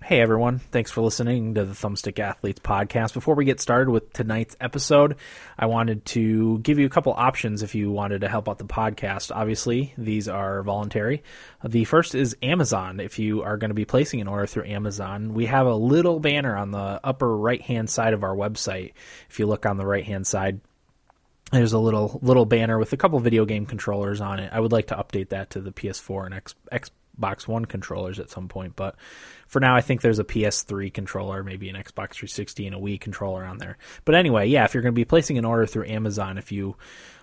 Hey everyone, thanks for listening to the Thumbstick Athletes podcast. Before we get started with tonight's episode, I wanted to give you a couple options if you wanted to help out the podcast. Obviously, these are voluntary. The first is Amazon. If you are going to be placing an order through Amazon, we have a little banner on the upper right hand side of our website. If you look on the right hand side, there's a little little banner with a couple video game controllers on it. I would like to update that to the PS4 and X, Xbox One controllers at some point, but for now, I think there's a PS3 controller, maybe an Xbox 360 and a Wii controller on there. But anyway, yeah, if you're going to be placing an order through Amazon, if you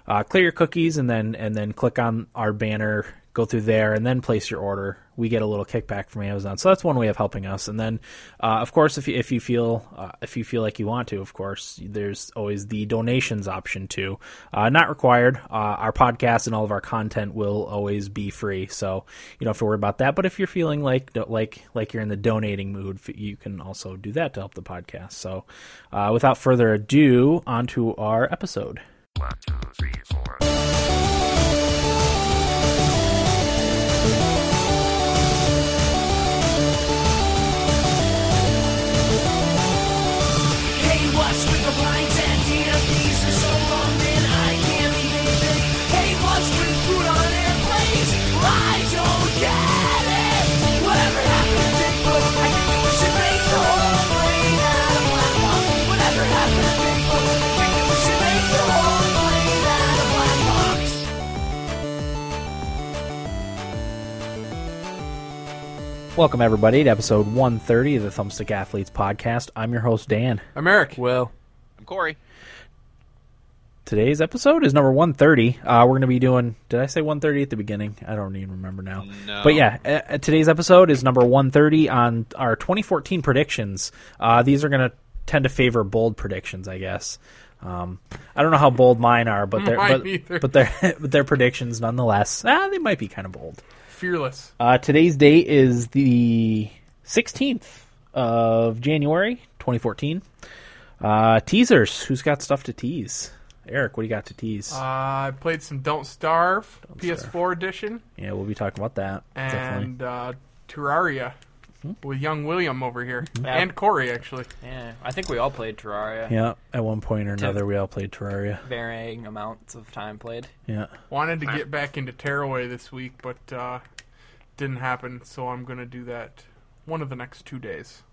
uh, clear your cookies and then and then click on our banner, go through there, and then place your order, we get a little kickback from Amazon. So that's one way of helping us. And then, uh, of course, if you, if you feel uh, if you feel like you want to, of course, there's always the donations option too. Uh, not required. Uh, our podcast and all of our content will always be free, so you don't have to worry about that. But if you're feeling like like like you're in the donating mood, you can also do that to help the podcast. So, uh, without further ado, on to our episode. One, two, three, four. Hey, what's with the blinds and DMDs are so long that I can't be anything. Hey, what's with food on airplanes? I don't get it. Whatever happened to Bigfoot? I think we should make the whole plane out of black box. Whatever happened to Bigfoot? I think we should make the whole plane out of black box. Welcome everybody to episode 130 of the Thumbstick Athletes podcast. I'm your host Dan. I'm Eric. Well, I'm Corey. Today's episode is number 130. Uh, we're going to be doing, did I say 130 at the beginning? I don't even remember now. No. But yeah, uh, today's episode is number 130 on our 2014 predictions. Uh, these are going to tend to favor bold predictions, I guess. Um, I don't know how bold mine are, but they're, Mine but, either. but they're, but they're predictions nonetheless. Ah, they might be kind of bold. fearless. Uh, today's date is the 16th of January, 2014. Uh, teasers. Who's got stuff to tease? Eric, what do you got to tease? Uh, I played some Don't Starve PS4 edition yeah, we'll be talking about that. and uh, Terraria with young William over here and Corey actually. Yeah, I think we all played Terraria. Yeah, at one point or another, we all played Terraria. Varying amounts of time played. Yeah. Wanted to get back into Tearaway this week, but uh, didn't happen. So I'm gonna do that one of the next two days.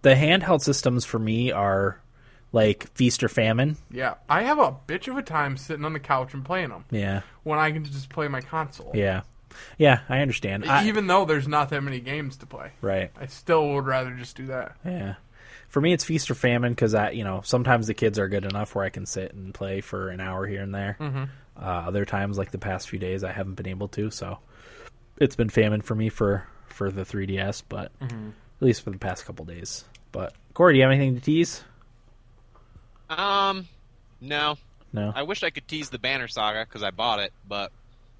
The handheld systems for me are like feast or famine. Yeah, I have a bitch of a time sitting on the couch and playing them Yeah. when I can just play my console. E-, Yeah. Yeah, I understand. I- Even though there's not that many games to play, right. I still would rather just do that. Yeah. For me, it's feast or famine because I, you know, sometimes the kids are good enough where I can sit and play for an hour here and there. Mm-hmm. Uh, other times, like the past few days, I haven't been able to. So it's been famine for me for for the 3ds, but at least for the past couple days. But Corey, do you have anything to tease? Um, no, No, I wish I could tease the Banner Saga because I bought it, but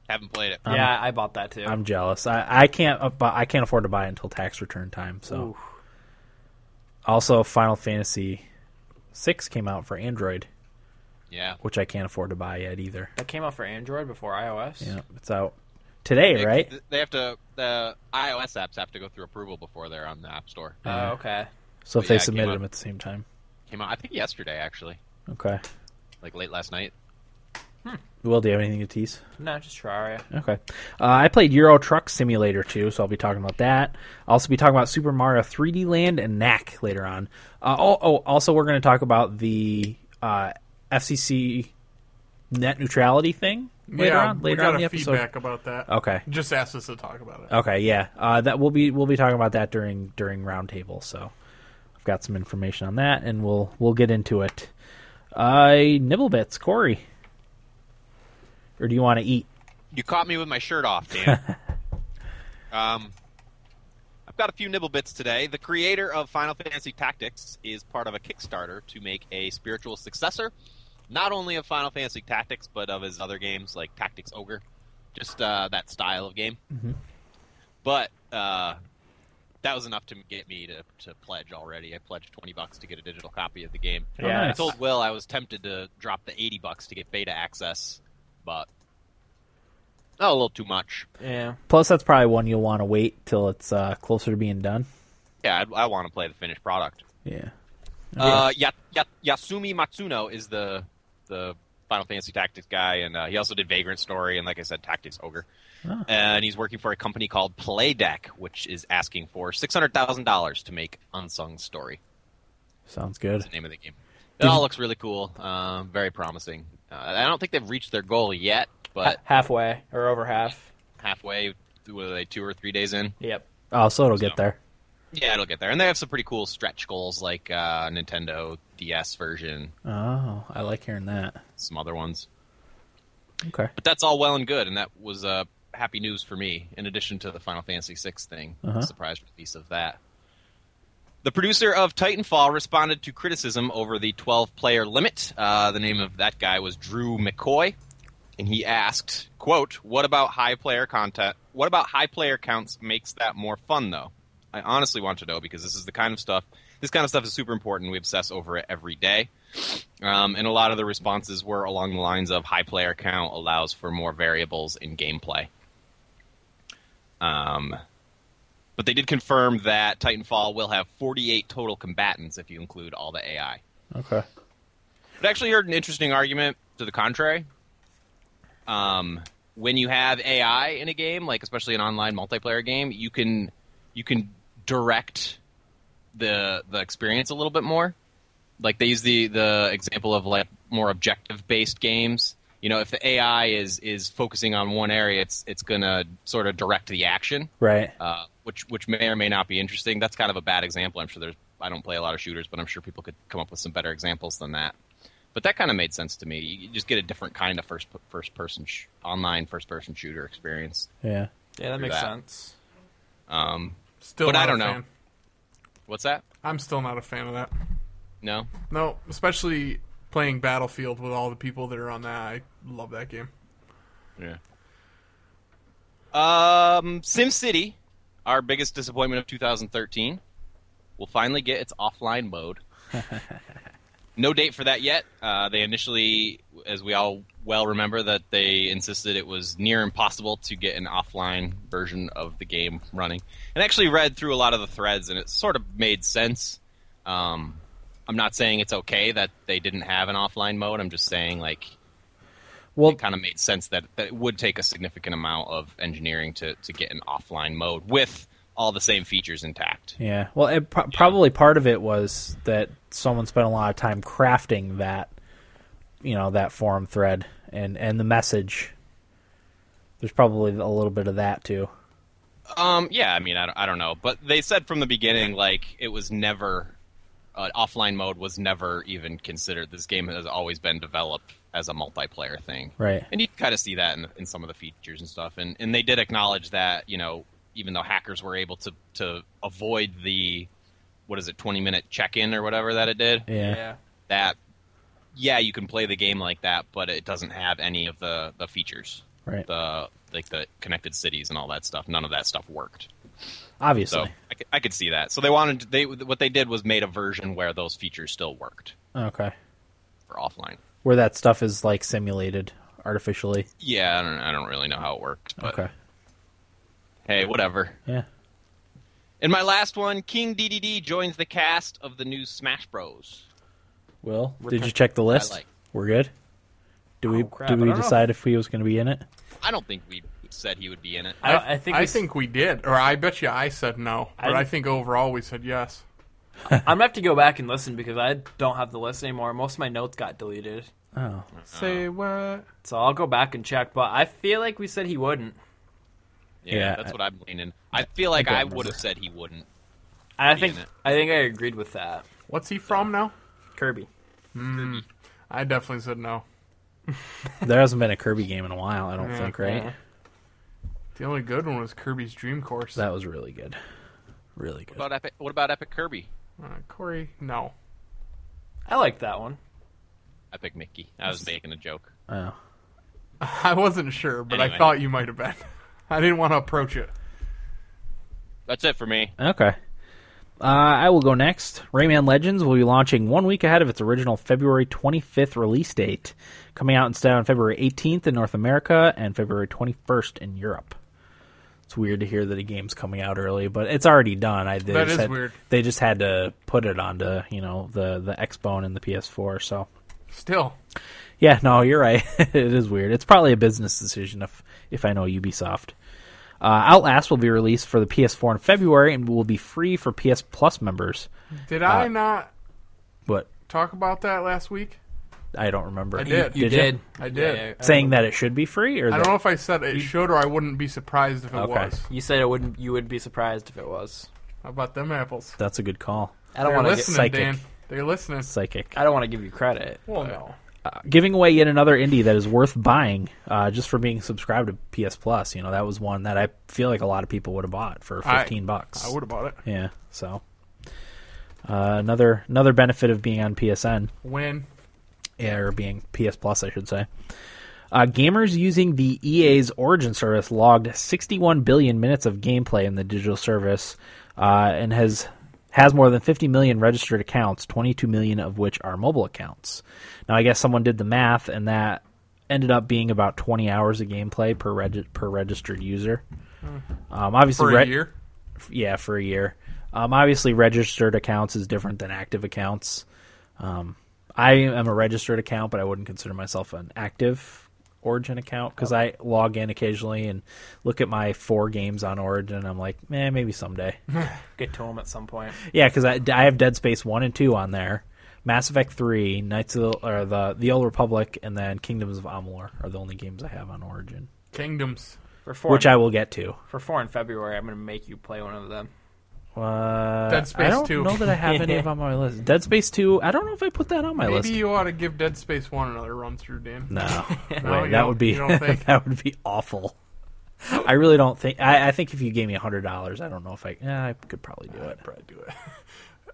haven't played Uh, Um, it. yeah, I bought that too. I'm jealous. I, I can't uh, bu- I can't afford to buy it until tax return time. So Ooh. also, Final Fantasy six came out for Android, yeah, which I can't afford to buy yet either. That came out for Android before iOS. Yeah, it's out today, They- right? They have to the iOS apps have to go through approval before they're on the App Store. Oh, okay. So if But they yeah, it came submitted up- them at the same time, Came out I think yesterday actually, okay. like late last night. Will, do you have anything to tease? No, just Terraria. Okay. Uh, I played Euro Truck Simulator too, so I'll be talking about that. I'll also be talking about Super Mario 3D Land and Knack later on. Uh, oh, oh, also, we're going to talk about the uh, FCC net neutrality thing later yeah, on. we Later got on in the a episode. feedback about that. Oh. Okay. Just asked us to talk about it. Okay, yeah. Uh, that we'll be we'll be talking about that during during roundtable. So I've got some information on that, and we'll we'll get into it. I nibblebits, Corey, or do you want to eat? You caught me with my shirt off, Dan. um, I've got a few nibble bits today. The creator of Final Fantasy Tactics is part of a Kickstarter to make a spiritual successor, not only of Final Fantasy Tactics, but of his other games like Tactics Ogre, just uh, that style of game. But uh, that was enough to get me to, to pledge already. I pledged 20 bucks to get a digital copy of the game. Yeah. I told Will I was tempted to drop the 80 bucks to get beta access, but oh, a little too much. Yeah. Plus, that's probably one you'll want to wait till it's uh, closer to being done. Yeah, I, I want to play the finished product. Yeah. Uh, ya, ya, Yasumi Matsuno is the the Final Fantasy Tactics guy, and uh, he also did Vagrant Story and, like I said, Tactics Ogre. Ah. And he's working for a company called Playdeck, which is asking for six hundred thousand dollars to make Unsung Story. Sounds good. That's the name of the game. It all looks really cool. Um, very promising. Uh, I don't think they've reached their goal yet, Ha- but Uh, halfway or over half. halfway, what are they, two or three days in? Yep. Oh, so it'll So- get there. Yeah, it'll get there. And they have some pretty cool stretch goals, like uh, Nintendo DS version, Oh, I like hearing that. some other ones. Okay. But that's all well and good, and that was uh, happy news for me. In addition to the Final Fantasy VI thing, Uh-huh. surprise release of that. The producer of Titanfall responded to criticism over the 12-player limit. Uh, the name of that guy was Drew McCoy, and he asked, "quote What about high player content? What about high player counts makes that more fun, though? I honestly want to know because this is the kind of stuff. This kind of stuff is super important. We obsess over it every day." Um, and a lot of the responses were along the lines of high player count allows for more variables in gameplay. Um, but they did confirm that Titanfall will have 48 total combatants if you include all the AI. Okay. But I actually heard an interesting argument to the contrary. Um, when you have AI in a game, like especially an online multiplayer game, you can you can direct the the experience a little bit more. Like they use the the example of like more objective based games. You know, if the AI is is focusing on one area, it's it's gonna sort of direct the action Right. uh, which which may or may not be interesting. That's kind of a bad example. I'm sure there's I don't play a lot of shooters, but I'm sure people could come up with some better examples than that. But that kind of made sense to me. You just get a different kind of first first person sh- online first person shooter experience. Yeah. Yeah, that Through makes that. sense. Um, Still, But not I don't a know. Fan. what's that? I'm still not a fan of that. No, No, especially playing Battlefield with all the people that are on that. I love that game. yeah. Um, SimCity, our biggest disappointment of 2013, will finally get its offline mode. no date for that yet. Uh, they initially, as we all well remember, that they insisted it was near impossible to get an offline version of the game running. And I actually read through a lot of the threads, and it sort of made sense. Um, I'm not saying it's okay that they didn't have an offline mode. I'm just saying, like, Well- it kind of made sense that, that it would take a significant amount of engineering to, to get an offline mode with all the same features intact. Yeah. Well, it pro- probably part of it was that someone spent a lot of time crafting that, you know, that forum thread and and the message. There's probably a little bit of that too. Um, yeah, I mean, I don't, I don't know, but they said from the beginning like it was never uh, offline mode was never even considered. This game has always been developed as a multiplayer thing, Right. and you kind of see that in, in some of the features and stuff. And and they did acknowledge that you know even though hackers were able to to avoid the what is it twenty minute check in or whatever that it did Yeah. that yeah you can play the game like that, but it doesn't have any of the the features. Right. The like the connected cities and all that stuff. None of that stuff worked. So Obviously. I could, I could see that. So they wanted they what they did was made a version where those features still worked Okay. for offline. Where that stuff is like simulated artificially. Yeah, I don't I don't really know how it worked, but Okay. hey, whatever. Yeah. And my last one, King DDD joins the cast of the new Smash Bros. Will, did you check the list? like- We're good. Do we Oh, crap, did I we don't know. decide if he was going to be in it? I don't think we said he would be in it. I, Uh, don't- I think I we s- think we did, or I bet you I said no, but I, I- think overall we said yes. I'm gonna have to go back and listen because I don't have the list anymore. Most of my notes got deleted, Oh, Say what? so I'll go back and check. But I feel like we said he wouldn't. Yeah, yeah, that's I- what I'm leaning. I feel like don't I, would have remember. said he wouldn't. And I think Damn it. I think I agreed with that. What's he from now? Kirby. I definitely said no. there hasn't been a Kirby game in a while. I don't Yeah. think. Right. Yeah. The only good one was Kirby's Dream Course. That was really good. Really good. What about Epic, what about Epic Kirby? uh, Corey, no. I like that one. Epic Mickey. I was making a joke. Oh. I wasn't sure, but I Anyway. thought you might have been. I didn't want to approach it. That's it for me. Okay. Uh, I will go next. Rayman Legends will be launching one week ahead of its original February 25th release date, coming out instead on February 18th in North America and February 21st in Europe. It's weird to hear that a game's coming out early, but it's already done. I they That just is had- weird. They just had to put it onto you know the the Xbone and the PS4. So Still, yeah, no, you're right. it is weird. It's probably a business decision if if I know Ubisoft. Uh, Outlast will be released for the PS4 in February and will be free for PS Plus members. did Uh, I not But talk about that last week? I don't remember. I did. You did. I did. saying that it should be free, or I that- don't know if I said it should or I wouldn't be surprised if it Okay. was. You said it wouldn't. You would be surprised if it was. How about them apples? that's a good call. I don't They're want to. listening, psychic. Dan. They're listening. Psychic. I don't want to give you credit. Well, no. giving away yet another indie that is worth buying uh, just for being subscribed to PS Plus. You know, that was one that I feel like a lot of people would have bought for I- fifteen bucks. I would have bought it. Yeah. So uh, another another benefit of being on PSN Win. yeah, or being PS Plus, I should say. Uh, gamers using the EA's Origin service logged 61 billion minutes of gameplay in the digital service, uh, and has has more than 50 million registered accounts, 22 million of which are mobile accounts. Now, I guess someone did the math, and that ended up being about 20 hours of gameplay per reg- per registered user. Um, obviously, For a re- year. yeah, for a year. Um, obviously, registered accounts is different than active accounts. Um, I am a registered account, but I wouldn't consider myself an active Origin account because I log in occasionally and look at my four games on Origin. And I'm like, man, maybe someday. Get to him at some point. yeah, because I, I have Dead Space one and two on there. Mass Effect three, Knights of the, or the the Old Republic, and then Kingdoms of Amalur are the only games I have on Origin, Kingdoms. For four, which I will get to. for four in February, I'm going to make you play one of them. Uh, Dead Space I don't 2. know that I have any of on my list. Dead Space Two. I don't know if I put that on my Maybe list. you ought to give Dead Space 1 another run through, Dan. No, Wait, No, that you don't- would be you don't think? that would be awful. I really don't think. I, I think if you gave me hundred dollars, I don't know if I. Yeah, I could probably do it. Probably do it.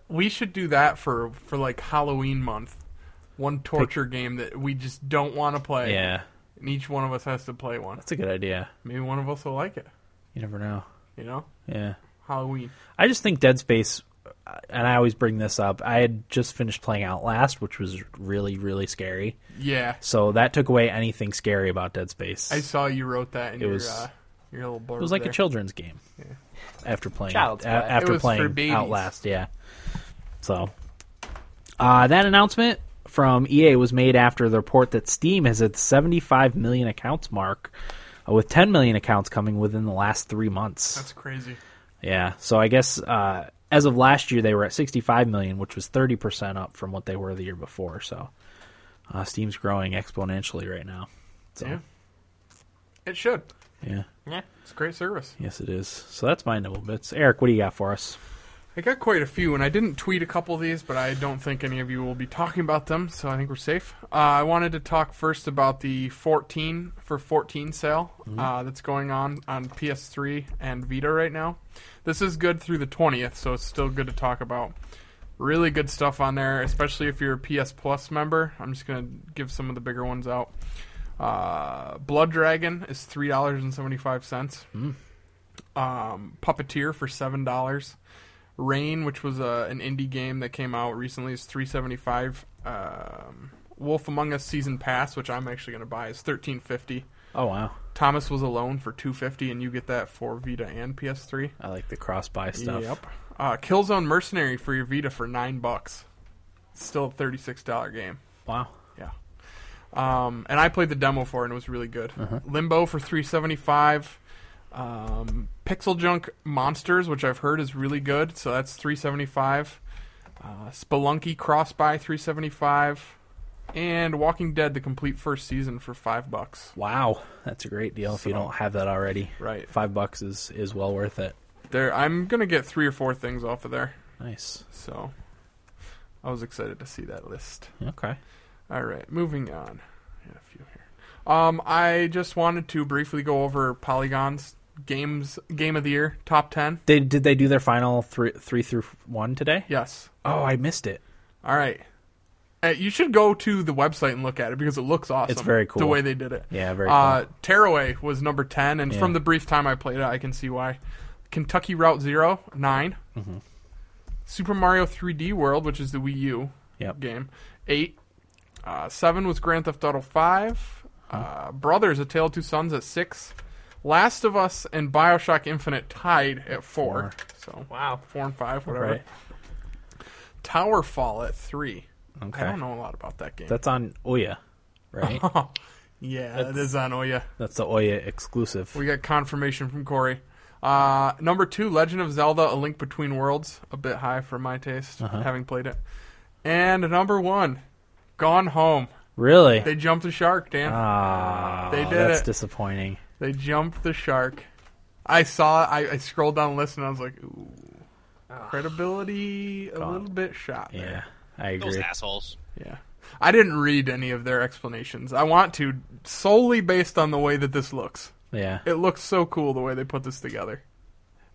we should do that for, for like Halloween month. One torture game that we just don't want to play. Yeah, And each one of us has to play one. that's a good idea. Maybe one of us will like it. You never know. You know? Yeah, Halloween. I just think Dead Space, uh, and I always bring this up. I had just finished playing Outlast, which was really really scary. Yeah. So that took away anything scary about Dead Space. I saw you wrote that in It your, was- uh, your little blurb It was like there. a children's game. After playing, Child's a- play. after It was for playing babies. Outlast, yeah. So, uh, that announcement from EA was made after the report that Steam has hit the 75 million accounts mark, uh, with 10 million accounts coming within the last three months. That's crazy. yeah. So I guess uh, as of last year, they were at 65 million, which was 30 percent up from what they were the year before. So, uh, Steam's growing exponentially right now. So, Yeah. It should. yeah. Yeah. It's a great service. Yes, it is. So that's my nibble bits. Eric, what do you got for us? I got quite a few, and I didn't tweet a couple of these, but I don't think any of you will be talking about them, so I think we're safe. Uh, I wanted to talk first about the 14 for 14 sale uh, that's going on on PS3 and Vita right now. This is good through the 20th, so it's still good to talk about. Really good stuff on there, especially if you're a PS Plus member. I'm just going to give some of the bigger ones out. Uh, Blood Dragon is $3.75. Um, Puppeteer for $7. Rain, which was uh, an indie game that came out recently, is three seventy five. Um, Wolf Among Us season pass, which I'm actually going to buy, is thirteen fifty. Oh wow, Thomas was alone for two fifty, and you get that for Vita and PS3. I like the cross buy stuff. Yep. Uh, Killzone Mercenary for your Vita for nine bucks. It's still a thirty six dollar game. Wow. Yeah. Um, and I played the demo for it and it was really good. Limbo for 375. Um, Pixel Junk Monsters, which I've heard is really good, so that's 375. Uh, Spelunky Cross by 375. And Walking Dead the complete first season for 5 bucks. Wow, that's a great deal. if you So- don't have that already, Right. Five bucks is is well worth it. There I'm going to get 3 or 4 things off of there. Nice. So I was excited to see that list. Okay. All right, moving on. I had a few here. Um, I just wanted to briefly go over Polygon's games game of the year top ten. They did they do their final three three through one today? Yes. Oh, I missed it. All right. Uh, you should go to the website and look at it because it looks awesome. It's very cool. the way they did it. Yeah, very Uh, Tearaway was number ten, and Yeah. from the brief time I played it, I can see why. Kentucky Route Zero nine. Mm-hmm. Super Mario 3D World, which is the Wii U Yep. game, eight. Uh, seven was Grand Theft Auto Five. Uh, Brothers: A Tale of Two Sons at six. Last of Us and Bioshock Infinite tied at Four. four. So Wow. four and five, whatever. Right. Towerfall at three. Okay. I don't know a lot about that game. That's on Oya, right? yeah, it is on Oya. That's the Oya exclusive. We got confirmation from Corey. Uh, number two, Legend of Zelda: A Link Between Worlds, a bit high for my taste, Uh-huh. having played it. And number one, Gone Home. really? They jumped the shark, Dan. Ah, They did that's it. disappointing. They jumped the shark. I saw. I, I scrolled down the list and I was like, ooh, credibility a little bit shot. Yeah, There. I Those agree. assholes. Yeah. I didn't read any of their explanations. I want to solely based on the way that this looks. Yeah, It looks so cool the way they put this together.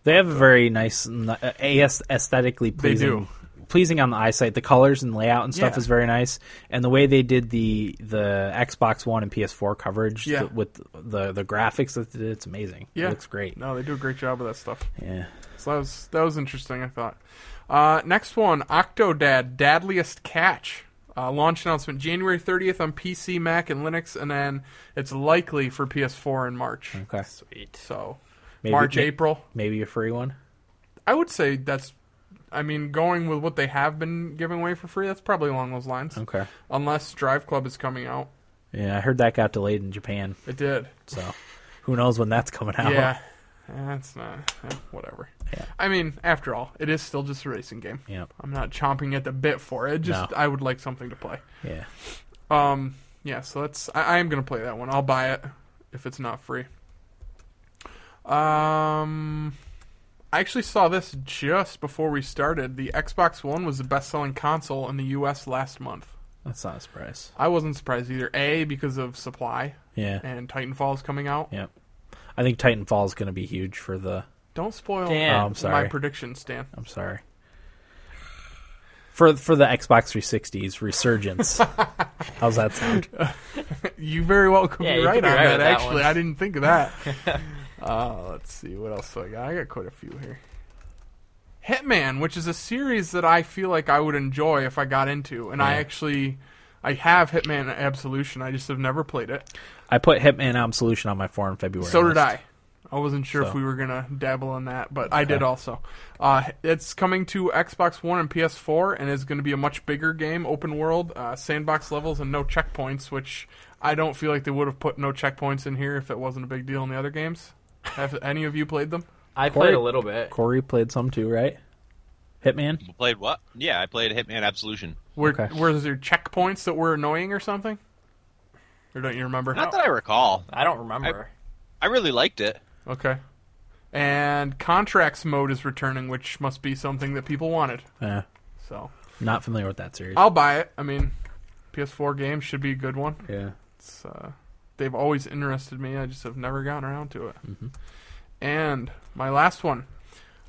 they have a very nice, n- uh, as- aesthetically pleasing, do. pleasing on the eyesight. The colors and layout and stuff Yeah. is very nice, and the way they did the the Xbox One and PS4 coverage Yeah. th- with the the graphics, that they did, it's amazing. Yeah, it looks great. No, they do a great job with that stuff. Yeah, So that was that was interesting. I thought. Uh, next one, Octodad, Dadliest Catch. Uh, launch announcement January 30th on PC, Mac, and Linux, and then it's likely for PS4 in March. okay. Sweet. So Maybe- March, may- April. Maybe a free one. I would say that's. I mean, going with what they have been giving away for free, that's probably along those lines. Okay. Unless Drive Club is coming out, Yeah, I heard that got delayed in Japan, it did. so who knows when that's coming out? Yeah, that's not eh, whatever. Uh-huh. Yeah. I mean, after all, it is still just a racing game. Yeah. I'm not chomping at the bit for it. Just No. I would like something to play. Yeah. Um, yeah, so that's I, I am gonna play that one. I'll buy it if it's not free. Um, I actually saw this just before we started. The Xbox One was the best-selling console in the U.S. last month. That's not a surprise. I wasn't surprised either. A because of supply Yeah. and Titanfall is coming out. Yep. I think Titanfall is going to be huge for the. Don't spoil Damn. Oh, I'm my sorry. predictions, Dan. I'm sorry. For for the Xbox 360's resurgence. How's that sound? You very well could Yeah, be you right could be on right that. with that actually, one. I didn't think of that. uh, let's see what else do I got. I got quite a few here. Hitman, which is a series that I feel like I would enjoy if I got into, and I actually, I have Hitman Absolution. I just have never played it. I put Hitman Absolution on my four in February. So did list. I. I wasn't sure if So. we were gonna dabble in that, but I did also. Uh, it's coming to Xbox One and PS4, and is going to be a much bigger game, open world, uh, sandbox levels, and no checkpoints. Which I don't feel like they would have put no checkpoints in here if it wasn't a big deal in the other games. have any of you played them? I Corey- played a little bit. Corey played some too, right? Hitman? Played what? Yeah, I played Hitman Absolution. Were, Okay. were there checkpoints that were annoying or something? Or don't you remember? Not that I recall. I don't remember. I really liked it. Okay. And contracts mode is returning, which must be something that people wanted. Yeah. So Not familiar with that series. I'll buy it. I mean, PS4 game should be a good one. Yeah. It's, uh, they've always interested me. I just have never gotten around to it. And my last one.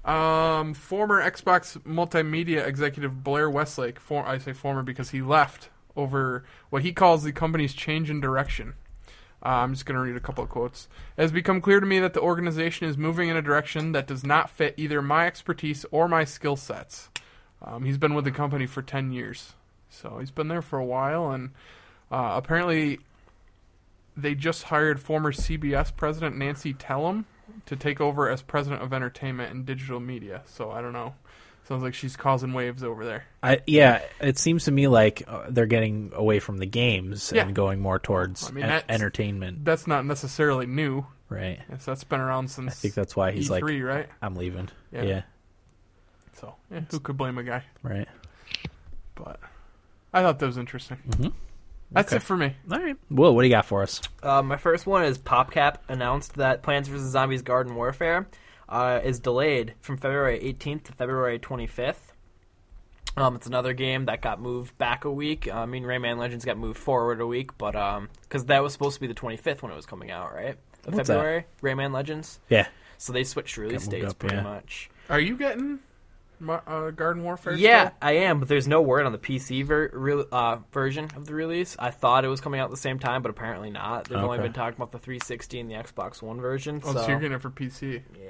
Um, former Xbox multimedia executive Blair Westlake. For, I say former because he left over what he calls the company's change in direction. Uh, I'm just going to read a couple of quotes. It has become clear to me that the organization is moving in a direction that does not fit either my expertise or my skill sets. Um, he's been with the company for 10 years. So he's been there for a while, and uh, apparently they just hired former CBS president Nancy Tellum to take over as president of entertainment and digital media. So I don't know. Sounds like she's causing waves over there. I, yeah, it seems to me like uh, they're getting away from the games Yeah. and going more towards I mean, en- that's- entertainment, That's not necessarily new. right? Yes, that's been around since I think that's why he's E3, like, right? I'm leaving. Yeah. Yeah. So yeah, who could blame a guy? right. But I thought that was interesting. Mhm. That's Okay. it for me. All right. Will, what do you got for us? Uh, my first one is PopCap announced that Plants vs. Zombies Garden Warfare uh, is delayed from February 18th to February 25th. Um, it's another game that got moved back a week. Uh, I mean, Rayman Legends got moved forward a week, but because that was supposed to be the 25th when it was coming out, right? Of What's that? February, Rayman Legends. Yeah. So they switched release moved dates up, pretty yeah. much. Are you getting Mo- uh, Garden Warfare? Yeah, still? I am, but there's no word on the PC ver- re- uh, version of the release. I thought it was coming out at the same time, but apparently not. They've only Okay. been talking about the 360 and the Xbox One version. Oh, so, so you're getting it for PC. yeah,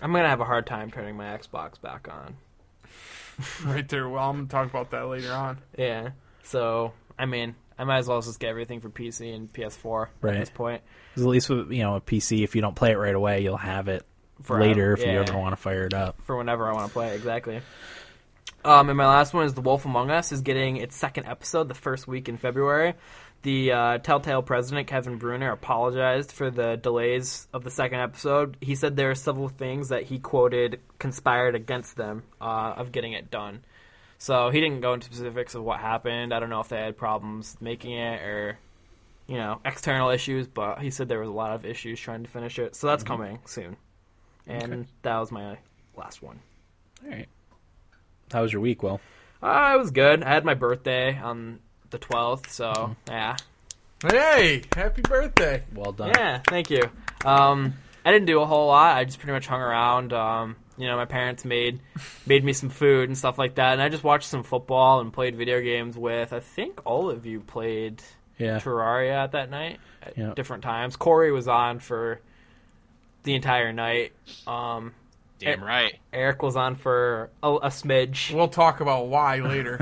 I'm gonna have a hard time turning my Xbox back on. right there. Well, I'm gonna talk about that later on. Yeah, so I mean, I might as well just get everything for PC and PS4 Right. at this point. 'Cause at least with you know a PC, if you don't play it right away, you'll have it Forever. later if you Yeah. ever want to fire it up. for whenever I want to play. Exactly. Um, and my last one is The Wolf Among Us is getting its second episode the first week in February. The uh, Telltale president Kevin Bruner apologized for the delays of the second episode. He said there are several things that he quoted conspired against them uh, of getting it done. So he didn't go into specifics of what happened. I don't know if they had problems making it or you know external issues, but he said there was a lot of issues trying to finish it. So that's coming soon. And that was my last one. All right. How was your week, Will? Uh, it was good. I had my birthday on the 12th, so Mm-hmm. yeah. Hey, happy birthday! Well done. Yeah, thank you. Um, I didn't do a whole lot. I just pretty much hung around. Um, you know, my parents made made me some food and stuff like that, and I just watched some football and played video games with. I think all of you played Yeah. Terraria at that night at Yeah. different times. Corey was on for the entire night. Um, Damn right. Eric was on for a, a smidge, We'll talk about why later.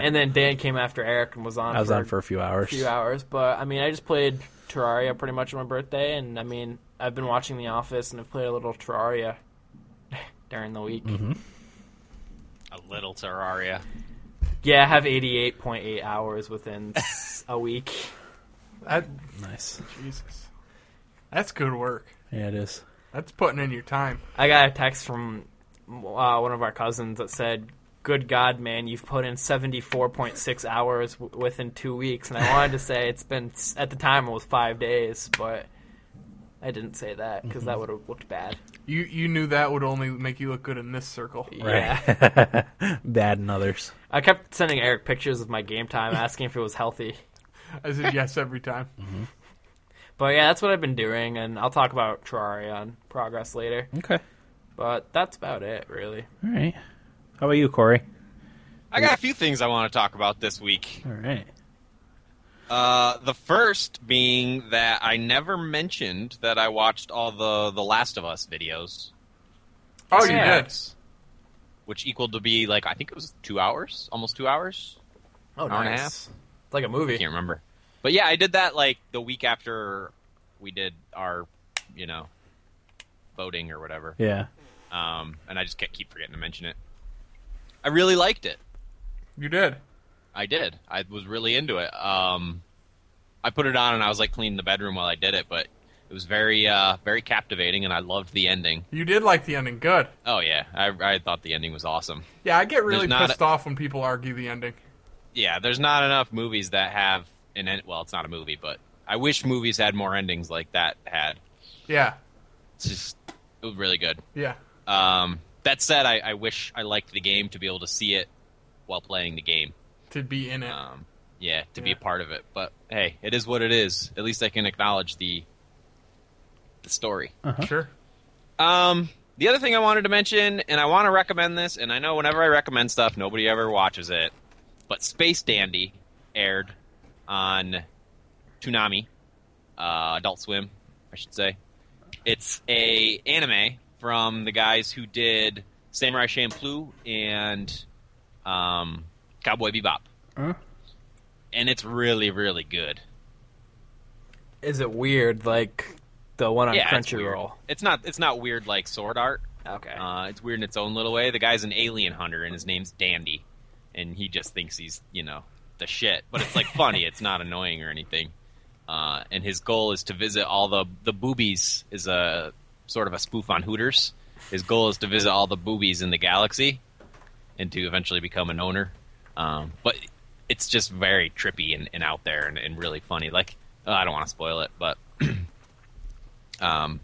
and then Dan came after Eric and was on. I was for on for a few hours. few hours, but I mean, I just played Terraria pretty much on my birthday, and I mean, I've been watching The Office and I've played a little Terraria during the week. A little Terraria. Yeah, I have 88.8 hours within s- a week. that, Nice. Jesus, that's good work. Yeah, it is. That's putting in your time. I got a text from uh, one of our cousins that said, Good God, man, you've put in 74.6 hours w- within two weeks. And I wanted to say it's been, s- at the time, it was five days, but I didn't say that because that would have looked bad. You you knew that would only make you look good in this circle. Yeah. Right. Bad in others. I kept sending Eric pictures of my game time, asking if it was healthy. I said yes every time. But yeah, that's what I've been doing, and I'll talk about Terraria on progress later. Okay. But that's about it, really. All right. How about you, Corey? I got a few things I want to talk about this week. All right. Uh, the first being that I never mentioned that I watched all the The Last of Us videos, Oh, you Yeah. did. which equaled to be like I think it was two hours, almost two hours. Oh, Hour and a nice. half? It's like a I movie. can't remember. But yeah, I did that like the week after we did our, you know, voting or whatever. Yeah. Um, and I just kept keep forgetting to mention it. I really liked it. You did. I did. I was really into it. Um, I put it on and I was like cleaning the bedroom while I did it, but it was very, uh, very captivating, and I loved the ending. You did like the ending. Good. Oh yeah, I, I thought the ending was awesome. Yeah, I get really There's not pissed off when people argue the ending. Yeah, there's not enough movies that have an end. Well, it's not a movie, but I wish movies had more endings like that had. Yeah, It's just it was really good. yeah, Um, that said, I, I wish I liked the game to be able to see it while playing the game. to be in it. Um, yeah, to be Yeah. a part of it. But hey, it is what it is. At least I can acknowledge the the story. Sure. Um, the other thing I wanted to mention, and I want to recommend this, and I know whenever I recommend stuff, nobody ever watches it, but Space Dandy aired on Toonami, uh, Adult Swim, I should say. It's a anime from the guys who did Samurai Champloo and um, Cowboy Bebop, Huh? and it's really, really good. Is it weird, like the one on yeah, it's, weird. Crunchyroll? it's not. It's not weird like Sword Art. Okay. Uh, it's weird in its own little way. The guy's an alien hunter, and his name's Dandy, and he just thinks he's you know the shit. But it's like funny. It's not annoying or anything. Uh, and his goal is to visit all the the boobies. Is a sort of a spoof on Hooters. His goal is to visit all the boobies in the galaxy, and to eventually become an owner. Um, but it's just very trippy and, and out there and, and really funny. Like uh, I don't want to spoil it, but um,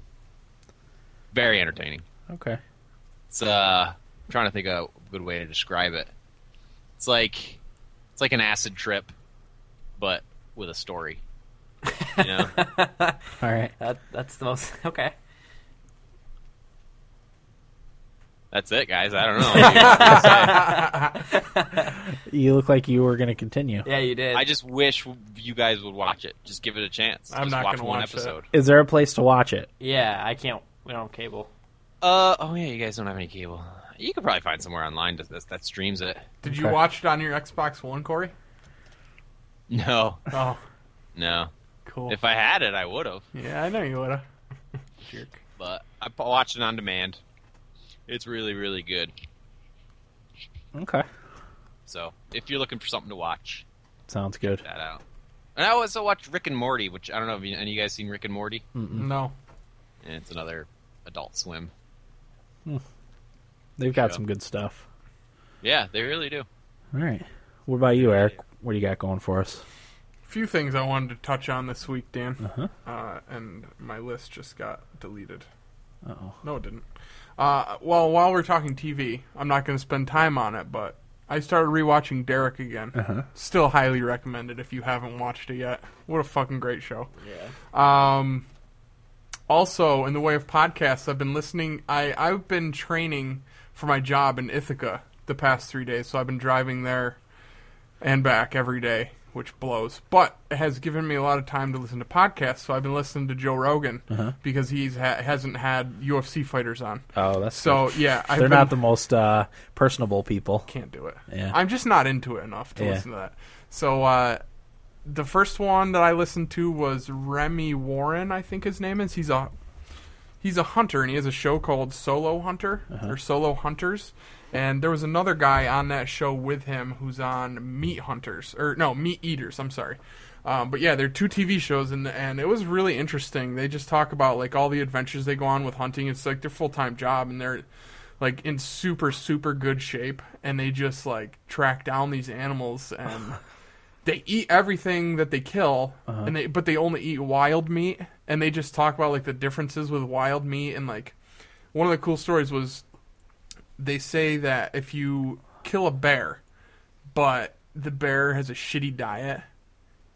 very entertaining. Okay. It's uh, I'm trying to think of a good way to describe it. It's like it's like an acid trip, but with a story. You know? All right. that that's the most okay. That's it, guys. I don't know. You look like you were going to continue. Yeah, you did. I just wish you guys would watch it. Just give it a chance. I'm just not watch gonna one watch that. episode. Is there a place to watch it? yeah, I can't. We don't have cable. Uh oh yeah, you guys don't have any cable. You could probably find somewhere online that that, that streams it. Did you Okay. watch it on your Xbox One, Corey? No, Oh, no. cool. If I had it, I would have. yeah, I know you would have. Jerk. But I p- watched it on demand. It's really, really good. Okay. So if you're looking for something to watch, Sounds good. that out. And I also watched Rick and Morty, which I don't know if you, any of you guys seen Rick and Morty. Hmm. No. And it's another Adult Swim. They've got Yeah. some good stuff. Yeah, they really do. All right. What about you, Eric? What do you got going for us? few things I wanted to touch on this week, Dan. Uh, and my list just got deleted. Uh-oh. No, it didn't. Uh, well, while we're talking TV, I'm not going to spend time on it, but I started rewatching Derek again. Still highly recommended if you haven't watched it yet. What a fucking great show. Yeah. Um, also, in the way of podcasts, I've been listening. I, I've been training for my job in Ithaca the past three days, so I've been driving there and back every day, which blows. But it has given me a lot of time to listen to podcasts, so I've been listening to Joe Rogan because he's ha- hasn't had UFC fighters on. Oh, that's So yeah, I've They're been- not the most uh, personable people. can't do it. Yeah. I'm just not into it enough to Yeah. listen to that. So uh, the first one that I listened to was Remy Warren, I think his name is. He's a he's a hunter and he has a show called Solo Hunter or Solo Hunters. And there was another guy on that show with him who's on Meat Hunters or no Meat Eaters. I'm sorry. Um, but yeah, they're two TV shows, and and it was really interesting. They just talk about like all the adventures they go on with hunting. It's like their full time job, and they're like in super super good shape and they just like track down these animals and they eat everything that they kill and they but they only eat wild meat and they just talk about like the differences with wild meat and like one of the cool stories was they say that if you kill a bear but the bear has a shitty diet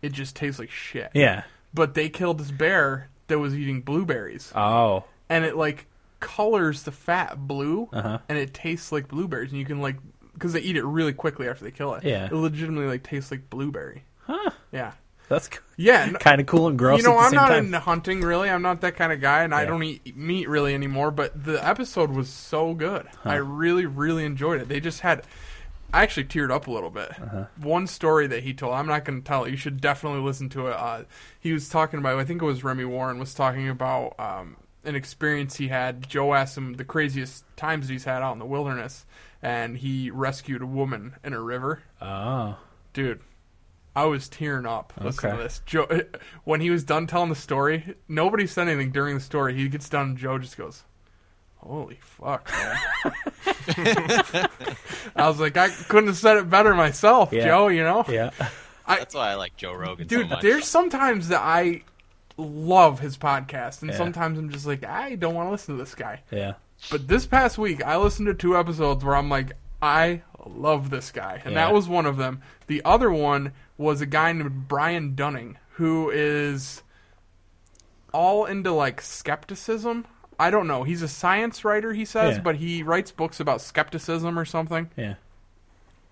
it just tastes like shit Yeah. but they killed this bear that was eating blueberries Oh. and it like colors the fat blue Uh-huh. and it tastes like blueberries and you can like because they eat it really quickly after they kill it Yeah. it legitimately like tastes like blueberry Huh. yeah That's yeah no- kind of cool and gross you know at the i'm same not time. into hunting really i'm not that kind of guy and i Yeah. don't eat meat really anymore but the episode was so good i really really enjoyed it they just had I actually teared up a little bit. Uh-huh. One story that he told, I'm not going to tell it. You should definitely listen to it. Uh, he was talking about, I think it was Remy Warren, was talking about um, an experience he had. Joe asked him the craziest times he's had out in the wilderness, and he rescued a woman in a river. Oh. Dude, I was tearing up. Listen Okay. to this. Joe, when he was done telling the story, nobody said anything during the story. He gets done, and Joe just goes, "Holy fuck!" Man. I was like, I couldn't have said it better myself, Yeah. Joe. You know, Yeah. That's why I like Joe Rogan dude. so much. there's sometimes that I love his podcast, and Yeah. sometimes I'm just like, I don't want to listen to this guy. Yeah. But this past week, I listened to two episodes where I'm like, I love this guy. And Yeah. that was one of them. The other one was a guy named Brian Dunning, who is all into like skepticism. I don't know. He's a science writer, he says, Yeah. but he writes books about skepticism or something Yeah.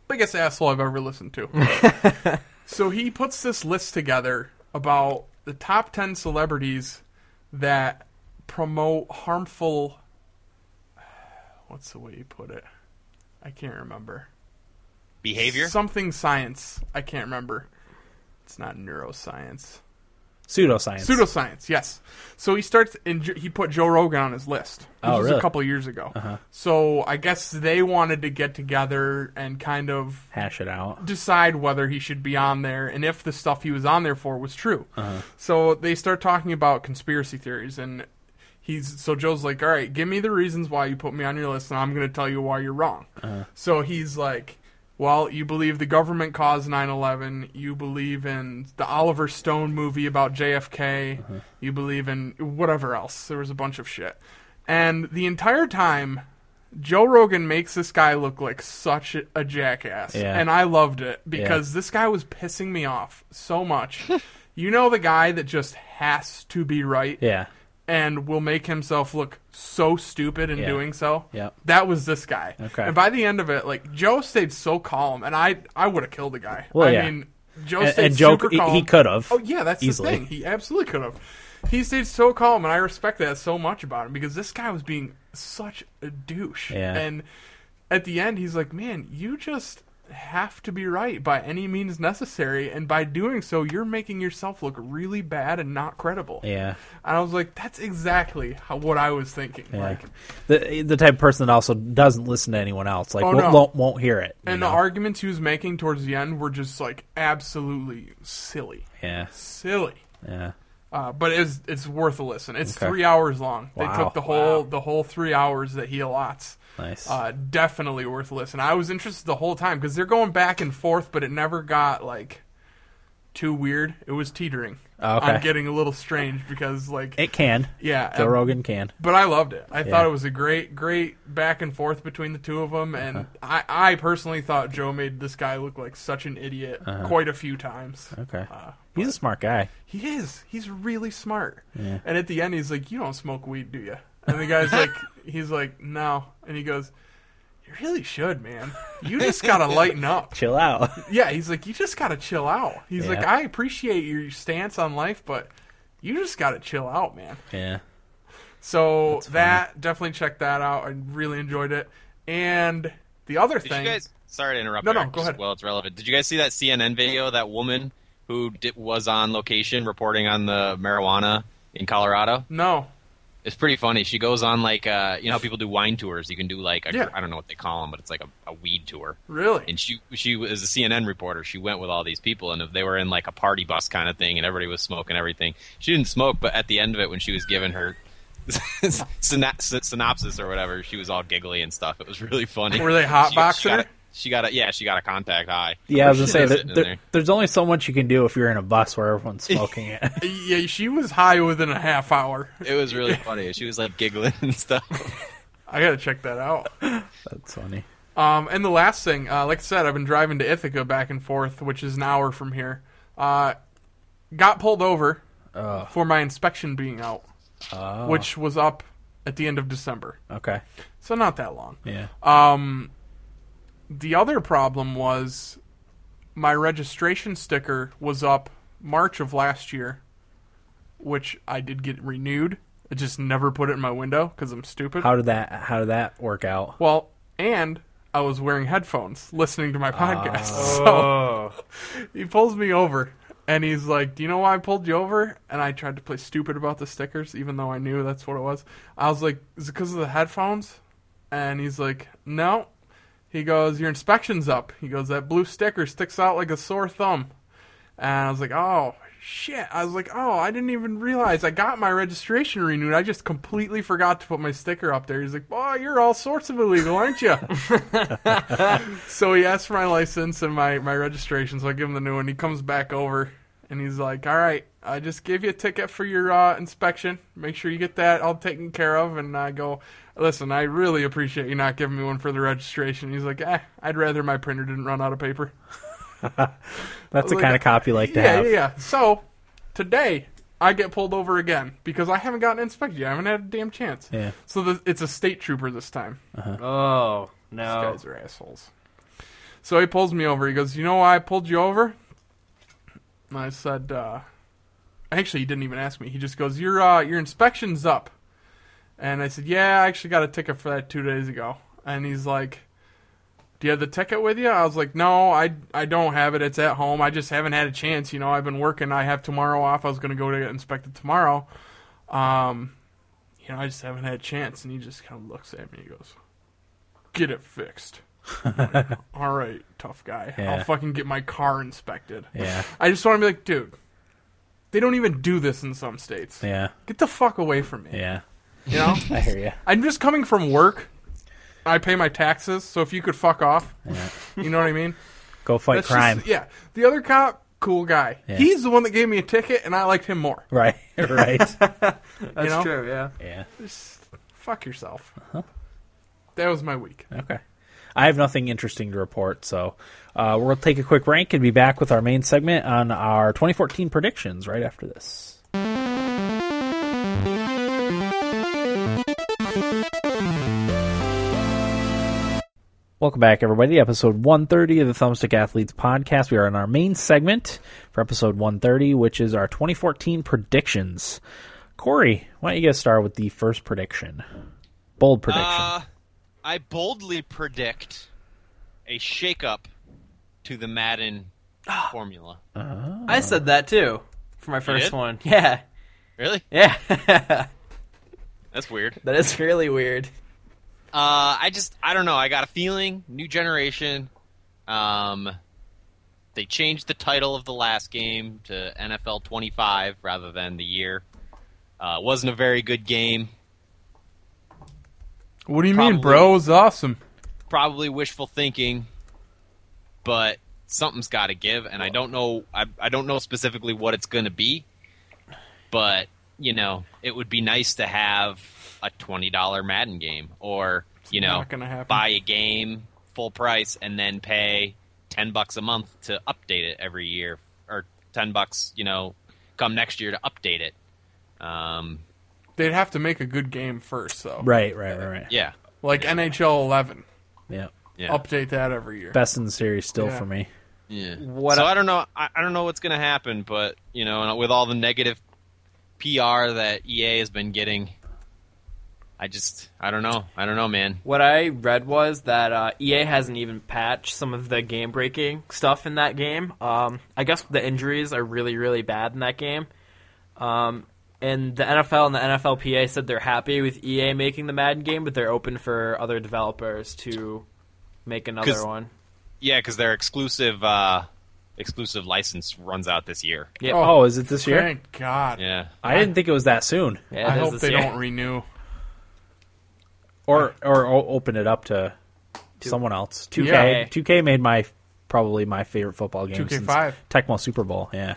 biggest asshole I've ever listened to. so he puts this list together about the top 10 celebrities that promote harmful. What's the way you put it? I can't remember. Behavior. Something science. I can't remember. It's not neuroscience. Pseudoscience. Pseudoscience, yes. So he starts, and Jo- he put Joe Rogan on his list, which Oh, was really? Uh-huh. a couple years ago. So I guess they wanted to get together and kind of Hash it out. decide whether he should be on there and if the stuff he was on there for was true. So they start talking about conspiracy theories and he's so Joe's like, "All right, give me the reasons why you put me on your list and I'm going to tell you why you're wrong." So he's like, "Well, you believe the government caused 9/11, you believe in the Oliver Stone movie about JFK, you believe in whatever else. There was a bunch of shit." And the entire time Joe Rogan makes this guy look like such a jackass. Yeah. And I loved it because this guy was pissing me off so much. you know the guy that just has to be right Yeah. and will make himself look so stupid in Yeah. doing so. Yep. That was this guy. Okay. And by the end of it, like Joe stayed so calm and I I would have killed the guy. Well, I yeah. mean Joe And, stayed and Joe, super he, calm. he could have. Oh yeah, that's Easily. the thing. He absolutely could have. He stayed so calm, and I respect that so much about him because this guy was being such a douche. Yeah. And at the end, he's like, "Man, you just have to be right by any means necessary, and by doing so, you're making yourself look really bad and not credible. Yeah. And I was like, that's exactly how, what I was thinking. Like, the the type of person that also doesn't listen to anyone else, like Oh, won't, no. won't won't hear it. you and know? the arguments he was making towards the end were just like absolutely silly, yeah, silly. yeah, Uh, but it's it's worth a listen. It's Okay. three hours long. They Wow. took the whole the whole three hours that he allots. nice. Uh, definitely worth a listen. I was interested the whole time because they're going back and forth, but it never got like too weird. It was teetering. Oh, okay. I'm getting a little strange because like it can. yeah, Joe um, Rogan can. but I loved it. I thought it was a great, great back and forth between the two of them, and Uh-huh. I, I personally thought Joe made this guy look like such an idiot quite a few times. Uh-huh. Okay, Uh, he's a smart guy. He is. He's really smart. And at the end, he's like, "You don't smoke weed, do you?" And the guy's like, "He's like, no," and he goes. You really should, man. You just gotta lighten up. Chill out. Yeah, he's like, you just gotta chill out. He's Yeah. like, I appreciate your stance on life, but you just gotta chill out, man. yeah, So that definitely check that out. I really enjoyed it. And the other Did thing, you guys? Sorry to interrupt. No, no, Eric, go just ahead. Well, it's relevant. Did you guys see that CNN video? of That woman who di was on location reporting on the marijuana in Colorado. no, It's pretty funny. She goes on like uh, you know how people do wine tours. You can do like a, Yeah. I don't know what they call them, but it's like a, a weed tour. really, And she she was a CNN reporter. She went with all these people, and they were in like a party bus kind of thing, and everybody was smoking everything. She didn't smoke, but at the end of it, when she was giving her syna- sy- synopsis or whatever, she was all giggly and stuff. It was really funny. Were they hot She got- she boxing got her? a- She got a yeah. She got a contact high. yeah. I was gonna say Sitting there, in there- there. there's only so much you can do if you're in a bus where everyone's smoking it. yeah, she was high within a half hour. It was really funny. She was like giggling and stuff. I gotta check that out. That's funny. Um, and the last thing, uh, like I said, I've been driving to Ithaca back and forth, which is an hour from here. Uh, got pulled over for my inspection being out, which was up at the end of December, Okay. so not that long. Yeah. Uh, The other problem was my registration sticker was up March of last year, which I did get renewed. I just never put it in my window because I'm stupid. how did that? How did that work out? well, and I was wearing headphones listening to my podcast. Oh, So he pulls me over and he's like, Do you know why I pulled you over? And I tried to play stupid about the stickers, even though I knew that's what it was. I was like, Is it because of the headphones? And he's like, No. He goes, Your inspection's up. He goes, That blue sticker sticks out like a sore thumb. And I was like, Oh, shit. I was like, Oh, I didn't even realize I got my registration renewed. I just completely forgot to put my sticker up there. He's like, Boy, you're all sorts of illegal, aren't you? so he asked for my license and my, my registration, so I give him the new one. He comes back over and he's like, All right, I just gave you a ticket for your uh, inspection. Make sure you get that all taken care of. And I go, Listen, I really appreciate you not giving me one for the registration. He's like, eh, I'd rather my printer didn't run out of paper. That's the like- kind of cop you like to yeah, have. yeah, yeah. So today I get pulled over again because I haven't gotten inspected. yet. I haven't had a damn chance. Yeah. So the, it's a state trooper this time. oh no. These guys are assholes. So he pulls me over. He goes, "You know why I pulled you over?" And I said, uh, "Actually, he didn't even ask me. He just goes, "Your uh, your inspection's up." And I said, "Yeah, I actually got a ticket for that two days ago." And he's like, "Do you have the ticket with you?" I was like, "No, I I don't have it. It's at home. I just haven't had a chance. You know, I've been working. I have tomorrow off. I was going to go to get inspected tomorrow. Um, you know, I just haven't had a chance." And he just kind of looks at me. He goes, "Get it fixed." I'm like, All right, tough guy. Yeah. I'll fucking get my car inspected. Yeah. I just want to be like, dude, they don't even do this in some states. Yeah. Get the fuck away from me. Yeah. You know? I hear you. I'm just coming from work. I pay my taxes, so if you could fuck off, you know what I mean? Go fight That's just- crime. yeah. The other cop, cool guy. Yeah. He's the one that gave me a ticket, and I liked him more. Right. Right. That's know? true. Yeah. yeah. Just fuck yourself. Uh-huh. That was my week. Okay. I have nothing interesting to report, so uh, we'll take a quick break and be back with our main segment on our 2014 predictions right after this. Welcome back, everybody. to Episode 130 of the Thumbstick Athletes podcast. We are in our main segment for episode 130, which is our 2014 predictions. Corey, why don't you get started with the first prediction? Bold prediction. Uh, I boldly predict a shakeup to the Madden formula. I said that too for my first did? one. Yeah, Really? yeah, that That's weird. is really weird. Uh, I just I don't know. I got a feeling new generation. Um, they changed the title of the last game to NFL 25 rather than the year. Uh, it wasn't a very good game. What do you mean, Probably. bro? It's awesome. Probably wishful thinking, but something's got to give, and I don't know. I I don't know specifically what it's going to be, but you know, it would be nice to have a twenty dollar Madden game, or you know, not gonna happen. buy a game full price and then pay ten bucks a month to update it every year, or ten bucks, you know, come next year to update it. Um, They'd have to make a good game first, though. Right, right, right, right. yeah, Like NHL 11. Yeah. yeah. Update that every year. Best in the series still Yeah. for me. Yeah. What so I- I don't know. I, I don't know what's going to happen, but you know, and with all the negative PR that EA has been getting, I just I don't know. I don't know, man. What I read was that uh, EA hasn't even patched some of the game breaking stuff in that game. Um, I guess the injuries are really, really bad in that game. Um, and the NFL and the NFLPA said they're happy with EA making the Madden game, but they're open for other developers to make 'Cause- another one. Oh, Yeah, because their exclusive uh, exclusive license runs out this year. Yeah, Oh, is it this year? Thank God. Yeah, I didn't think it was that soon. yeah, it I is hope this they year. don't renew. Or or o- open it up to someone else. 2K Yeah. 2K made my probably my favorite football game 2K5. since Tecmo Super Bowl. Yeah. It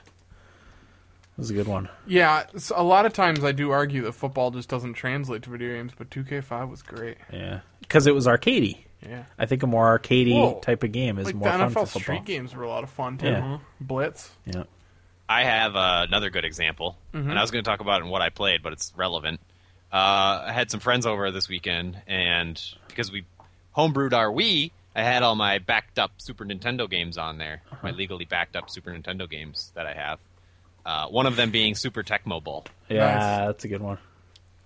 was a good one. Yeah, s a a lot of times I do argue that football just doesn't translate to video games, but 2K5 was great. Yeah. Cuz it was arcadey. Yeah. I think a more arcadey Whoa. type of game is Like the more fun NFL for football. Street games were a lot of fun, too. Mm-hmm. Yeah. Blitz. Yeah. I have uh, another good example, and I was going to talk about it in what I played, but it's relevant. Uh, I had some friends over this weekend, and because we homebrewed our Wii, I had all my backed up Super Nintendo games on there, my legally backed up Super Nintendo games that I have. Uh, one of them being Super Tecmo Bowl, Yeah, that's a good one.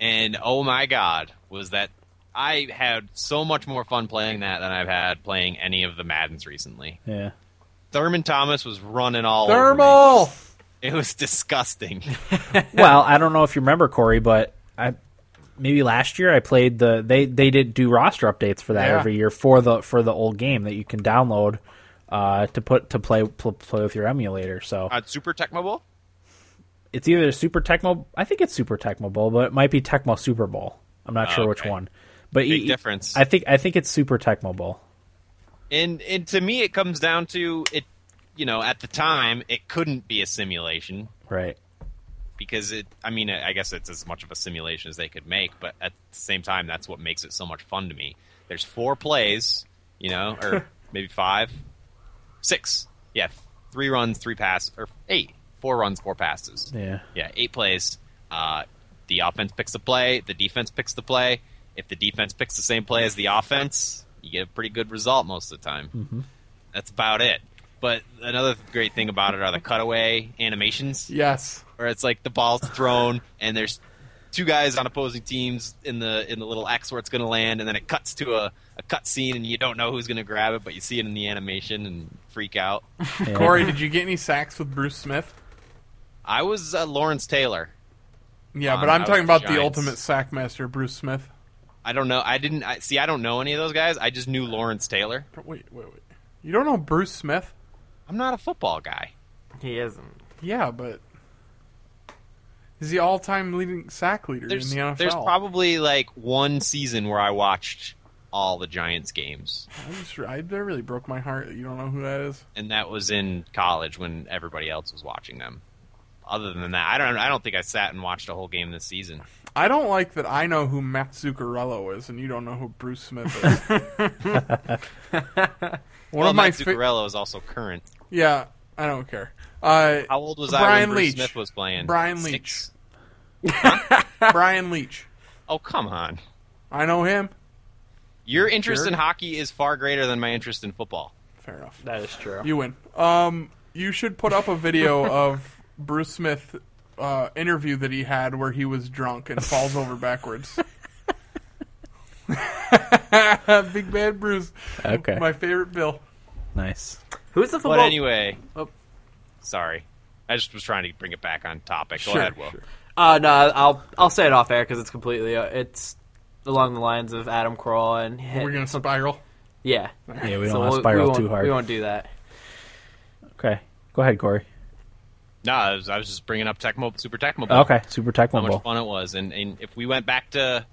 and oh my god, was that I had so much more fun playing that than I've had playing any of the Maddens recently. Yeah. Thurman Thomas was running all over Thermal! me. It was disgusting. well, I don't know if you remember Corey, but I maybe last year I played the they they did do roster updates for that Yeah. every year for the for the old game that you can download uh, to put to play pl- play with your emulator. So uh, Super Tecmo Bowl. it's either Super Tecmo, I think it's Super Tecmo Bowl, but it might be Tecmo Super Bowl. I'm not sure which okay. one. But Big e- e- difference. I think I think it's Super Tecmo Bowl. And and to me, it comes down to it. You know, at the time, it couldn't be a simulation Right. because it. I mean, I guess it's as much of a simulation as they could make, but at the same time, that's what makes it so much fun to me. There's four plays, you know, or maybe five, six. Yeah, three runs, three passes, or eight, four runs, four passes. Yeah. Yeah, eight plays. Uh, the offense picks the play. The defense picks the play. If the defense picks the same play as the offense, you get a pretty good result most of the time. Mm-hmm. That's about it. But another great thing about it are the cutaway animations, Yes. where it's like the ball's thrown and there's two guys on opposing teams in the in the little X where it's going to land, and then it cuts to a, a cut scene and you don't know who's going to grab it, but you see it in the animation and freak out. Yeah. Corey, did you get any sacks with Bruce Smith? I was uh, Lawrence Taylor. Yeah, Um, but I'm I talking was the about the Giants. ultimate sack master, Bruce Smith. I don't know. I didn't I, see. I don't know any of those guys. I just knew Lawrence Taylor. Wait, wait, wait. You don't know Bruce Smith? I'm not a football guy. He isn't. Yeah, but he's the all-time leading sack leader There's in the NFL. there's probably like one season where I watched all the Giants games, I just, I, that really broke my heart that you don't know who that is. and that was in college when everybody else was watching them. Other than that, I don't I don't think I sat and watched a whole game this season. I don't like that I know who Matt Zuccarello is and you don't know who Bruce Smith is. One well, of my Matt fa- Zuccarello is also current. yeah, I don't care. Uh, How old was I Brian when Bruce Leach. Smith was playing? Brian Six? Leach. Brian Leach. Oh come on! I know him. Your interest Sure. in hockey is far greater than my interest in football. Fair enough. That is true. You win. Um, you should put up a video of Bruce Smith uh, interview that he had where he was drunk and falls over backwards. Big bad Bruce. Okay. My favorite Bill. Nice. Who's the football? But anyway, Oh. sorry, I just was trying to bring it back on topic. Go Sure, ahead, Will. sure. Uh, no, I'll I'll say it off air because it's completely uh, it's along the lines of Adam Kroll and hit, We're gonna spiral. yeah. Yeah, we don't So want we'll- to we spiral won't- too hard. We won't do that. Okay, go ahead, Corey. No, I was, I was just bringing up Tecmo Super Tecmo. Bowl. Okay, Super Tech how One Oh. much Bowl. fun it was, and and if we went back to,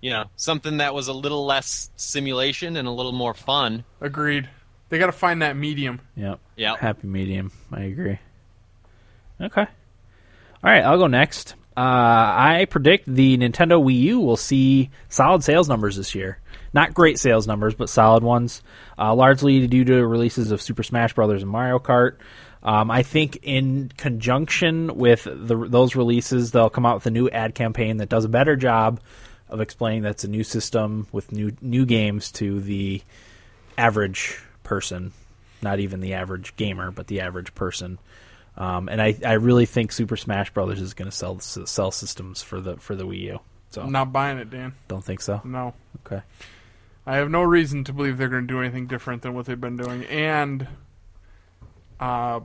you know, something that was a little less simulation and a little more fun. Agreed. They got to find that medium. Yep. Yep. Happy medium. I agree. Okay. All right, I'll go next. Uh, I predict the Nintendo Wii U will see solid sales numbers this year. Not great sales numbers, but solid ones, uh, largely due to releases of Super Smash Brothers and Mario Kart. Um, I think in conjunction with the, those releases, they'll come out with a new ad campaign that does a better job of explaining that's a new system with new new games to the average person, not even the average gamer, but the average person. Um, and I, I really think Super Smash Brothers is going to sell sell systems for the for the Wii U. So I'm not buying it, Dan. don't think so. No. Okay. I have no reason to believe they're going to do anything different than what they've been doing. And uh,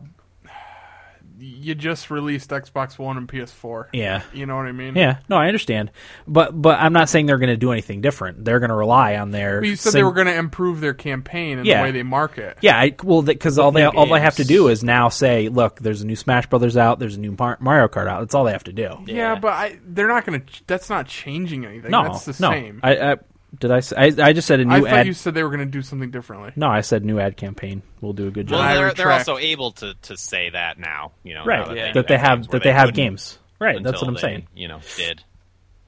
you just released Xbox One and PS4. Yeah. You know what I mean? Yeah. No, I understand. But but I'm not saying they're going to do anything different. They're going to rely on their. But you said sing- they were going to improve their campaign and Yeah. the way they market. Yeah, I, well, because all they new all they have to games. do is now say, "Look, there's a new Smash Brothers out. There's a new Mar- Mario Kart out." That's all they have to do. Yeah, but I, they're not going to. That's not changing anything. no, that's the no. same. I, I, I did I, s- I I just said a new thought ad. you said they were going to do something differently. No, I said new ad campaign. We'll do a good job. Well, I they're, they're retract. also able to, to say that now, you know, right now that, yeah. they, that they have games where that they, have couldn't games right that's until what i'm they, saying You know, did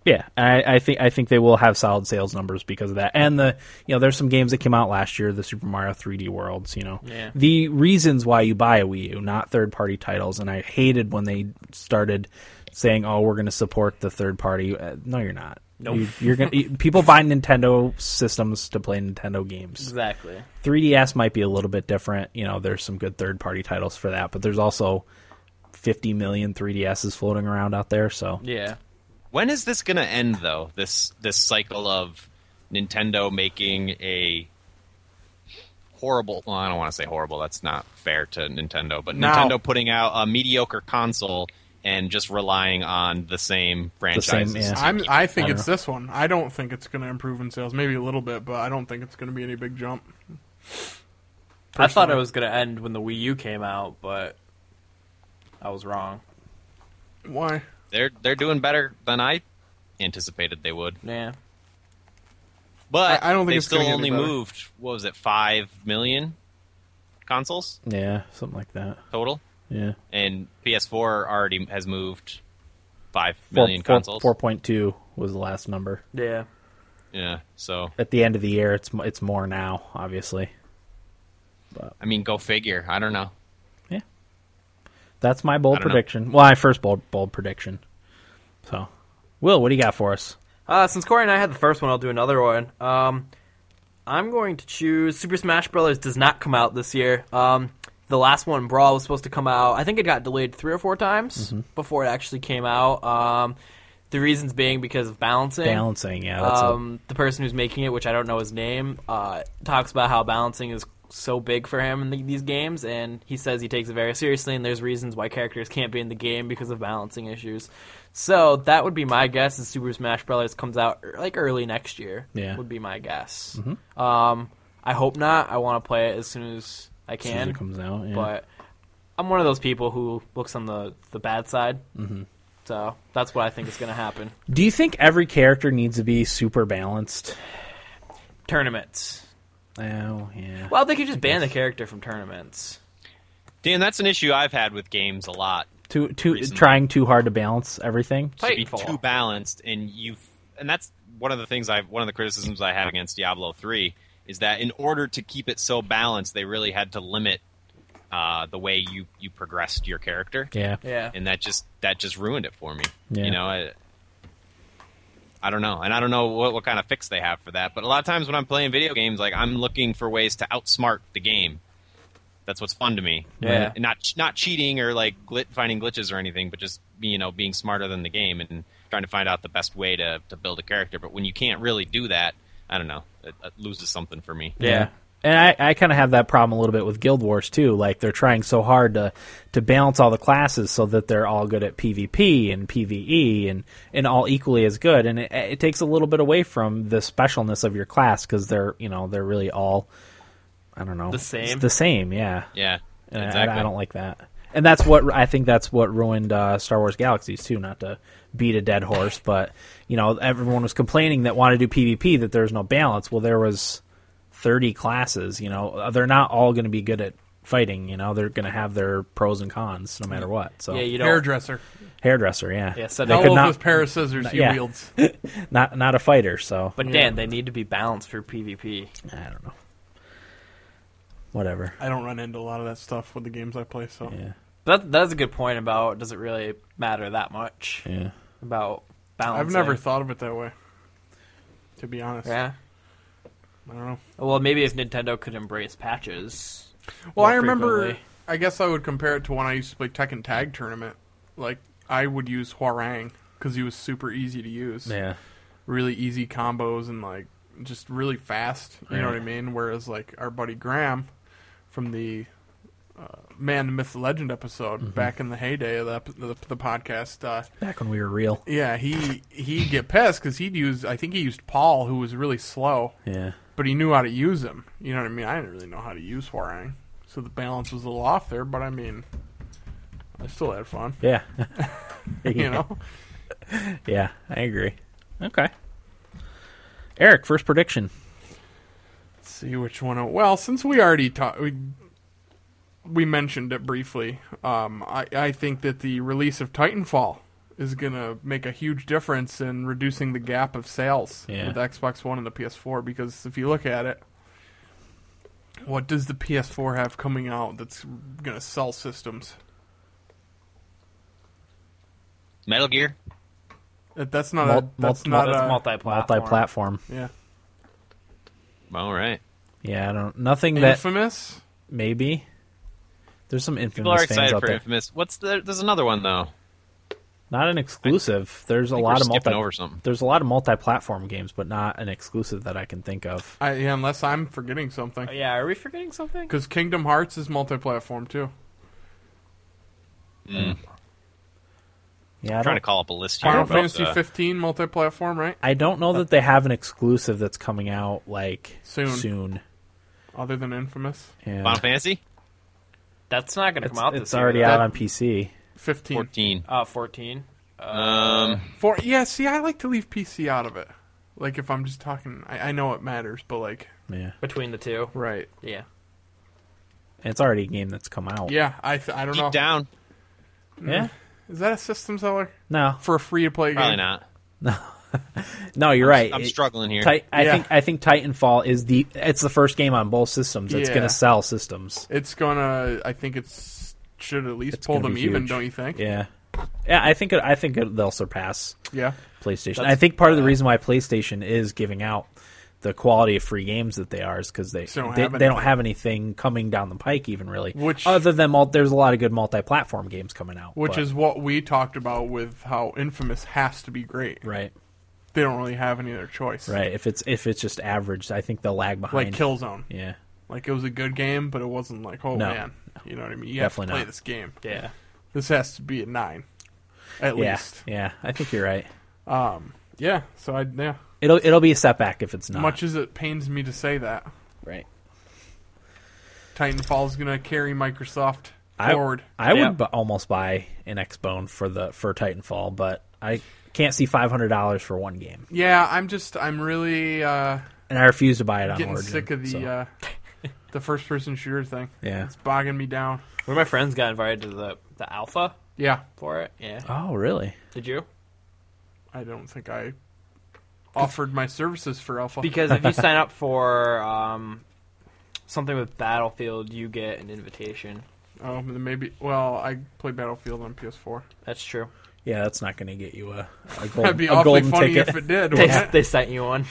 yeah I, I think i think they will have solid sales numbers because of that and the you know there's some games that came out last year the super mario 3d worlds you know Yeah. the reasons why you buy a wii u not third party titles and i hated when they started saying oh we're going to support the third party uh, no you're not no you, you're going to people buy nintendo systems to play nintendo games Exactly. 3DS might be a little bit different. You know, there's some good third party titles for that, but there's also 50 million 3DSs floating around out there. So Yeah. When is this going to end, though? This this cycle of Nintendo making a horrible. Well, I don't want to say horrible. That's not fair to Nintendo. But No. Nintendo putting out a mediocre console and just relying on the same franchises. yeah. to I'm, keep- I think I it's this one. I don't think it's going to improve in sales. Maybe a little bit, but I don't think it's going to be any big jump. I thought it was gonna end when the Wii U came out, but I was wrong. Why? they're they're doing better than I anticipated they would. Yeah. But I- I don't think they it's still gonna get any only better. moved. What was it? Five million consoles yeah, something like that. total, Yeah. and PS4 already has moved five Four- million four- consoles. 4.2 was the last number. Yeah. Yeah, so At the end of the year, it's mo- it's more now, obviously. I mean, go figure. I don't know. That's my bold I don't know. prediction. Well, my first bold bold prediction. So, Will, what do you got for us? Uh, since Corey and I had the first one, I'll do another one. Um, I'm going to choose Super Smash Bros. does not come out this year. Um, the last one, Brawl, was supposed to come out. I think it got delayed three or four times Mm-hmm. before it actually came out. Um, the reasons being because of balancing. Balancing, yeah, Oh, that's a- Um, the person who's making it, which I don't know his name, uh, talks about how balancing is so big for him in the, these games, and he says he takes it very seriously, and there's reasons why characters can't be in the game because of balancing issues. So that would be my guess. Is Super Smash Brothers comes out er, like early next year. Yeah. Mm-hmm. would be my guess. Um, I hope not. I want to play it as soon as I as soon as can, it comes out. yeah. but I'm one of those people who looks on the the bad side. Mm-hmm. So that's what I think is going to happen. do you think every character needs to be super balanced? Tournaments. Oh, yeah. Well, they could just ban the character from tournaments. Dan, that's an issue I've had with games a lot. too too Recently. trying too hard to balance everything. To be Titanfall. too balanced, and you, and that's one of the things I, one of the criticisms I have against Diablo three is that in order to keep it so balanced, they really had to limit uh, the way you you progressed your character, Yeah. Yeah. and that just that just ruined it for me. Yeah. You know, I, I don't know, and I don't know what what kind of fix they have for that. But a lot of times when I'm playing video games, like I'm looking for ways to outsmart the game. That's what's fun to me. Yeah. And not not cheating or like glit, finding glitches or anything, but just you know being smarter than the game and trying to find out the best way to to build a character. But when you can't really do that, I don't know, it, it loses something for me. Yeah. and I, I kind of have that problem a little bit with Guild Wars too. Like they're trying so hard to to balance all the classes so that they're all good at PvP and PVE and and all equally as good, and it, it takes a little bit away from the specialness of your class because they're you know they're really all I don't know The same. the same yeah Yeah, and I- exactly. I, I don't like that. And that's what I think. That's what ruined uh, Star Wars Galaxies too. Not to beat a dead horse, but you know, everyone was complaining that wanted to do PvP that there's no balance. Well, there was 30 classes. You know, Uh, they're not all going to be good at fighting. You know, they're going to have their pros and cons no matter what. So Yeah, you don't. Hairdresser. hairdresser, yeah, Yeah, so they no All could of not, those pair of scissors he yeah. wields. not not a fighter. So But Dan, they need to be balanced for PvP. I don't know. Whatever. I don't run into a lot of that stuff with the games I play, so Yeah, That that's a good point about does it really matter that much yeah. about balance? I've never thought of it that way. To be honest, Yeah. I don't know. Well, maybe if Nintendo could embrace patches. more Well, I remember. frequently. I guess I would compare it to when I used to play Tekken Tag Tournament. Like I would use Huarang because he was super easy to use. yeah. Really easy combos and like just really fast. You know Right. what I mean? Whereas like our buddy Graham from the uh, Man the Myth the Legend episode back in the heyday of the ep- the, the podcast. Uh, Back when we were real. yeah, he he'd get pissed because he'd use. I think he used Paul, who was really slow Yeah. but he knew how to use him. You know what I mean? I didn't really know how to use Huarang, so the balance was a little off there. But I mean, I still had fun. Yeah. You know, Yeah, I agree. Okay. Eric, first prediction. Let's see which one. I- Well, since we already talked, we we mentioned it briefly. Um, I I think that the release of Titanfall is gonna make a huge difference in reducing the gap of sales Yeah. with the Xbox One and the PS4 because if you look at it. What does the PS4 have coming out that's going to sell systems? Metal Gear. That, that's not Mul- a. Uh, That's multi- not that's a. multi-platform. Multi-platform. yeah. All right. Yeah, I don't. Nothing that Infamous. maybe. There's some infamous People are fans excited out for there. Infamous. What's the, there's another one though. Not an exclusive. There's a think lot we're of multi. skipping over something. There's a lot of multi-platform games, but not an exclusive that I can think of. I, yeah, unless I'm forgetting something. Oh, yeah, are we forgetting something? Because Kingdom Hearts is multi-platform too. Yeah, I I'm trying to don't, call up a list here. Final but, Fantasy uh, 15 multi-platform, right? I don't know that they have an exclusive that's coming out like Soon. Soon. Other than Infamous, Yeah. Final Fantasy That's not going to it's, come out this it's already year. out That- on PC. 15. 14. Uh, 14. Um, Four. Yeah. See, I like to leave PC out of it. Like if I'm just talking, I, I know it matters, but like, Yeah, Between the two. right? Yeah. And it's already a game that's come out. Yeah. I th- I don't deep know. down, yeah? Is that a system seller No, for a free-to-play probably game? not. no, you're right. I'm It- struggling here. Ti- I Yeah. think I think Titanfall is the it's the first game on both systems. It's Yeah. going to sell systems. It's gonna. I think it's should at least It's pull gonna them be even, huge. don't you think? Yeah, yeah. I think it, I think it, they'll surpass Yeah. PlayStation. That's- I think part of the reason why PlayStation is giving out the quality of free games that they are is because they So don't they, have they don't anything. have anything coming down the pike even really. Which- other than mul- there's a lot of good multi-platform games coming out, Which but- is what we talked about with how Infamous has to be great. right, They don't really have any other choice. right. If it's if it's just average, I think they'll lag Like behind. Killzone. yeah, Like it was a good game, but it wasn't like, oh No. man, you know what I mean? Definitely You have to play not. this game. Yeah. This has to be a nine, at yeah, least. yeah. I think you're right. Yeah. So I yeah. It'll it'll be a setback if it's not Much as it pains me to say that, right. Titanfall's gonna carry Microsoft I- forward. I Yeah. would bu- almost buy an Xbone for the for Titanfall, but I can't see five hundred dollars for one game, yeah, I'm just I'm really uh, and I refuse to buy it on getting Origin, sick of the so- uh, the first person shooter thing. yeah. It's bogging me down. One of my friends got invited to the, the alpha Yeah. for it. Yeah. Uh, Oh, really? Did you? I don't think I offered my services for Alpha. Because if you sign up for um, something with Battlefield, you get an invitation. oh, then maybe. Well, I play Battlefield on PS4. That's true. Yeah, that's not going to get you a, a, That'd gold, be a awfully golden funny ticket. if it did. They, wouldn't it? they sent you one.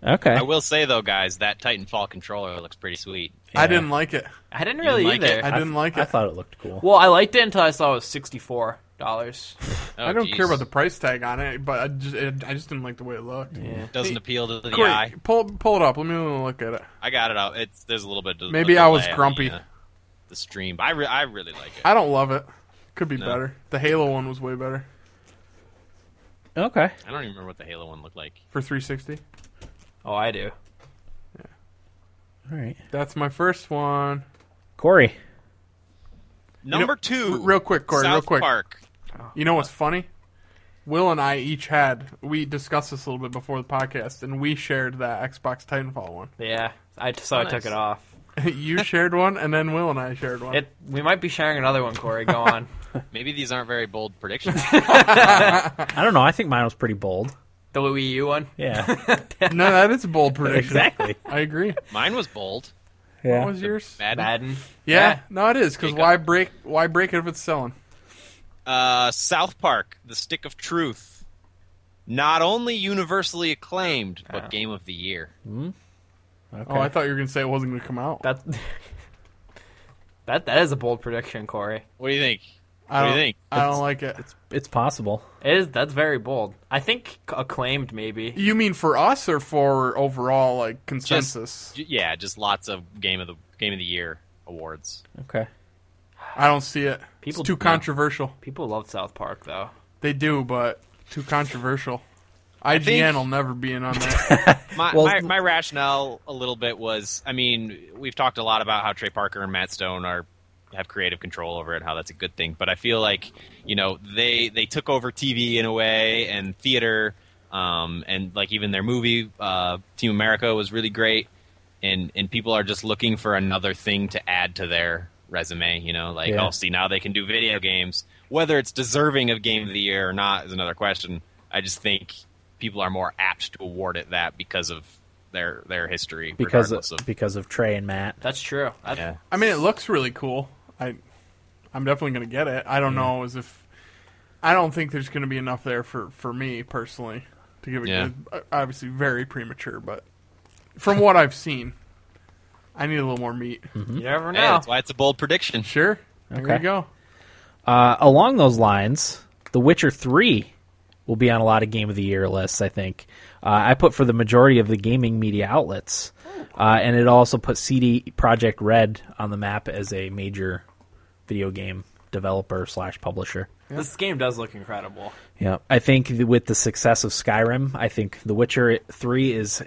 okay. I will say though, guys, that Titanfall controller looks pretty sweet. Yeah. I didn't like it. I didn't didn't really like either. it? I didn't like I it. thought it looked cool. Well, I liked it until I saw it was 64. dollars. Oh, I don't geez. care about the price tag on it, but I just, it, I just didn't like the way it looked. Yeah. Doesn't appeal to the Corey, eye. pull pull it up. Let me look at it. I got it out. It's there's a little bit. Of Maybe a I was delay on grumpy. The, uh, the stream. I re- I really like it. I don't love it. Could be No. better. The Halo one was way better Okay. I don't even remember what the Halo one looked like. for 360. Oh, I do. All right. That's my first one. Corey. Number two, r- real quick, Corey, South real quick. Park. You know what's funny? Will and I each had we discussed this a little bit before the podcast, and we shared that Xbox Titanfall one. Yeah, I so I took Nice. it off. you shared one, and then Will and I shared one. It. We might be sharing another one, Corey. Go on. Maybe these aren't very bold predictions. I don't know. I think mine was pretty bold. the Wii U one. Yeah. no, that is a bold prediction. exactly. I agree. Mine was bold. Yeah. What was yours? Madden. Madden. Yeah, Yeah. no, it is because Jacob. why break? Why break it if it's selling? Uh, South Park: The Stick of Truth. Not only universally acclaimed, but game of the year. Okay. Oh, I thought you were gonna say it wasn't gonna come out. That. that that is a bold prediction, Corey. What do you think? I what don't, do you think? I don't like it. it's possible. It is. That's very bold. I think acclaimed maybe. You mean for us or for overall like Just- consensus? j- yeah, just lots of game of the game of the year awards. Okay. I don't see it. People it's too do- controversial. People love South Park though. They do, but too controversial. IGN think- will never be in on that. My, Well- my my rationale a little bit was, I mean, we've talked a lot about how Trey Parker and Matt Stone are have creative control over it, and how that's a good thing. But I feel like you know they they took over TV in a way and theater, um, and like even their movie uh, Team America was really great, and and people are just looking for another thing to add to their resume. You know, like Yeah. oh, see now they can do video games. Whether it's deserving of Game of the Year or not is another question. I just think people are more apt to award it that because of their their history, Because regardless of, because of Trey and Matt. That's true. I, yeah. I mean, it looks really cool. I, I'm definitely gonna get it. I don't know as if, I don't think there's gonna be enough there for for me personally to give it. Yeah. good- uh, Obviously, very premature, but from what I've seen, I need a little more meat. Hmm. You never Hey, know. that's why it's a bold prediction. Sure. There you Okay. go. Uh, along those lines, The Witcher 3 will be on a lot of Game of the Year lists, I think. Uh, I put for the majority of the gaming media outlets. Uh, and it also put CD Project Red on the map as a major video game developer slash publisher. This game does look incredible. Yeah, I think th- with the success of Skyrim, I think The Witcher Three is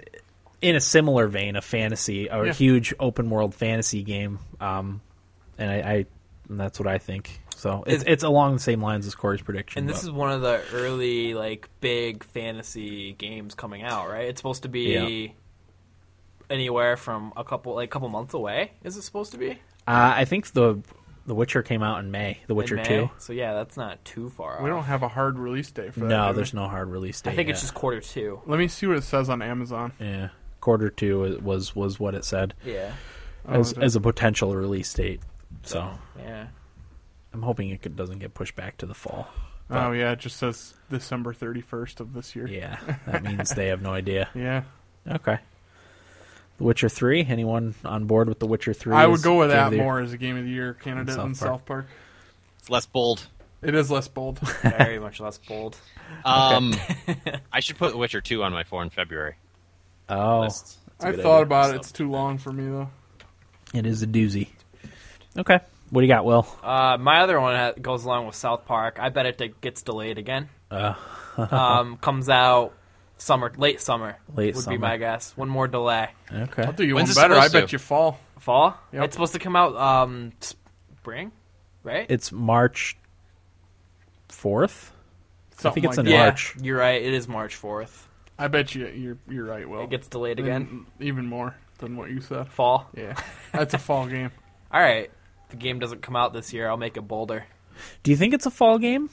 in a similar vein of fantasy, a Yeah. huge open world fantasy game, um, and I, I and that's what I think. So it's Is- it's along the same lines as Corey's prediction. And this but- is one of the early like big fantasy games coming out, right? It's supposed to be anywhere from a couple like couple months away. Is it supposed to be? uh, I think the The Witcher came out in May. The In Witcher May? Two. So yeah, that's not too far. We off. don't have a hard release date for that. do No, we? there's no hard release date. I think it's yet. just quarter two. Let me see what it says on Amazon. yeah. Quarter two was was what it said Yeah. as, okay. as a potential release date. So Yeah. I'm hoping it could, doesn't get pushed back to the fall. Oh yeah, it just says December 31st of this year. Yeah, that means they have no idea. Yeah. Okay. The Witcher Three. Anyone on board with The Witcher Three? I as would go with Game of that the Year? more as a game of the year candidate South than Park. South Park. It's less bold. It is less bold. Very much less bold. Um, I should put The Witcher 2 on my 4 in February Oh, list. a I good thought idea. about it. So- It's too long for me though. it is a doozy. Okay. What do you got, Will? Uh, my other one ha- goes along with South Park. I bet it de- gets delayed again. Uh. um, comes out summer, late summer. Late would summer. be my guess. One more delay. Okay. I'll do you When's one it better. I supposed bet to? you fall. Fall. Yep. It's supposed to come out um, spring, right? It's March fourth. Something think it's like in that. yeah, March. you're right. It is March fourth. I bet you you're you're right. Will It gets delayed again. even more than what you said. Fall. Yeah, that's a fall game. All right. If The game doesn't come out this year. I'll make it bolder. Do you think it's a fall game?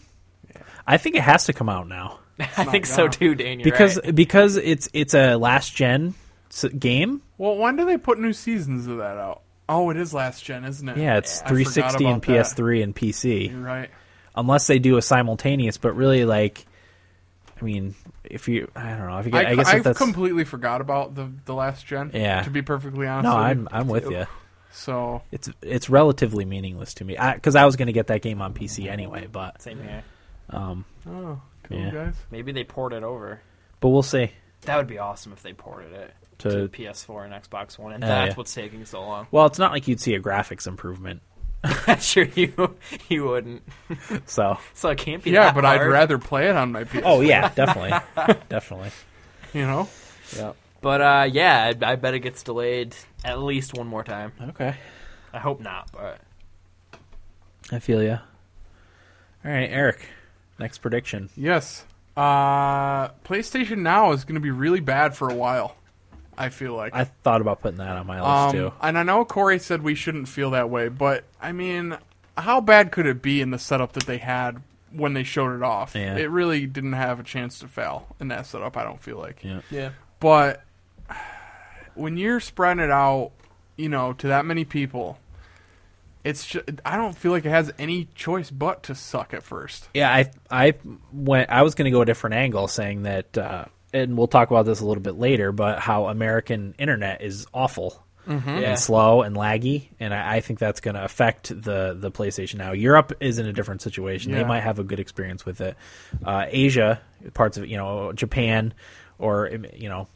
I think it has to come out now I think so gonna. too, Dane. You're because right. because it's it's a last gen s- game. Well, when do they put new seasons of that out? Oh, it is last gen, isn't it? Yeah, it's I forgot 360 and about that. PS3 and PC. You're right. Unless they do a simultaneous, but really like. I mean, if you, I don't know. If you get, I, guess if I've that's completely forgot about the the last gen. Yeah. To be perfectly honest, no, with you. I'm I'm with you. So It's it's relatively meaningless to me because I, was going to get that game on PC anyway. But Same here. um, oh, cool Yeah. guys. Maybe they ported it over. but we'll see. That would be awesome if they ported it to, To- PS4 and Xbox One, and Oh, Yeah, that's yeah. what's taking so long. Well, it's not like you'd see a graphics improvement, sure, you you wouldn't. so So it can't be. Yeah, that but I'd hard. rather play it on my PS. oh yeah, definitely, definitely. you know. Yeah. But uh, yeah, I, I bet it gets delayed at least one more time. Okay. I hope not, but I feel you. All right, Eric. Next prediction. Yes. Uh, PlayStation Now is going to be really bad for a while. I feel like. I thought about putting that on my list Um, too. and I know Corey said we shouldn't feel that way, but I mean, how bad could it be in the setup that they had when they showed it off? Yeah. It really didn't have a chance to fail in that setup. I don't feel like. Yeah. yeah, But when you're spreading it out, you know, to that many people, it's just, I don't feel like it has any choice but to suck at first. Yeah, I I went. I was going to go a different angle, saying that, uh, and we'll talk about this a little bit later. But how American internet is awful Mm-hmm. Yeah. and slow and laggy, and I, I think that's going to affect the the PlayStation. Now, Europe is in a different situation. They Yeah. might have a good experience with it. Uh, Asia, parts of you know Japan, or you know.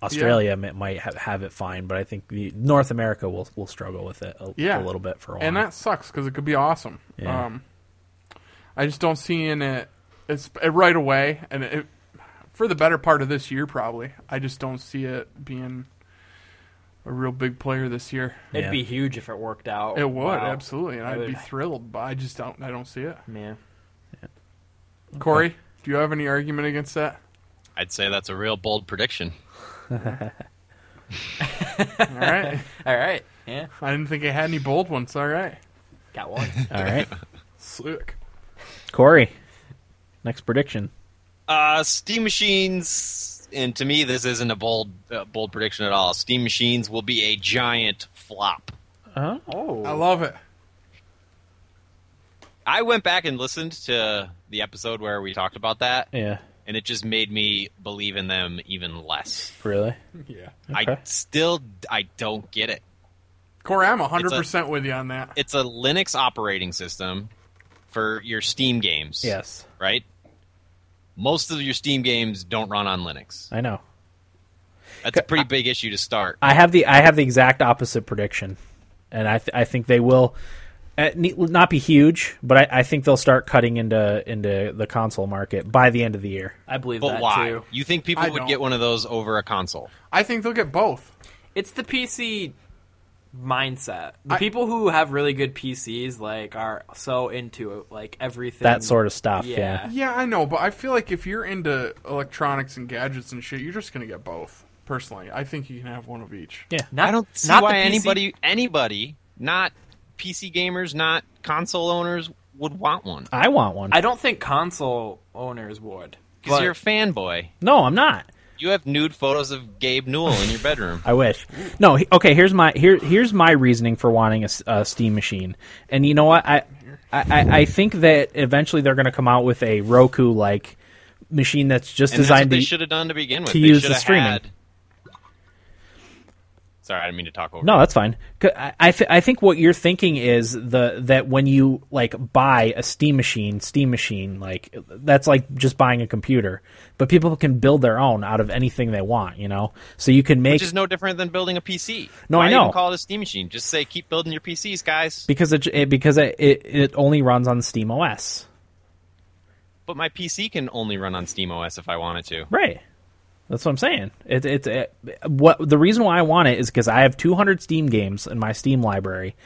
Australia mi- might have, have it fine, but I think the, North America will will struggle with it a, Yeah. a little bit for a while. And that sucks because it could be awesome. Yeah. Um, I just don't see in it. It's it right away, and it, for the better part of this year, probably. I just don't see it being a real big player this year. Yeah. it'd be huge if it worked out. Oh, It would Wow. absolutely, and I I'd be would- thrilled. But I just don't. I don't see it. Yeah. Corey, do you have any argument against that? I'd say that's a real bold prediction. All right. All right. Yeah. I didn't think I had any bold ones. All right. Got one. All right, Slick. Corey. Next prediction. Uh, Steam machines, and to me, this isn't a bold uh, bold prediction at all. Steam machines will be a giant flop. oh. I love it. I went back and listened to the episode where we talked about that, Yeah. and it just made me believe in them even less. Really? Yeah. I Okay. still I don't get it. Corey, I'm 100% with you on that. It's a Linux operating system for your Steam games. Yes, Right? Most of your Steam games don't run on Linux. I know. That's a pretty big issue to start. I have the I have the exact opposite prediction, and I th- I think they will uh, ne- not be huge, but I, I think they'll start cutting into into the console market by the end of the year. I believe But that why? too. You think people I would don't. get one of those over a console? I think they'll get both. It's the PC mindset. The I- people who have really good PCs like are so into like everything. That sort of stuff. Yeah. Yeah. Yeah, I know, but I feel like if you're into electronics and gadgets and shit, you're just gonna get both. Personally, I think you can have one of each. Yeah. Not, I don't see not the why PC anybody anybody, not PC gamers, not console owners would want one. I want one. I don't think console owners would. Because but- you're a fanboy. no, I'm not. You have nude photos of Gabe Newell in your bedroom. I wish. No. He, okay. Here's my here here's my reasoning for wanting a, s- a Steam machine. And you know what? I I, I, I think that eventually they're going to come out with a Roku like machine that's just and that's what designed they to should have done to begin with. to They use the shoulda streaming. had- Sorry, I didn't mean to talk over. No, that's fine. C- I I, th- I think what you're thinking is the that when you like buy a Steam machine, Steam machine like that's like just buying a computer, but people can build their own out of anything they want, you know. So you can make Which is no different than building a PC. No, Why I know. Even call it a Steam machine. Just say keep building your PCs, guys. because it, it because it, it it only runs on Steam OS, But my PC can only run on Steam OS if I wanted to. right? That's what I'm saying. It, it's it, what the reason why I want it is because I have 200 Steam games in my Steam library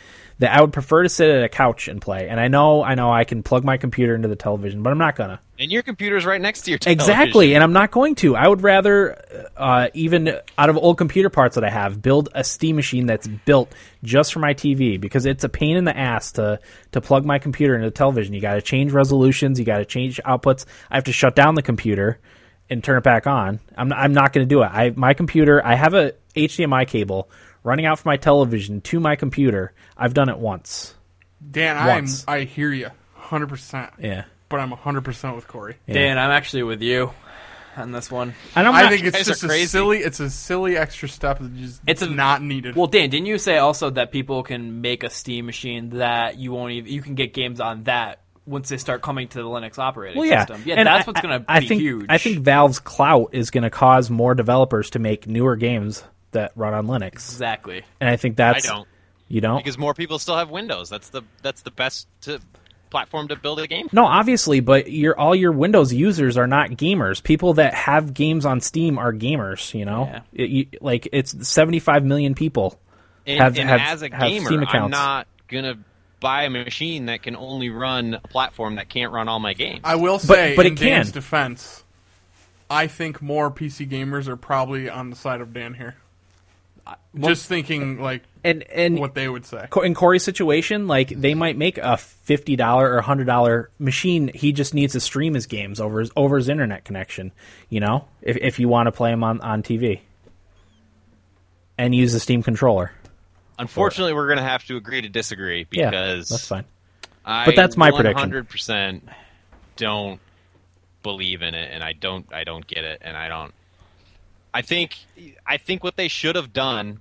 that I would prefer to sit at a couch and play. And I know I know I can plug my computer into the television, but I'm not gonna. And your computer's right next to your television. Exactly, and I'm not going to. I would rather, uh, even out of old computer parts that I have, build a Steam machine that's built just for my TV because it's a pain in the ass to to plug my computer into the television. You got to change resolutions, you got to change outputs. I have to shut down the computer and turn it back on. I'm not, I'm not going to do it. I my computer. I have a HDMI cable running out from my television to my computer. I've done it once. Dan, I Once. I hear you, 100. percent Yeah. But I'm 100 percent with Corey. Dan, I'm actually with you. on this one. And I'm I not- think it's guys are just a crazy. silly. It's a silly extra step that just It's it's a- not needed. Well, Dan, didn't you say also that people can make a Steam machine that you won't even you can get games on that once they start coming to the Linux operating Well, yeah, system? Yeah, And that's I- what's going to be I think, huge. I think Valve's clout is going to cause more developers to make newer games that run on Linux, exactly. and I think that's I don't you don't because more people still have Windows. That's the that's the best to, platform to build a game. no, obviously, but your all your Windows users are not gamers. People that have games on Steam are gamers. You know, Yeah. It- you- like it's 75 million people. And, Have- and have- as a have gamer, Steam I'm accounts. not gonna buy a machine that can only run a platform that can't run all my games. I will say, but in it can. Dan's defense, I think more PC gamers are probably on the side of Dan here. Just thinking, like And and what they would say. Co- in Corey's situation, like they might make a fifty dollar or hundred dollar machine. He just needs to stream his games over his over his internet connection. You know, if if you want to play them on on TV and use the Steam controller. Unfortunately, we're gonna have to agree to disagree Yeah, because that's fine. I But that's my prediction. 100% don't believe in it and I don't I don't get it and I don't I think I think what they should have done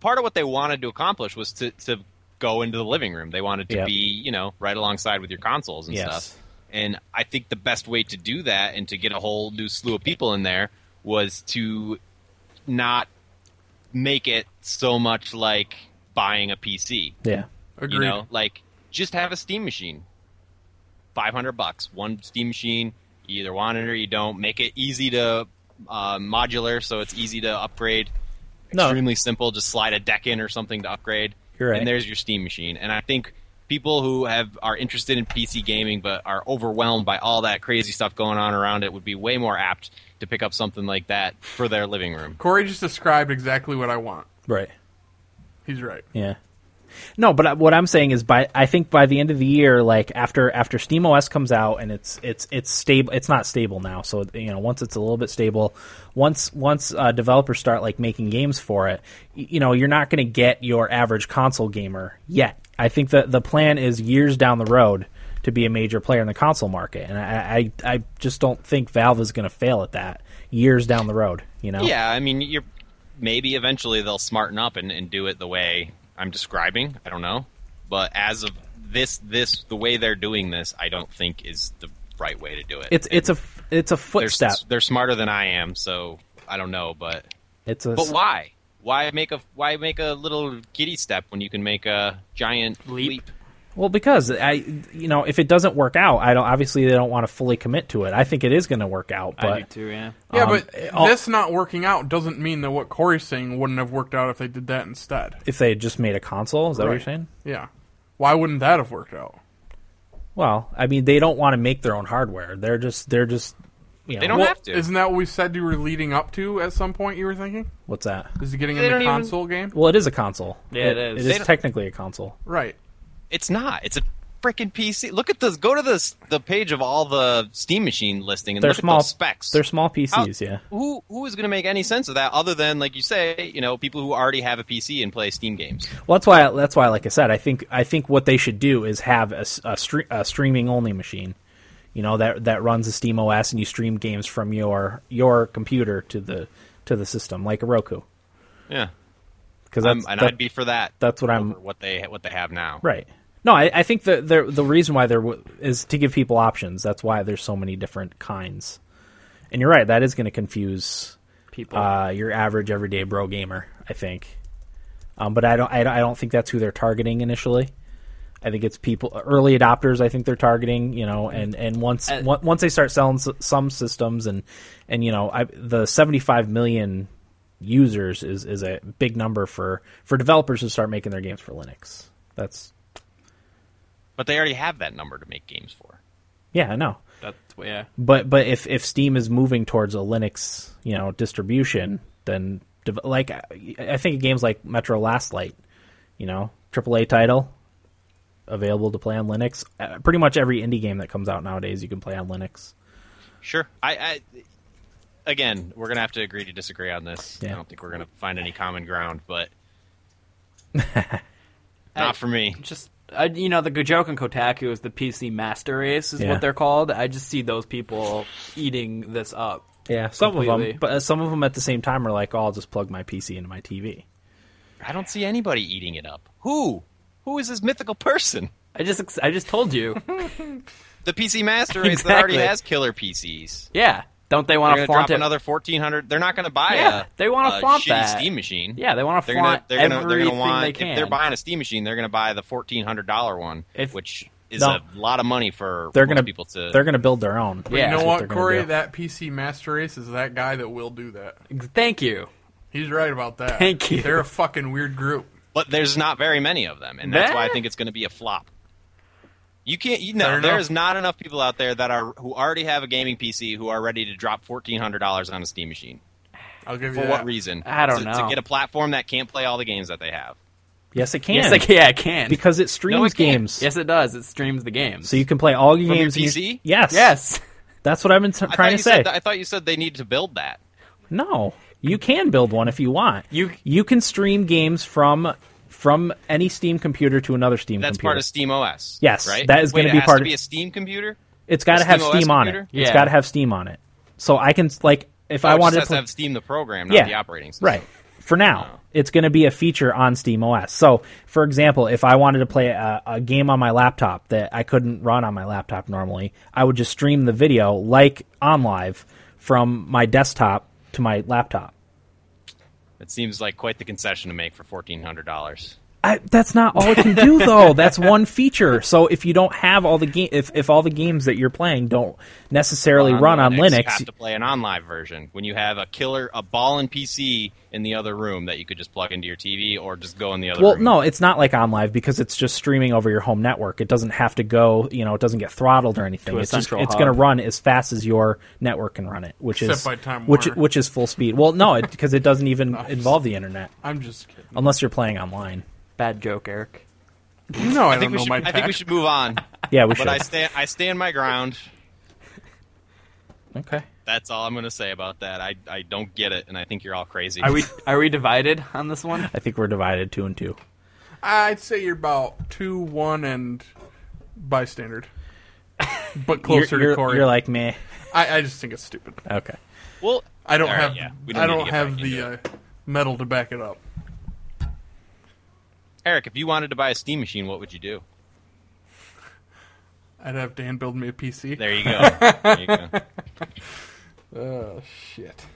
part of what they wanted to accomplish was to to go into the living room. They wanted to Yep. be, you know, right alongside with your consoles and Yes. stuff. And I think the best way to do that and to get a whole new slew of people in there was to not make it so much like buying a PC. Yeah, Agreed. You know, like just have a Steam machine. Five hundred bucks, one Steam machine. You either want it or you don't. Make it easy to uh, modular, so it's easy to upgrade. No. Extremely simple. Just slide a deck in or something to upgrade. You're right. And there's your Steam machine. And I think people who have are interested in PC gaming but are overwhelmed by all that crazy stuff going on around it would be way more apt to pick up something like that for their living room. Corey just described exactly what I want. right. He's right. Yeah. No, but I- what I'm saying is, by I think by the end of the year, like after after SteamOS comes out and it's it's it's stable, it's not stable now. So you know, once it's a little bit stable, once once uh, developers start like making games for it, y- you know, you're not going to get your average console gamer yet. I think that the plan is years down the road to be a major player in the console market, and I I, I just don't think Valve is going to fail at that years down the road. You know, Yeah, I mean, you're maybe eventually they'll smarten up and, and do it the way I'm describing. I don't know, but as of this, this the way they're doing this, I don't think is the right way to do it. it's it's a it's a they're, s- footstep. they're smarter than I am, so I don't know. But It's a but why? Why make a why make a little giddy step when you can make a giant leap? Well, because I, you know, if it doesn't work out, I don't. Obviously, they don't want to fully commit to it. I think it is going to work out, but I do too. Yeah. Yeah, Um, but I'll- this not working out doesn't mean that what Corey's saying wouldn't have worked out if they did that instead. if they had just made a console, is that what you're Right. saying? Yeah. Why wouldn't that have worked out? Well, I mean, they don't want to make their own hardware. They're just, they're just, you know, They don't what- have to. Isn't that what we said you were leading up to at some point you were thinking? what's that? Is it getting They in don't the even- console game? Well, it is a console. Yeah, it is. It They is don't- technically a console. Right. It's not. It's a freaking PC. Look at this. Go to this the page of all the Steam machine listing and They're look at small those specs. They're small How- PCs. Yeah. Who who is going to make any sense of that other than like you say, you know, people who already have a PC and play Steam games? Well, that's why. That's why. Like I said, I think I think what they should do is have a, s- a stre- a streaming only machine. You know that that runs a Steam OS and you stream games from your your computer to the to the system like a Roku. Yeah, Because I'm, that's Um, and that- I'd be for that. that's what I'm for what they what they have now. right. No, I, I think the, the the reason why there w- is to give people options. That's why there's so many different kinds. And you're right. That is going to confuse People. uh, your average everyday bro gamer. I think, um, but I don't, I don't. I don't think that's who they're targeting initially. I think it's people early adopters. I think they're targeting. You know, and and once Uh, on- once they start selling s- some systems and and you know I, the 75 million users is is a big number for for developers to start making their games for Linux. That's But they already have that number to make games for. yeah, I know. That's yeah. but but if if Steam is moving towards a Linux you know distribution, then dev- like I I think of games like Metro Last Light, you know, AAA title available to play on Linux. Uh, pretty much every indie game that comes out nowadays, you can play on Linux. Sure. I, I again, we're gonna have to agree to disagree on this. Yeah. I don't think we're gonna find any common ground, but not for me. Just I, you know, the Gajoke and Kotaku is the PC master race is Yeah. what they're called. I just see those people eating this up. Yeah, some of them, Completely. but uh, some of them at the same time are like, "Oh, I'll just plug my PC into my TV." I don't see anybody eating it up. Who? Who is this mythical person? I just ex- I just told you. The PC Master Race that already Exactly. has killer PCs. yeah. Don't they They're want gonna to flaunt drop it? another fourteen hundred. They're not gonna buy Yeah, a they wanna a flaunt shitty that. Steam machine. Yeah, they want to They're flaunt gonna they're gonna everything they're gonna want they can. if they're buying a Steam machine, they're gonna buy the fourteen hundred dollar one, If- which is No. a lot of money for They're most gonna people to. they're gonna build their own. Yeah, you know that's what, they're gonna Corey? do. That PC Master Race is that guy that will do that. Ex- Thank you. He's right about that. Thank you. They're a fucking weird group. but there's not very many of them, and that's why I Meh. think it's gonna be a flop. You can't. You know, Fair there enough. is not enough people out there that are who already have a gaming PC who are ready to drop fourteen hundred dollars on a Steam machine. I'll give For you what that. reason? I don't to, know. To get a platform that can't play all the games that they have. yes, it can. Yes, like yeah, I can. because it streams No, it can't. games. yes, it does. It streams the games. So you can play all your From your games. in PC? Yes. yes. That's what I've been t- I trying thought to you say. Said that, I thought you said they needed to build that. No, you can build one if you want. You- you can stream games from from any Steam computer to another Steam That's computer. part of Steam OS. Yes, right. that is Wait, gonna it be has part to of- be a Steam computer. it's got to the have Steam Steam OS on it. computer? It's Yeah. got to have Steam on it. So I can like if Oh, I it wanted just to has pl- to have Steam the program, not yeah, the operating system. Oh. right. For now, it's going to be a feature on Steam OS. So, for example, if I wanted to play a, a game on my laptop that I couldn't run on my laptop normally, I would just stream the video like on live from my desktop to my laptop. It seems like quite the concession to make for fourteen hundred dollars. I, that's not all it can do though. That's one feature. So if you don't have all the game, if, if all the games that you're playing don't necessarily run on you Linux, have to play an online version. When you have a killer, a ballin' PC in the other room that you could just plug into your TV or just go in the other well, room. no, it's not like on live because it's just streaming over your home network. It doesn't have to go, you know, it doesn't get throttled or anything. To a it's just, central it's hub. going to run as fast as your network can run it, which Except is by Time which Warner. which is full speed. Well, no, because it doesn't even involve the internet I'm just kidding. unless you're playing online. Bad joke, Eric. No, I, I don't think, we know should, my I think we tech. should move on. Yeah, we but should. I stand, I stand my ground. okay. That's all I'm going to say about that. I, I don't get it, and I think you're all crazy. Are we are we divided on this one? I think we're divided two and two. I'd say you're about two, one, and bystander, but closer you're, to Corey. you're like meh. I, I just think it's stupid. Okay. Well, I don't all right, have. yeah, we I need to don't get have back into the it. uh, metal to back it up. Eric, if you wanted to buy a Steam machine, what would you do? I'd have Dan build me a PC. There you go. there you go. Oh shit.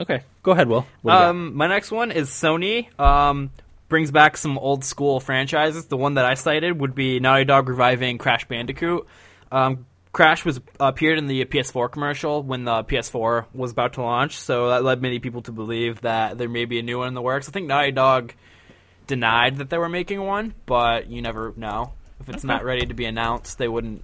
Okay. Go ahead, Will. What do you got? Um, my next one is Sony. Um, brings back some old school franchises. The one that I cited would be Naughty Dog reviving Crash Bandicoot. Um, Crash was appeared in the PS4 commercial when the PS4 was about to launch, so that led many people to believe that there may be a new one in the works. I think Naughty Dog denied that they were making one, but you never know. If it's not ready to be announced, they wouldn't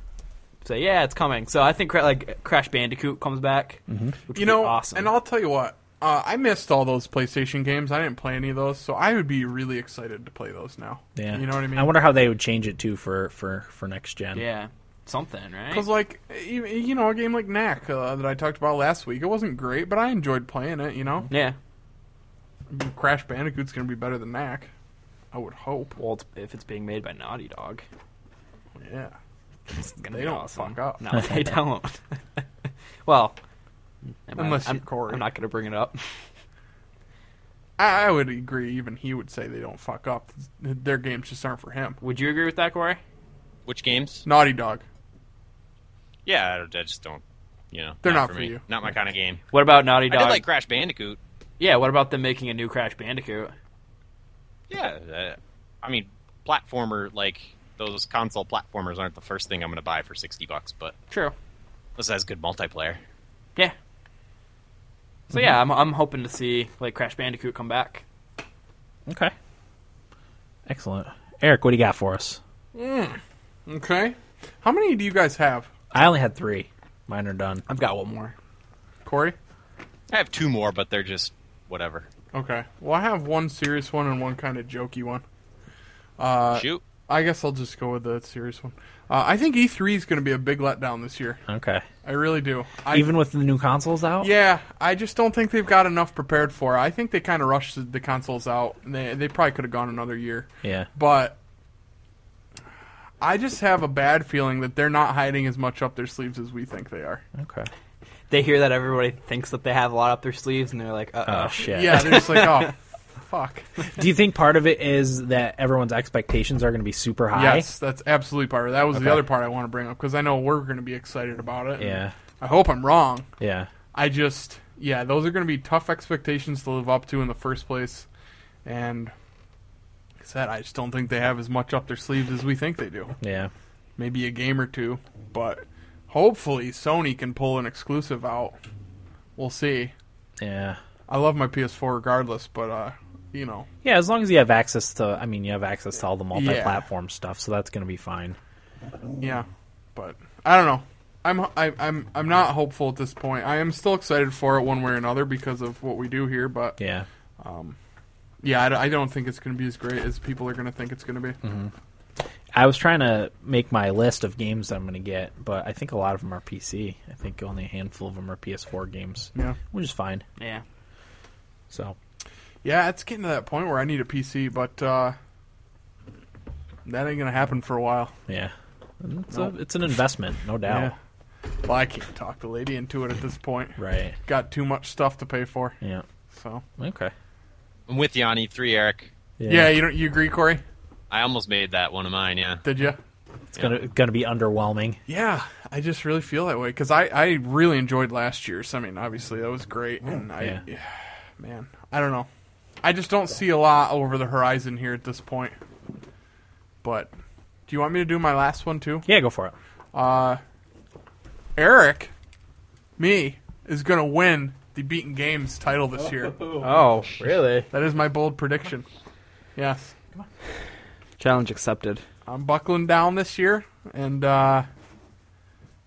say, "Yeah, it's coming." So I think cra- like Crash Bandicoot comes back, which You would be know, awesome. and I'll tell you what. Uh, I missed all those PlayStation games. I didn't play any of those, so I would be really excited to play those now. Yeah. You know what I mean? I wonder how they would change it too for for for next gen. yeah, something right? Because like you, you know, a game like Knack uh, that I talked about last week, it wasn't great, but I enjoyed playing it. You know, Yeah. Crash Bandicoot's gonna be better than Knack, I would hope. Well, it's, if it's being made by Naughty Dog, Yeah, it's gonna They be don't awesome. fuck up. No, they don't. well, never mind. Unless I'm, you're Corey. I'm not gonna bring it up. I, I would agree. Even he would say they don't fuck up. Their games just aren't for him. Would you agree with that, Corey? Which games? Naughty Dog. Yeah, I, don't- I just don't. You know, They're not for for me. you. Not my kind of game. What about Naughty I Dog? did like Crash Bandicoot. yeah. What about them making a new Crash Bandicoot? Yeah, uh, I mean, platformer like those console platformers aren't the first thing I'm going to buy for sixty bucks, but True. this has good multiplayer. Yeah. Mm-hmm. So yeah, I'm I'm hoping to see like Crash Bandicoot come back. Okay. Excellent. Eric, what do you got for us? Okay. How many do you guys have, I only had three. Mine are done. I've got one more. Corey? I have two more, but they're just whatever. Okay. Well, I have one serious one and one kind of jokey one. Uh, Shoot, I guess I'll just go with the serious one. Uh, I think E3 is going to be a big letdown this year. Okay. I really do. I, Even with the new consoles out? Yeah, I just don't think they've got enough prepared for. it. I think they kind of rushed the- the consoles out. and They they probably could have gone another year, Yeah. but I just have a bad feeling that they're not hiding as much up their sleeves as we think they are. Okay. they hear that everybody thinks that they have a lot up their sleeves, and they're like, uh Oh oh. shit. Yeah, they're just like, oh, fuck. Do you think part of it is that everyone's expectations are going to be super high? Yes, that's absolutely part of it. That was Okay. the other part I want to bring up because I know we're going to be excited about it. Yeah. I hope I'm wrong. Yeah. I just, yeah, those are going to be tough expectations to live up to in the first place. And like I said, I just don't think they have as much up their sleeves as we think they do. Yeah. Maybe a game or two, but hopefully Sony can pull an exclusive out. We'll see. Yeah. I love my PS4 regardless, but uh, you know, Yeah, as long as you have access to, I mean, you have access to all the multi-platform stuff, so that's going to be fine. yeah. But I don't know. I'm I, I'm I'm not hopeful at this point. I am still excited for it one way or another because of what we do here, but Yeah. yeah, I, d- I don't think it's going to be as great as people are going to think it's going to be. I was trying to make my list of games that I'm going to get, but I think a lot of them are PC. I think only a handful of them are PS4 games, Yeah. which is fine. yeah. So, Yeah, it's getting to that point where I need a PC, but uh, that ain't gonna happen for a while. yeah. It's, a, it's an investment, no doubt. Yeah. Well, I can't talk the lady into it at this point. Right. Got too much stuff to pay for. Yeah. So Okay. I'm with you on E3, Eric. yeah, you don't you agree, Corey? I almost made that one of mine. Yeah, Did you? It's gonna gonna be underwhelming. Yeah, I just really feel that way because I I really enjoyed last year's. I mean, obviously that was great, and I Oh, Yeah. yeah, man, I don't know. I just don't see a lot over the horizon here at this point. But do you want me to do my last one too? Yeah, go for it. Uh, Eric, me, is going to win the Beaten Games title this year. Oh, really? That is my bold prediction. Yes. Challenge accepted. I'm buckling down this year, and uh,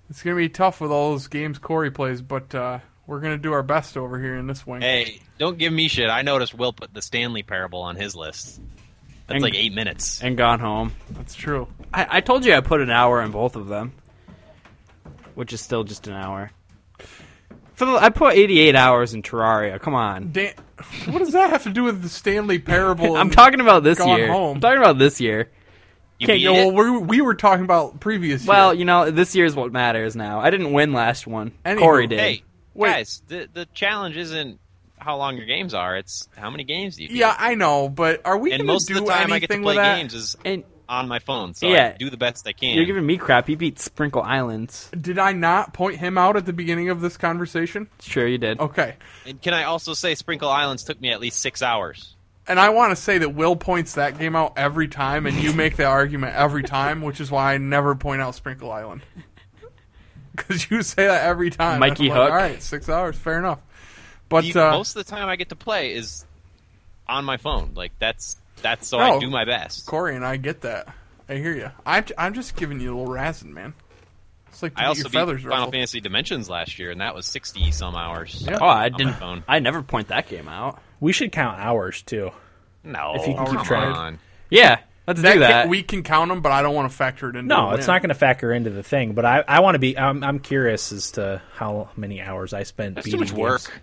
it's going to be tough with all those games Corey plays, but uh, we're going to do our best over here in this wing. Hey, don't give me shit. I noticed Will put the Stanley Parable on his list. That's And- like eight minutes. And gone home. That's true. I, I told you I put an hour in both of them, which is still just an hour. For the, I put 88 hours in Terraria. Come on. Dan- what does that have to do with the Stanley Parable? I'm and- talking about this Gone year. Home? I'm talking about this year. You Okay, beat yeah, it? well, we, we were talking about previous Well, year. you know, this year's what matters now. I didn't win last one. Anywho, Corey did. hey, Wait. guys, the the challenge isn't how long your games are. It's how many games do you? Beat. yeah, I know, but are we and going most do of the time I get anything to play with that? games is And on my phone, so Yeah. I do the best I can. you're giving me crap. You beat Sprinkle Islands. Did I not point him out at the beginning of this conversation? Sure, you did. Okay. and can I also say Sprinkle Islands took me at least six hours? And I want to say that Will points that game out every time, and you make that argument every time, which is why I never point out Sprinkle Island. Because you say that every time. Mikey And I'm like, Hook. All right, six hours, fair enough. The- But uh, most of the time I get to play is on my phone. Like that's that's so No. I do my best. Corey and I get that. I hear you. I'm, I'm just giving you a little razzing, man. It's like to I get also your beat feathers Final ruffled. Fantasy Dimensions last year, and that was sixty some hours. Oh, my I didn't. phone. I never point that game out. We should count hours too. No, If you can come keep track. on. Yeah, let's That do ca- that. we can count them, but I don't want to factor it into. Oh, No, the it's win. not going to factor into the thing, but I, I want to be. I'm, I'm curious as to how many hours I spent. That's too beating much work. games.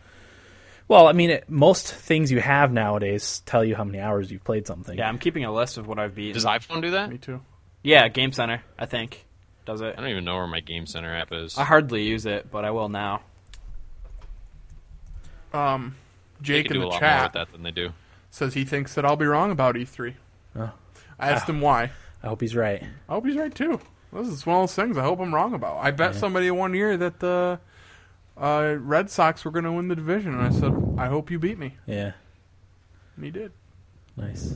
Well, I mean, it, most things you have nowadays tell you how many hours you've played something. yeah, I'm keeping a list of what I've beat. Does iPhone do that? Me too. Yeah, Game Center, I think, does it. I don't even know where my Game Center app is. I hardly use it, but I will now. Um, they Jake could in do a the lot more with chat that than they do. says he thinks that I'll be wrong about E3. I asked him why. I hope he's right. I hope he's right too. This is one of those things I hope I'm wrong about. I bet somebody one year that the uh, Red Sox were going to win the division, and I said, "I hope you beat me," Yeah, and he did. nice.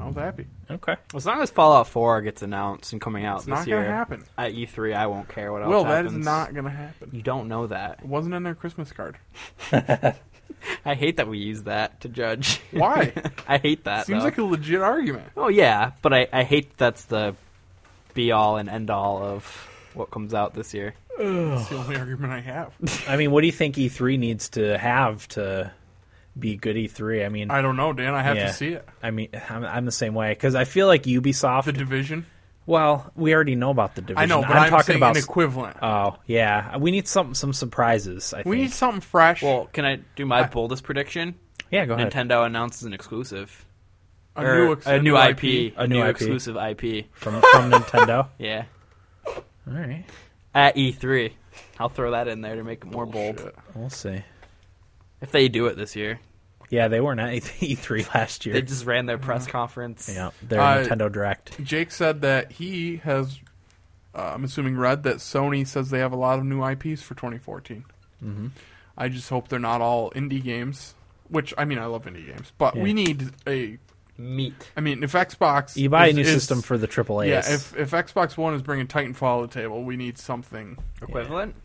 I was happy. Okay. As long as Fallout 4 gets announced and coming out It's this not year going to happen. at E3, I won't care what else Will, that happens. is not going to happen. You don't know that. It wasn't in their Christmas card. I hate that we use that to judge. Why? I hate that. Seems Uh, though. like a legit argument. Oh yeah, but I, I hate that's the be all and end all of what comes out this year. It's the only argument I have. I mean, what do you think E3 needs to have to be good E3? I mean, I don't know, Dan. I have Yeah. to see it. I mean, I'm, I'm the same way because I feel like Ubisoft. The division. well, we already know about the division. I know, but I'm, I'm, talking saying about. an equivalent. oh yeah, we need some some surprises. I we think. need something fresh. Well, can I do my boldest prediction? yeah, go ahead. Nintendo announces an exclusive. a, Or new, ex- er, a new IP, A a new new IP. exclusive IP. from from Nintendo. Yeah. All right. at E E3. I'll throw that in there to make it Oh, more bold. Bullshit. We'll see. If they do it this year, Yeah, they weren't at E E3 last year. they just ran their press conference. yeah, their Uh, Nintendo Direct. Jake said that he has, uh, I'm assuming, read that Sony says they have a lot of new IPs for 2014. Mm-hmm. I just hope they're not all indie games, which, I mean, I love indie games, but we Yeah. need a. Meat. I mean, if Xbox. You buy is- a new is- system for the AAA. Yeah, if, if Xbox One is bringing Titanfall to the table, we need something Equivalent?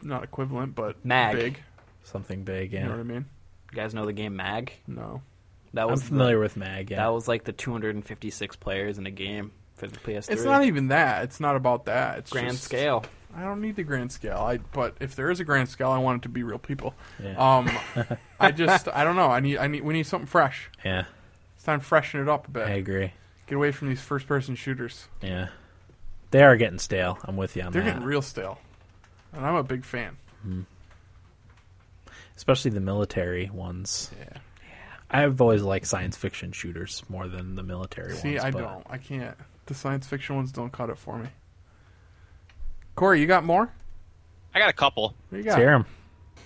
not equivalent, but Mag. big. something big. You Yeah, know what I mean? You guys know the game Mag? No. That I'm was familiar with Mag. The, Yeah, That was like the 256 players in a game for the PS3. It's not even that. It's not about that. It's grand just- scale. I don't need the grand scale. I but if there is a grand scale, I want it to be real people. yeah. Um, I just I don't know. I need I need we need something fresh. yeah, It's time to freshen it up a bit. I agree. Get away from these first person shooters. Yeah, they are getting stale. I'm with you on They're that. getting real stale, and I'm a big fan. Especially the military ones. Yeah. I've always liked science fiction shooters more than the military See, ones. I but- don't. I can't. The science fiction ones don't cut it for me. Corey, you got more? I got a couple. What you Let's got? hear 'em.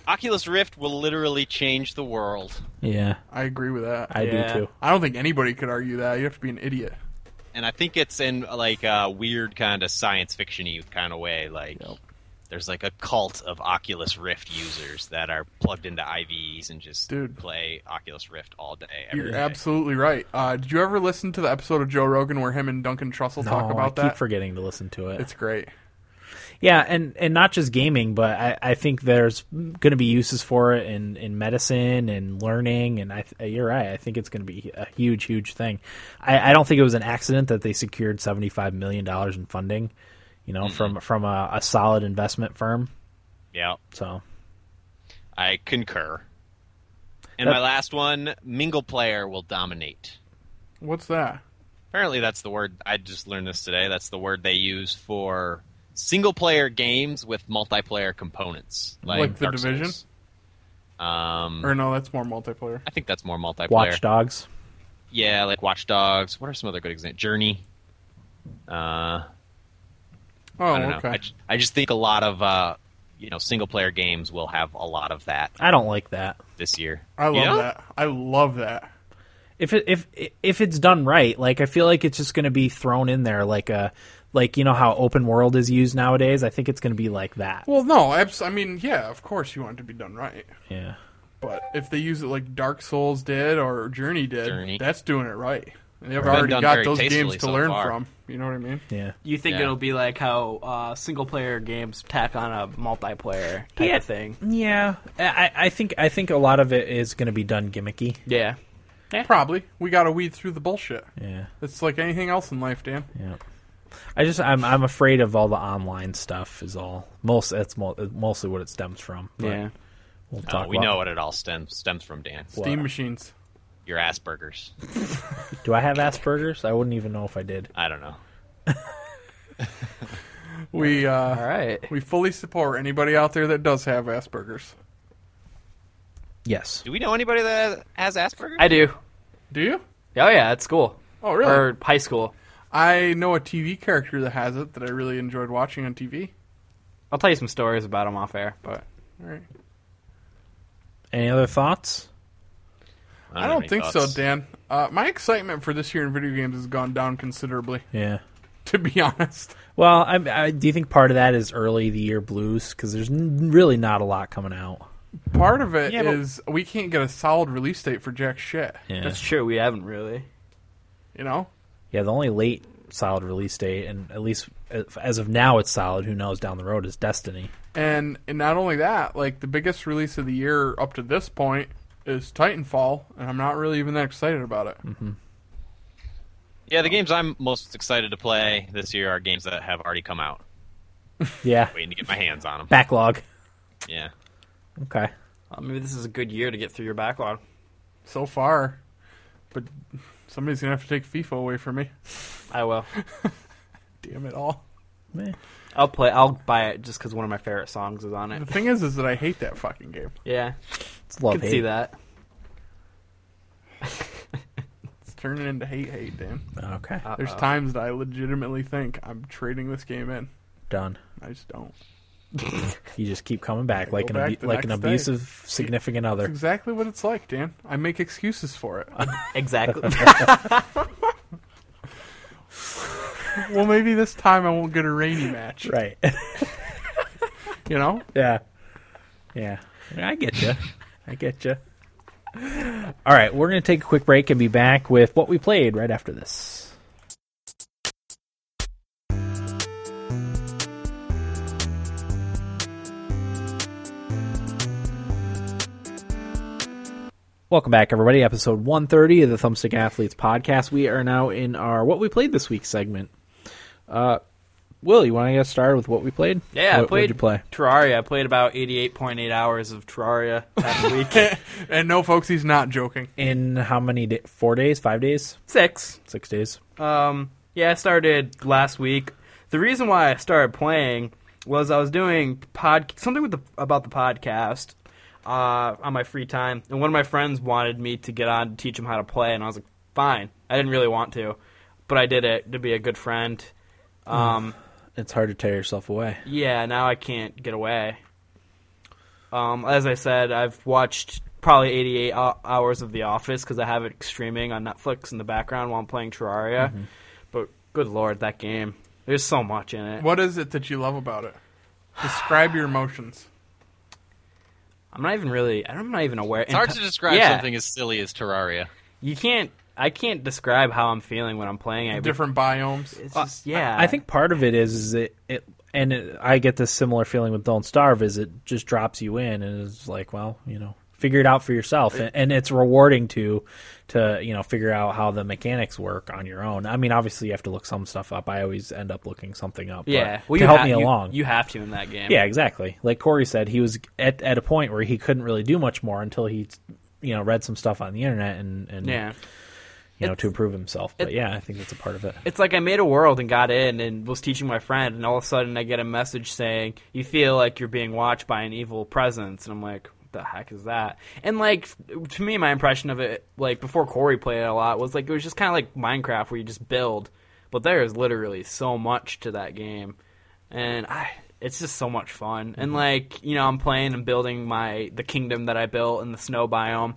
Oculus Rift will literally change the world, Yeah, I agree with that. I, I Yeah. do too. don't think anybody could argue that. You have to be an idiot. and I think it's in like a weird kind of science fictiony kind of way. Like, there's like a cult of Oculus Rift users that are plugged into IVs and just Dude. play Oculus Rift all day. every You're day. absolutely right. Uh, did you ever listen to the episode of Joe Rogan where him and Duncan Trussell No, talk about I keep that? forgetting to listen to it. It's great. Yeah, and and not just gaming, but I, I think there's going to be uses for it in, in medicine and learning. And I, th- you're right. I think it's going to be a huge, huge thing. I, I don't think it was an accident that they secured seventy five million dollars in funding, you know, from from a, a solid investment firm. Yeah, So I concur. And That- my last one, Mingle Player will dominate. What's that? Apparently, that's the word. I just learned this today. That's the word they use for single player games with multiplayer components, like, Like The Dark Division? Souls. Um, Or no, that's more multiplayer. I think that's more multiplayer. Watch Dogs. Yeah, like Watch Dogs. What are some other good examples? Journey. Uh, Oh, I don't know. okay. I, ju- I just think a lot of uh, you know single player games will have a lot of that I don't like that. this year. I love You know? that. I love that. if it, if if it's done right, like I feel like it's just going to be thrown in there, like a like you know how open world is used nowadays. I think it's going to be like that. Well, no, abs- I mean, yeah, of course you want it to be done right. Yeah, But if they use it like Dark Souls did or Journey did, Journey. that's doing it right. And They've Been already done got very those tastefully games to so learn far. from. You know what I mean? yeah. You think Yeah. it'll be like how uh, single player games tack on a multiplayer type Yeah. of thing? Yeah, I, I think I think a lot of it is going to be done gimmicky. Yeah. Probably. We got to weed through the bullshit. Yeah, It's like anything else in life, Dan. yeah. I just I'm I'm afraid of all the online stuff. Is all most that's mo- mostly what it stems from. But Yeah. we'll Oh, talk. we about- know what it all stems stems from, Dan. Steam machines. Your Aspergers. Do I have Asperger's? I wouldn't even know if I did. I don't know. We uh, All right. we fully support anybody out there that does have Asperger's. Yes. Do we know anybody that has Asperger's? I do. Do you? Oh yeah, at school Oh, really? or high school. I know a TV character that has it that I really enjoyed watching on TV. I'll tell you some stories about them off air, but All right. Any other thoughts? I don't think so, Dan. Dan. Uh, my excitement for this year in video games has gone down considerably, Yeah. to be honest. Well, I, I do you think part of that is early the year blues because there's n- really not a lot coming out. Part of it is Yeah, but- we can't get a solid release date for jack shit. Yeah. that's true. We haven't really. You know? Yeah, the only late solid release date, and at least if- as of now, it's solid. Who knows down the road is Destiny. And, and not only that, like the biggest release of the year up to this point is Titanfall, and I'm not really even that excited about it. Yeah, the games I'm most excited to play this year are games that have already come out. Yeah, Waiting to get my hands on them. backlog. Yeah. Okay. Uh, maybe this is a good year to get through your backlog. So far. But somebody's going to have to take FIFA away from me. I will. Damn it all. Meh. I'll play. I'll buy it just because one of my favorite songs is on The it. thing is, is that I hate that fucking game. Yeah, It's love can see hate. that. It's turning into hate hate, Dan. Okay. There's Uh-oh. times that I legitimately think I'm trading this game in. Done. I just don't. You just keep coming back like an back abu- the like an next day. abusive significant That's other. exactly what it's like, Dan. I make excuses for it. Exactly. well, maybe this time I won't get a rainy match. Right. You know, yeah. Yeah. I get you. I get you. All right, we're going to take a quick break and be back with what we played right after this. Welcome back, everybody. Episode 130 of the Thumbstick Athletes podcast. We are now in our What We Played This Week segment. Uh, Will, you want to get started with what we played? Yeah, I what, played What'd you play? Terraria. I played about 88.8 hours of Terraria that week. and no, folks, he's not joking. In how many da Four days? Five days? Six. Six days? Um, yeah, I started last week. The reason why I started playing was I was doing pod something with the about the podcast uh, on my free time, and one of my friends wanted me to get on to teach him how to play, and I was like, fine. I didn't really want to, but I did it to be a good friend. Hmm. Um, It's hard to tear yourself away. yeah, now I can't get away. Um, as I said, I've watched probably 88 ho- hours of The Office because I have it streaming on Netflix in the background while I'm playing Terraria. Mm-hmm. But good lord, that game. There's so much in it. What is it that you love about it? Describe your emotions. I'm not even really, I'm not even aware. It's hard to describe yeah. something as silly as Terraria. You can't, I can't describe how I'm feeling when I'm playing it. Different biomes. Uh, It's just, yeah. I think part of it is, is it, it and it, I get this similar feeling with Don't Starve is it just drops you in and it's like, well, you know, figure it out for yourself, and, and it's rewarding to to you know figure out how the mechanics work on your own. I mean, obviously you have to look some stuff up. I always end up looking something up. but yeah. to help ha- me along. You, you have to in that game. Yeah, exactly. Like Corey said, he was at, at a point where he couldn't really do much more until he, you know, read some stuff on the internet and, and Yeah. you know, It's- to improve himself. But it- yeah, I think that's a part of it. it's like I made a world and got in and was teaching my friend, and all of a sudden I get a message saying you feel like you're being watched by an evil presence, and I'm like, what the heck is that? And like to me, my impression of it, like before Corey played it a lot, was like it was just kind of like Minecraft where you just build, but there is literally so much to that game, and I. It's just so much fun, Mm-hmm. and like you know, I'm playing and building my the kingdom that I built in the snow biome,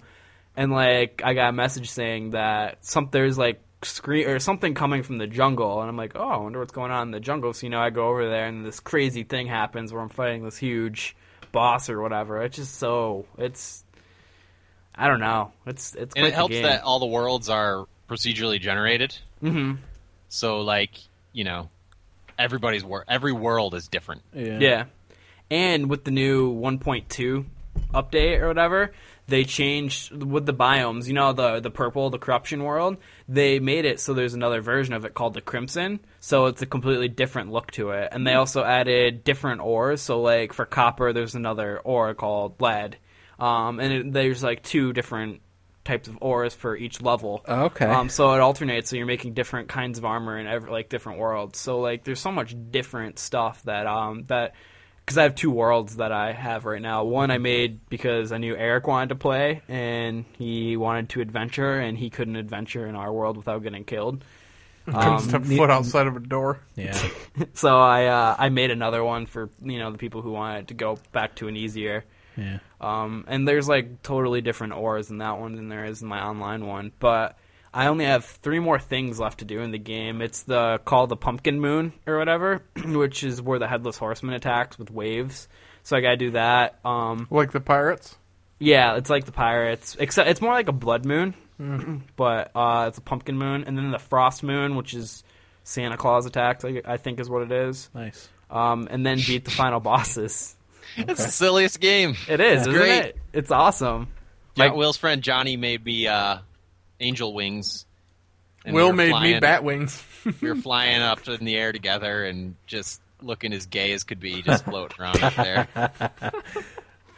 and like I got a message saying that some there's like scree or something coming from the jungle, and I'm like, oh, I wonder what's going on in the jungle. So you know, I go over there, and this crazy thing happens where I'm fighting this huge boss or whatever. It's just so it's I don't know. It's it's And quite it the helps game. that all the worlds are procedurally generated. Mm-hmm. So, like, you know, everybody's wor- every world is different. Yeah. And with the new 1.2 update or whatever, they changed with the biomes, you know, the the purple, the corruption world, they made it so there's another version of it called the crimson, so it's a completely different look to it. And they also added different ores, so like for copper there's another ore called lead. Um, and it, there's like two different types of ores for each level. Okay. Um, so it alternates. So you're making different kinds of armor in every, like different worlds. So like there's so much different stuff that um that because I have two worlds that I have right now. One I made because I knew Eric wanted to play and he wanted to adventure and he couldn't adventure in our world without getting killed. Couldn't step the- foot outside of a door. Yeah. So I uh, I made another one for you know the people who wanted to go back to an easier. Yeah. Um, and there's like totally different ores in that one than there is in my online one. But I only have three more things left to do in the game. It's the call the Pumpkin Moon or whatever, which is where the Headless Horseman attacks with waves. So I gotta do that. Um, Like the pirates. yeah, it's like the pirates, except it's more like a blood moon, but uh, it's a pumpkin moon. And then the frost moon, which is Santa Claus attacks, I, I think is what it is. Nice. Um, and then beat the final bosses. It's the silliest game. It is, isn't Great. it? It's awesome. John, Will's friend Johnny made me uh, angel wings. and we Will were made me flying- bat wings. We were flying up in the air together and just looking as gay as could be, just floating around up there.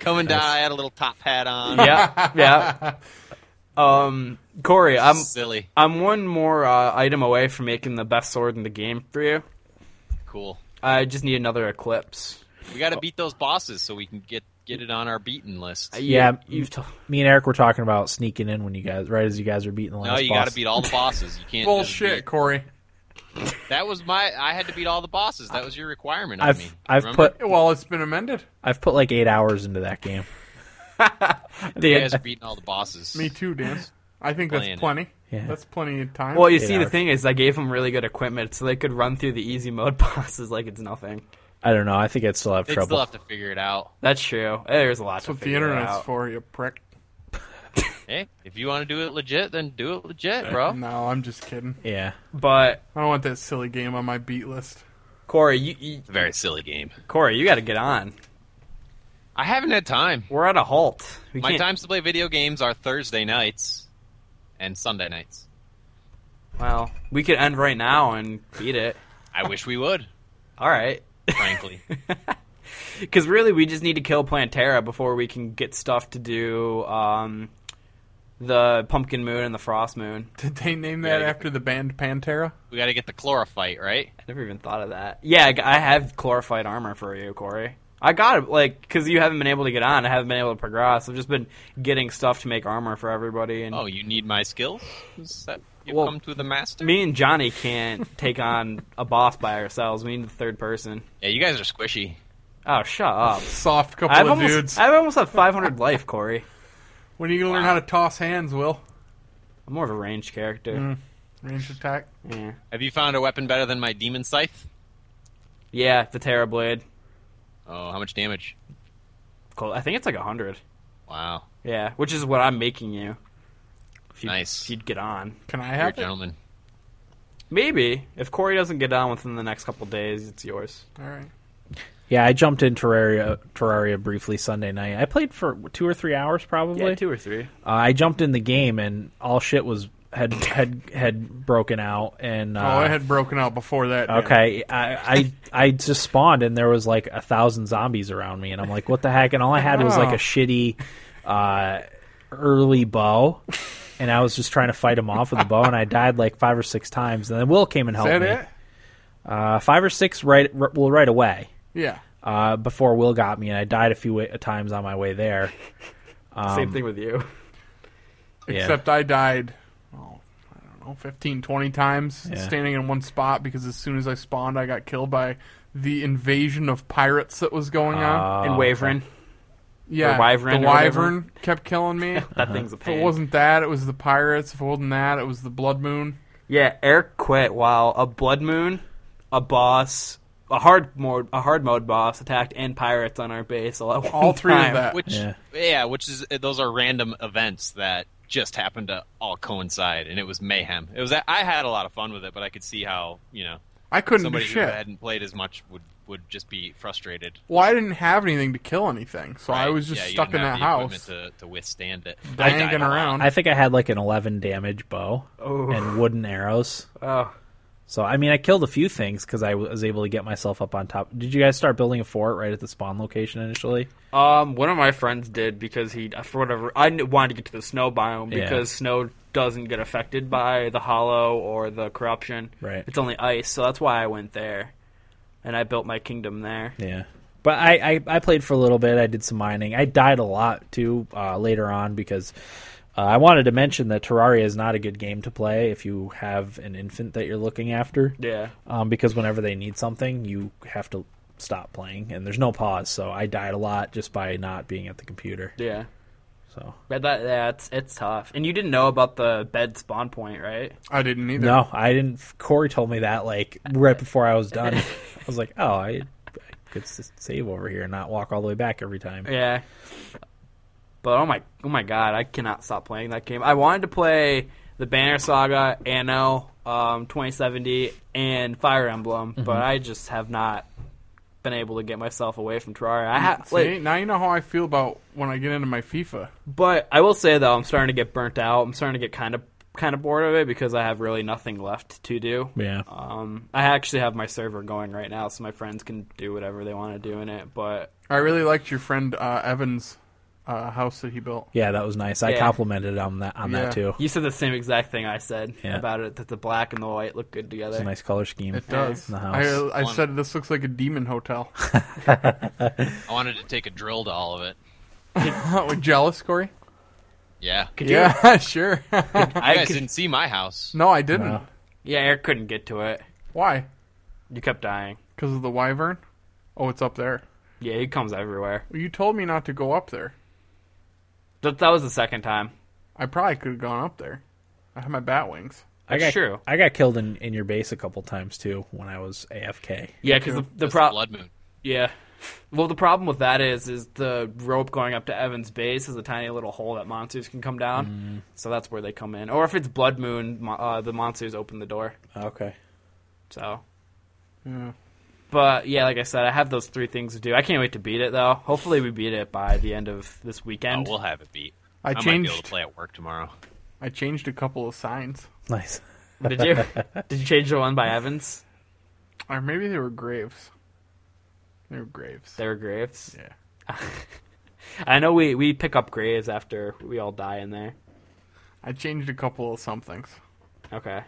Coming down, I had a little top hat on. yeah, yeah. Um, Corey, I'm silly, I'm one more uh, item away from making the best sword in the game for you. cool. I just need another eclipse. We got to beat those bosses so we can get get it on our beaten list. Yeah. you, have t- Me and Eric were talking about sneaking in when you guys, right as you guys were beating the last No, you boss. got to beat all the bosses. You can't. just Bullshit, Corey. beat- That was my. I had to beat all the bosses. That was your requirement of I've me. I've Remember? put Well, it's been amended. I've put like eight hours into that game. You e- guys are beating all the bosses. Me too, Dan. I think Playing that's it. plenty. Yeah. That's plenty of time. Well, you Eight see, the hours. thing is, I gave them really good equipment, so they could run through the easy mode bosses like it's nothing. I don't know. I think I'd still have They trouble. still have to figure it out. That's true. There's a lot that's to what the figure internet's out. for, you prick. Hey, if you want to do it legit, then do it legit, bro. No, I'm just kidding. Yeah. But I don't want that silly game on my beat list. Corey, you, you It's a very silly game. Corey, you got to get on. I haven't had time. We're at a halt. We My can't- times to play video games are Thursday nights and Sunday nights. Well, we could end right now and beat it. I wish we would, All right. frankly. Because really, we just need to kill Plantera before we can get stuff to do um, the Pumpkin Moon and the Frost Moon. Did they name Yeah, that you- after the band Pantera? we got to get the chlorophyte, right? I never even thought of that. Yeah, I g- I have chlorophyte armor for you, Corey. I got it, like, because you haven't been able to get on. I haven't been able to progress. I've just been getting stuff to make armor for everybody. And Oh, you need my skills? Is that you Well, come to the master? me and Johnny can't take on a boss by ourselves. We need the third person. yeah, you guys are squishy. Oh, shut up. Soft couple I've of almost, dudes. I've almost have 500 life, Corey. When are you gonna learn how to toss hands, Will? I'm more of a ranged character. Range attack. Yeah. Have you found a weapon better than my demon scythe? yeah, the Terra Blade. Oh, how much damage? Cool. I think it's like 100. Wow. Yeah, which is what I'm making you. If you Nice. If you'd get on. Can I You're a have it? gentleman. Maybe. If Corey doesn't get on within the next couple days, it's yours. All right. Yeah, I jumped in Terraria Terraria briefly Sunday night. I played for two or three hours probably. or three. Uh, I jumped in the game and all shit was had had had broken out and uh, Oh, I had broken out before that. Dan. okay. I, I I just spawned and there was like a thousand zombies around me and I'm like, what the heck? And all I had was like Oh. a shitty uh, early bow. And I was just trying to fight him off with a bow, and I died like five or six times. And then Will came and Is helped that me. it? Uh, five or six right, r- well, right away. Yeah. uh, before Will got me, and I died a few wa- times on my way there. Um, Same thing with you. Except I died, oh, I don't know, 15, 20 times Yeah. standing in one spot because as soon as I spawned, I got killed by the invasion of pirates that was going on. and Waverin. Yeah, or Uh, Wyvern the or whatever. wyvern kept killing me. That Uh-huh. if thing's a it pain. wasn't that, it was the pirates. If it wasn't that, it was the blood moon. yeah, Eric quit while a Blood Moon, a boss, a hard mode, a hard mode boss attacked, and pirates on our base all at one All three time. of that. Which Yeah. yeah. which is those are random events that just happened to all coincide, and it was mayhem. It was I had a lot of fun with it, but I could see how you know I couldn't somebody do who shit. hadn't played as much would would just be frustrated. Well, I didn't have anything to kill anything, so I right? was just Yeah, you stuck in didn't that have the equipment house, to, to withstand it. I died dangling a lot. around. I think I had like an 11 damage bow Oh. and wooden arrows. Oh. So I mean, I killed a few things because I was able to get myself up on top. Did you guys start building a fort right at the spawn location initially? Um, one of my friends did because he, for whatever, I kn- wanted to get to the snow biome Yeah. because snow doesn't get affected by the hollow or the corruption. Right. It's only ice, so that's why I went there, and I built my kingdom there. Yeah. But I, I, I played for a little bit. I did some mining. I died a lot too uh, later on because uh, I wanted to mention that Terraria is not a good game to play if you have an infant that you're looking after. Yeah. um, because whenever they need something, you have to stop playing, and there's no pause. So I died a lot just by not being at the computer. Yeah. So But that yeah, it's it's tough. And you didn't know about the bed spawn point, right? I didn't either. no, I didn't. Corey told me that like right before I was done. I was like, oh, I, I could s- save over here and not walk all the way back every time. Yeah. But oh my oh my god, I cannot stop playing that game. I wanted to play the Banner Saga, Anno, um, 2070, and Fire Emblem, Mm-hmm. but I just have not been able to get myself away from Terraria. I ha- See, like, now you know how I feel about when I get into my FIFA. but I will say though, I'm starting to get burnt out. I'm starting to get kind of kind of bored of it because I have really nothing left to do. Yeah. Um, I actually have my server going right now, so my friends can do whatever they want to do in it. But I really liked your friend uh, Evan's uh, house that he built. Yeah, that was nice. I Yeah. complimented on that on Yeah. that too. you said the same exact thing I said Yeah. about it that the black and the white look good It's together. a nice color scheme. It does. In the house. I, uh, I said this looks like a demon hotel. I wanted to take a drill to all of it. Were you Oh, jealous, Corey? Yeah, Could you- Yeah, sure. I you guys could- didn't see my house. no, I didn't. No. yeah, Eric couldn't get to it. Why? You kept dying. Because of the wyvern? Oh, it's up there. Yeah, he comes everywhere. Well, you told me not to go up there. That, that was the second time. I probably could have gone up there. I had my bat wings. I got, That's true. I got killed in, in your base a couple times too when I was AFK. Yeah, because the, the That's pro- Blood Moon. Yeah. Well, the problem with that is, is the rope going up to Evan's base is a tiny little hole that monsters can come down. So that's where they come in. Or if it's Blood Moon, mo- uh, the monsters open the door. Okay. So, Hmm. Yeah. but yeah, like I said, I have those three things to do. I can't wait to beat it though. Hopefully, we beat it by the end of this Oh, weekend. we'll have it beat. I might be able changed. to play at work tomorrow. I changed a couple of signs. Nice. Did you? Did you change the one by Evans? Or maybe they were graves. They were graves. They were graves. Yeah. I know we we pick up graves after we all die in there. I changed a couple of somethings. Okay.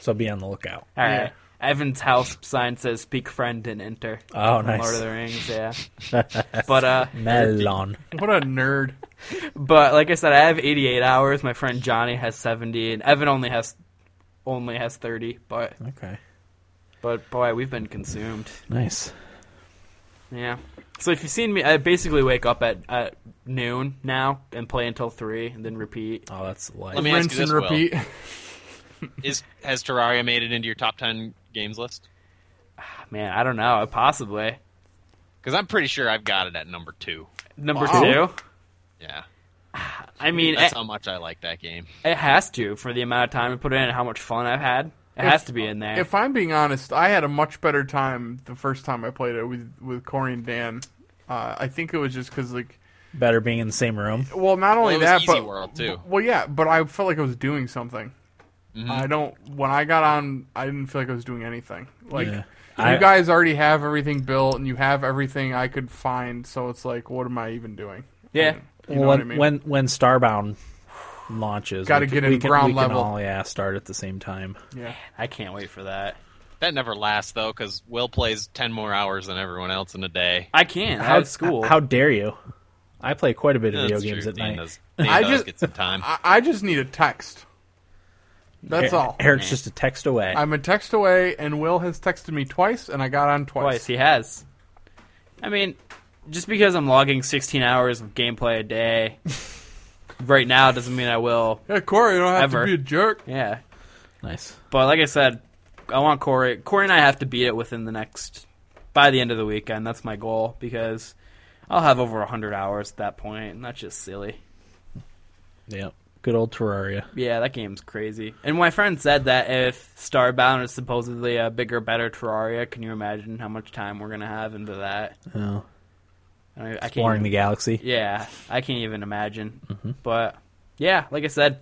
So be on the lookout. All right. Yeah. Evan's house sign says "Speak friend and enter." Oh, From nice. Lord of the Rings, yeah. but uh, Melon. What a nerd. but like I said, I have 88 hours. My friend Johnny has 70, and Evan only has only has 30. But Okay. but boy, we've been consumed. Nice. Yeah. So if you've seen me, I basically wake up at, at noon now and play until three, and then repeat. Oh, that's light. Let me ask Rinse you this, and Will. repeat. Is has Terraria made it into your top ten games list? Man, I don't know. Possibly Because I'm pretty sure I've got it at number two. number Wow. two. Yeah, I mean, eh- that's it, how much I like that game. it has to for the amount of time I put in and how much fun I've had. It has to be in there. If I'm being honest, I had a much better time the first time I played it with with Corey and Dan. Uh, I think it was just because like, Better being in the same room. well, not only it was that, Easy but World, too. well, yeah, but I felt like I was doing something. Mm-hmm. I don't. When I got on, I didn't feel like I was doing anything. Like Yeah. you I- guys already have everything built, and you have everything I could find. So it's like, what am I even doing? yeah. You know when, what I mean? when when Starbound launches, Gotta we get can- in we can, ground we can level. all, yeah, start at the same time. yeah, I can't wait for that. That never lasts though, because Will plays ten more hours than everyone else in a day. I can't. How, Out of school. How dare you? I play quite a bit of video That's games true. at Dean night. Does, Dean I does just- get some time. I, I just need a text. That's Er- all. Eric's just a text away. I'm a text away, and Will has texted me twice, and I got on Twice he has. I mean, just because I'm logging 16 hours of gameplay a day right now doesn't mean I will. Yeah, Corey, you don't have Ever. to be a jerk. Yeah, nice. but like I said, I want Corey. Corey and I have to beat it within the next by the end of the weekend. That's my goal because I'll have over 100 hours at that point, and that's just silly. Yeah. Good old Terraria. Yeah, that game's crazy. And my friend said that if Starbound is supposedly a bigger, better Terraria, can you imagine how much time we're gonna have into that? Oh. I, I can't. Exploring even- the galaxy. Yeah, I can't even imagine. Mm-hmm. But yeah, like I said,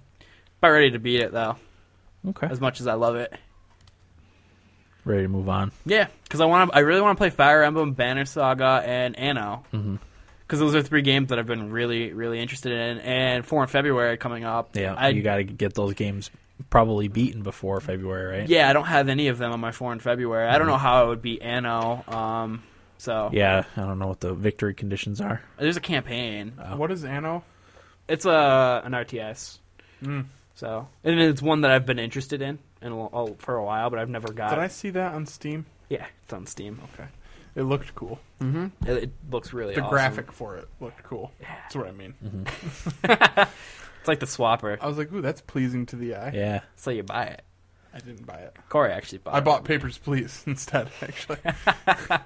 about ready to beat it though. Okay. As much as I love it, Ready to move on. yeah, because I want to. I really want to play Fire Emblem, Banner Saga, and Anno. Because Mm-hmm. those are three games that I've been really, really interested in. And four in February coming up. Yeah. I, you got to get those games probably beaten before February, right? yeah, I don't have any of them on my four in February. I don't know how it would be Anno. Um, so Yeah, I don't know what the victory conditions are. there's a campaign. What is Anno? It's a an RTS. Hmm. So and it's one that I've been interested in and all, for a while, but I've never got. Did I see that on Steam? Yeah, it's on Steam. It looked cool. It, it looks really Mm-hmm. The awesome. graphic for it looked cool. That's what I mean. It's like the swapper. I was like, ooh, that's pleasing to the eye. Yeah. So you buy it. I didn't buy it. Corey actually bought. I it. bought Papers, Please instead, actually. I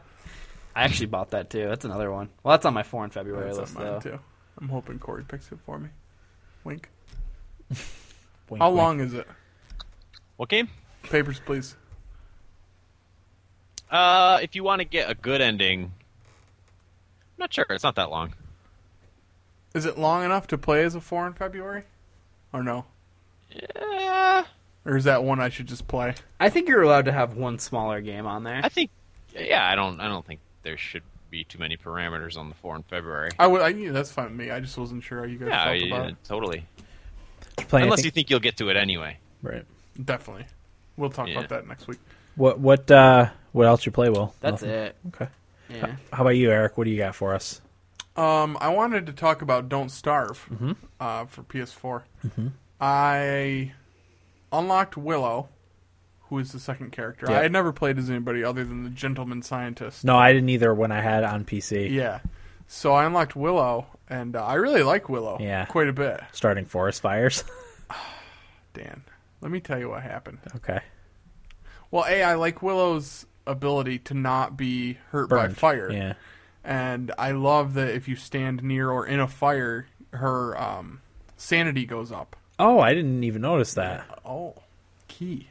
actually bought that too. That's another one. Well, that's on my four in February that's on list mine, though. too. I'm hoping Corey picks it for me. Wink. Wink, How wink. long is it? What game? Papers, Please. Uh, if you want to get a good ending, I'm not sure. It's not that long. Is it long enough to play as a four in February? Or no? Uh, Or is that one I should just play? I think you're allowed to have one smaller game on there. I think. Yeah, I don't. I don't think there should be too many parameters on the four in February. I would. I, yeah, that's fine with me. I just wasn't sure how you guys Yeah, felt yeah, about it. totally. Playing, I Unless you think- think you'll get to it anyway. right. Definitely. We'll talk Yeah. about that next week. What what uh what else you play, Will? that's it. Okay. Yeah. How about you, Eric? What do you got for us? Um, I wanted to talk about Don't Starve Mm-hmm. uh, for PS4. I unlocked Willow, who is the second character. Yeah. I had never played as anybody other than the gentleman scientist. No, I didn't either when I had it on PC. Yeah. So I unlocked Willow, and uh, I really like Willow. Yeah. Quite a bit. Starting forest fires. Dan, let me tell you what happened. okay. Well, A, I like Willow's ability to not be hurt by Burned. fire. Yeah. And I love that if you stand near or in a fire, her um, sanity goes up. Oh, I didn't even notice that. Oh, key.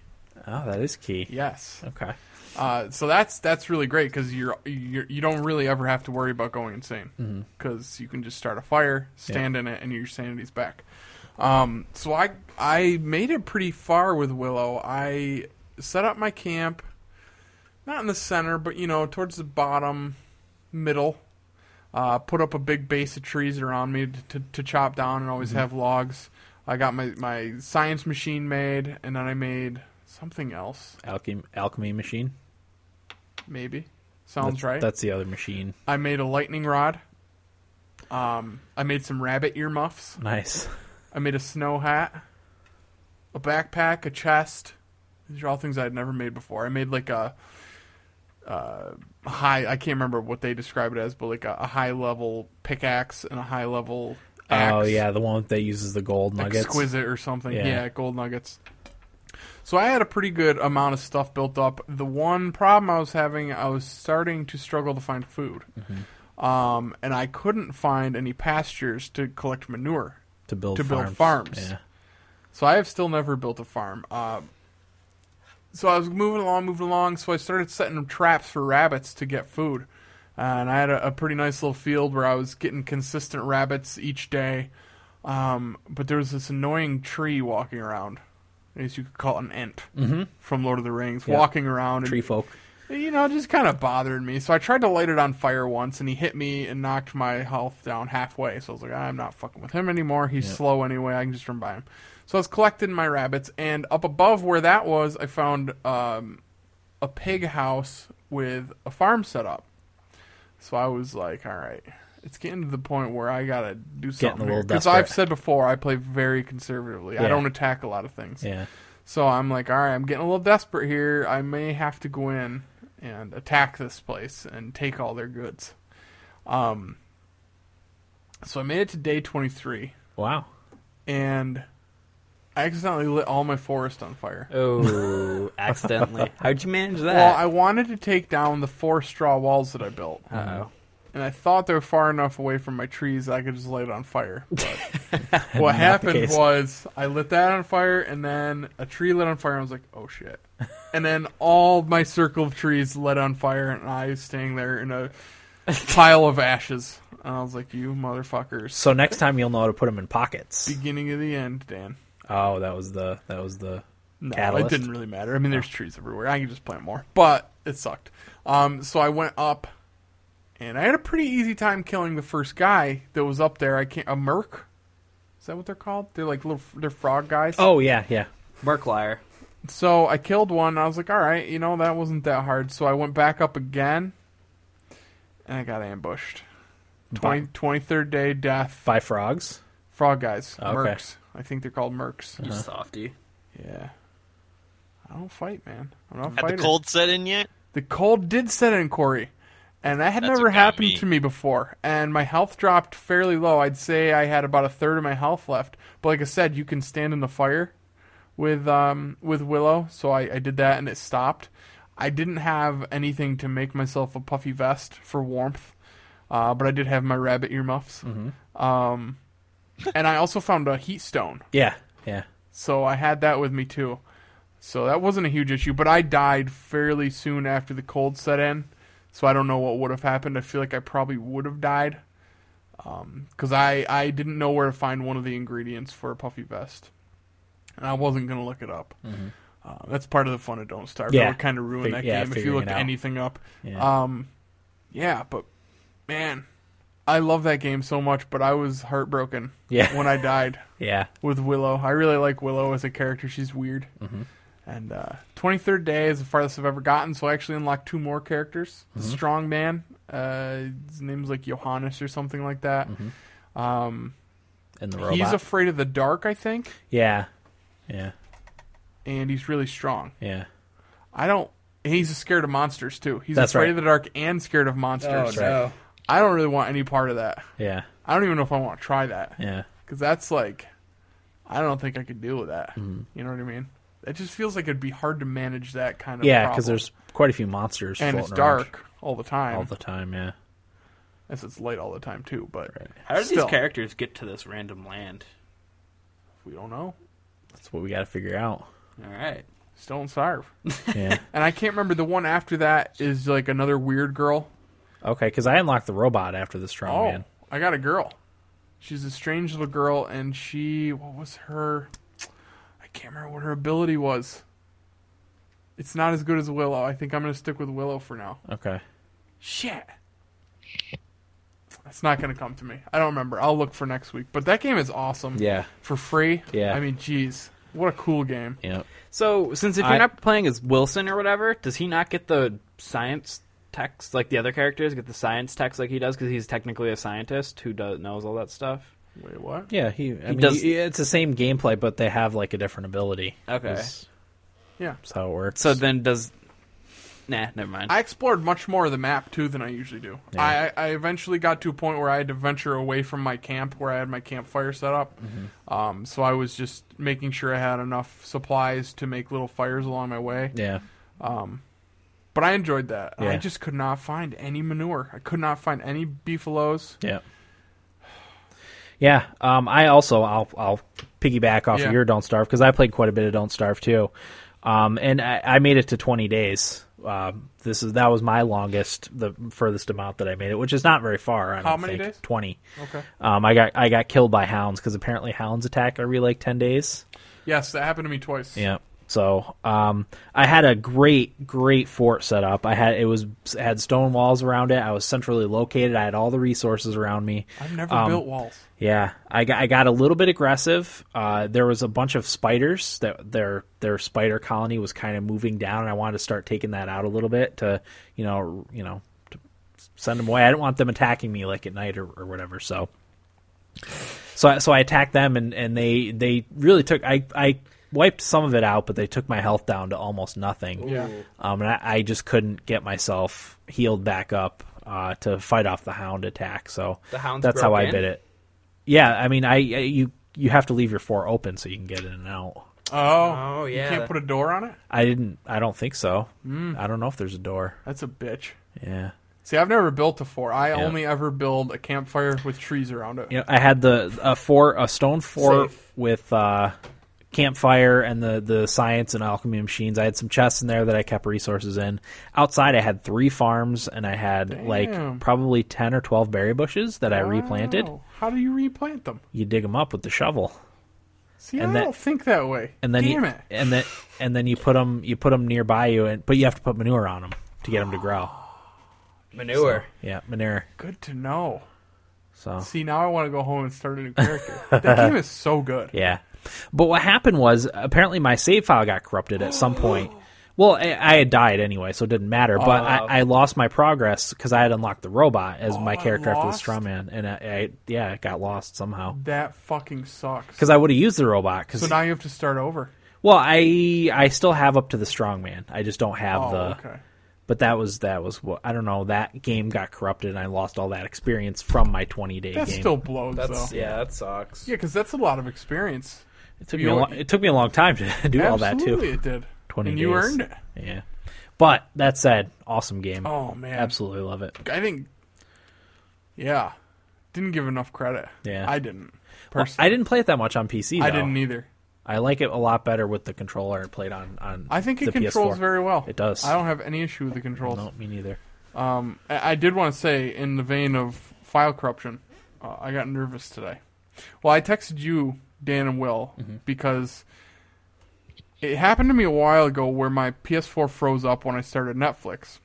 Oh, that is key. Yes. Okay. Uh, so that's that's really great because you're, you're you don't really ever have to worry about going insane because you can just start a fire, stand in it, and your sanity's back. Um, so I I made it pretty far with Willow. I set up my camp, not in the center, but you know towards the bottom, middle. Uh, put up a big base of trees around me to, to chop down and always have logs. I got my, my science machine made, and then I made something else, Alchemy, alchemy machine. maybe. Sounds that's, right. That's the other machine. I made a lightning rod. Um, I made some rabbit earmuffs. Nice. I made a snow hat, a backpack, a chest. These are all things I'd never made before. I made like a uh, high. I can't remember what they describe it as, but like a, a high level pickaxe and a high level axe. Oh yeah, the one that uses the gold nuggets. exquisite or something. Yeah. Yeah. gold nuggets. So I had a pretty good amount of stuff built up. The one problem I was having, I was starting to struggle to find food, Mm-hmm. um, and I couldn't find any pastures to collect manure. to build to build farms. farms. Yeah. So I have still never built a farm. Uh, so I was moving along, moving along. So I started setting traps for rabbits to get food, uh, and I had a, a pretty nice little field where I was getting consistent rabbits each day. Um, but there was this annoying tree walking around. I guess you could call it an ant from Lord of the Rings, Mm-hmm. Yeah. walking around. Tree And, folk. you know, just kind of bothered me. So I tried to light it on fire once, and he hit me and knocked my health down halfway. So I was like, I'm not fucking with him anymore. He's slow anyway. I can just run by him. So I was collecting my rabbits, and up above where that was, I found um, a pig house with a farm set up. So I was like, all right, it's getting to the point where I gotta do Getting a something little because I've desperate. said before I play very conservatively. Yeah. I don't attack a lot of things. Yeah. So I'm like, all right, I'm getting a little desperate here. I may have to go in and attack this place and take all their goods. Um, so I made it to day 23, Wow. and I accidentally lit all my forest on fire. Oh, accidentally. How'd you manage that? Well, I wanted to take down the four straw walls that I built, Uh-oh. and I thought they were far enough away from my trees that I could just light it on fire. But what happened case. was I lit that on fire, and then a tree lit on fire. And I was like, "Oh shit!" And then all my circle of trees lit on fire, and I was standing there in a pile of ashes. And I was like, "You motherfuckers!" So next time you'll know how to put them in pockets. Beginning of the end, Dan. Oh, that was the that was the No, catalyst. Oh. it didn't really matter. I mean, there's trees everywhere. I can just plant more, but it sucked. Um, so I went up, and I had a pretty easy time killing the first guy that was up there. I can't a merc. Is that what they're called? They're like little they're frog guys. Oh yeah, yeah. Merc liar. So I killed one. and I was like, all right, you know that wasn't that hard. So I went back up again, and I got ambushed. 20, 23rd day death. By frogs. Frog guys, Okay. mercs. I think they're called mercs. You softy. Yeah. I don't fight, man. I'm not Had fighting. the cold set in yet? The cold did set in, Corey, and that had That's never what got happened me. to me before. And my health dropped fairly low. I'd say I had about a third of my health left. But like I said, you can stand in the fire with um with Willow, so I, I did that and it stopped. I didn't have anything to make myself a puffy vest for warmth, uh, but I did have my rabbit earmuffs. Mm-hmm. Um, and I also found a heat stone, Yeah, yeah. so I had that with me too. So that wasn't a huge issue, but I died fairly soon after the cold set in. So I don't know what would have happened. I feel like I probably would have died because I, I didn't know where to find one of the ingredients for a puffy vest. And I wasn't going to look it up. Uh, that's part of the fun of Don't Starve. Mm-hmm. Yeah. It would kind of ruin Fig- that yeah, game if you figuring it looked out. anything up. Yeah. Um, yeah, but man, I love that game so much, but I was heartbroken Yeah. when I died Yeah. with Willow. I really like Willow as a character. She's weird. Mm-hmm. And uh, 23rd day is the farthest I've ever gotten, so I actually unlocked two more characters. The Mm-hmm. strong man, uh, his name's like Johannes or something like that. Mm-hmm. Um, And the robot. he's afraid of the dark, I think, yeah. Yeah. and he's really strong. Yeah. I don't. He's scared of monsters too. He's That's afraid right. of the dark and scared of Oh, monsters. no. I don't really want any part of that. Yeah. I don't even know if I want to try that Yeah. because that's like, I don't think I could deal with that. Mm-hmm. You know what I mean? It just feels like it'd be hard to manage that kind of Yeah, problem. because there's quite a few monsters and it's floating around dark all the time. all the time. Yeah. Yes, it's late all the time too, but How did Still. these characters get to this random land? we don't know. That's what we got to figure out. All right. Still and Sarve. Yeah. And I can't remember the one after that is like another weird girl. okay, because I unlocked the robot after the strong Oh, man. I got a girl. She's a strange little girl, and she what was her? I can't remember what her ability was. It's not as good as Willow. I think I'm gonna stick with Willow for now. Okay. Shit. It's not gonna come to me. I don't remember. I'll look for next week. But that game is awesome. Yeah. For free. Yeah. I mean, jeez, what a cool game. Yeah. So, since if you're I- not playing as Wilson or whatever, does he not get the science text like the other characters get the science text like he does because he's technically a scientist who does knows all that stuff? Wait, what? Yeah. He. I mean, does- he- it's the same gameplay, but they have like a different ability. Okay. Is- Yeah. That's how it works. So then does Nah, never mind. I explored much more of the map too than I usually do. I, I eventually got to a point where I had to venture away from my camp where I had my campfire set up. Mm-hmm. Um, so I was just making sure I had enough supplies to make little fires along my way. yeah. But I enjoyed that. I Yeah. just could not find any manure. I could not find any beefaloes. Yeah. Yeah. Um, I also I'll I'll piggyback off Yeah. of your Don't Starve because I played quite a bit of Don't Starve too, um, and I, I made it to 20 days. Um, this is that was my longest, the furthest amount that I made it, which is not very far. I How don't many think. days? 20. Okay. Um, I got I got killed by hounds because apparently hounds attack every like 10 days. Yes, that happened to me twice. Yeah. So um, I had a great, great fort set up. I had it was it had stone walls around it. I was centrally located. I had all the resources around me. I've never Um, built walls. Yeah, I got I got a little bit aggressive. Uh, there was a bunch of spiders that their their spider colony was kind of moving down, and I wanted to start taking that out a little bit to you know you know to send them away. I didn't want them attacking me like at night or, or whatever. So so I, so I attacked them, and, and they they really took I I wiped some of it out, but they took my health down to almost nothing. Yeah. Um, and I, I just couldn't get myself healed back up uh, to fight off the hound attack. So The hounds that's how broke I in? did it. Yeah, I mean, I, I you you have to leave your fort open so you can get in and out. Oh, Oh, You yeah. can't put a door on it? I didn't. I don't think so. Hmm. I don't know if there's a door. That's a bitch. Yeah. See, I've never built a fort. I only ever build a campfire with trees around it. You know, I had the a fort, a stone fort Safe. with uh, campfire and the the science and alchemy machines. I had some chests in there that I kept resources in. Outside, I had three farms and I had Damn. like probably ten or twelve berry bushes that I replanted. Wow. Oh, How do you replant them? You dig them up with the shovel. See, And I that- don't think that way. and then damn you, it, and then and then you put them you put 'em nearby you, and but you have to put manure on them to get them to grow. Manure. Yeah, manure. good to know. So See, now I want to go home and start a new character. that game is so good. yeah, but what happened was apparently my save file got corrupted at some point. Well, I, I had died anyway, so it didn't matter. But I, I lost my progress because I had unlocked the robot as my Oh. I character after the lost? straw man, and I, I yeah, it got lost somehow That fucking sucks. because I would have used the robot. Cause, So now you have to start over. well, I I still have up to the strong man. I just don't have Oh, the okay. but that was that was what I don't know. That game got corrupted, and I lost all that experience from my 20 day That game. still blows That's though. yeah, that sucks. Yeah, because that's a lot of experience. it took me you a know lo- what- it took me a long time to do all that Absolutely, too. it did. 20 and you days. earned it. Yeah, but that said, awesome game. Oh man, Absolutely love it. I think. Yeah, didn't give enough credit. Yeah. I didn't. Well, Personally, I didn't play it that much on PC. I though. didn't either. I like it a lot better with the controller it played on on. I think it the controls PS4. very well. It does. I don't have any issue with the controls. No, me neither. Um, I I did want to say, in the vein of file corruption, uh, I got nervous today. Well, I texted you, Dan and Will, Mm-hmm. because it happened to me a while ago where my PS4 froze up when I started Netflix.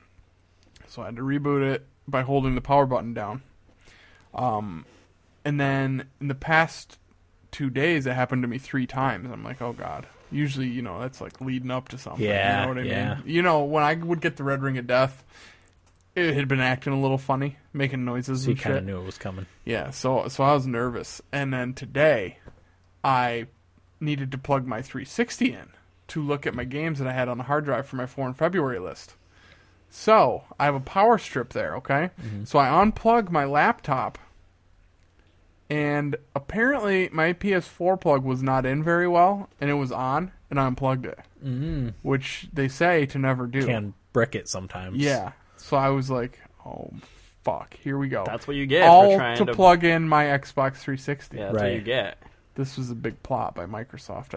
So I had to reboot it by holding the power button down. Um, and then in the past two days, it happened to me three times. I'm like, oh god. Usually, you know, that's like leading up to something. Yeah, you know what I yeah. mean. You know, when I would get the red ring of death, it had been acting a little funny, making noises So you and kind of shit. knew it was coming. Yeah, so so I was nervous, and then today, I needed to plug my 360 in to look at my games that I had on the hard drive for my four in February list. So I have a power strip there, okay? Mm-hmm. So I unplug my laptop, and apparently my PS4 plug was not in very well, and it was on, and I unplugged it, mm. Mm-hmm. which they say to never do. Can brick it sometimes. Yeah. So I was like, oh fuck, here we go. That's what you get All for trying to, to plug in my Xbox 360. Yeah, that's what Right. you get. This was a big plot by Microsoft.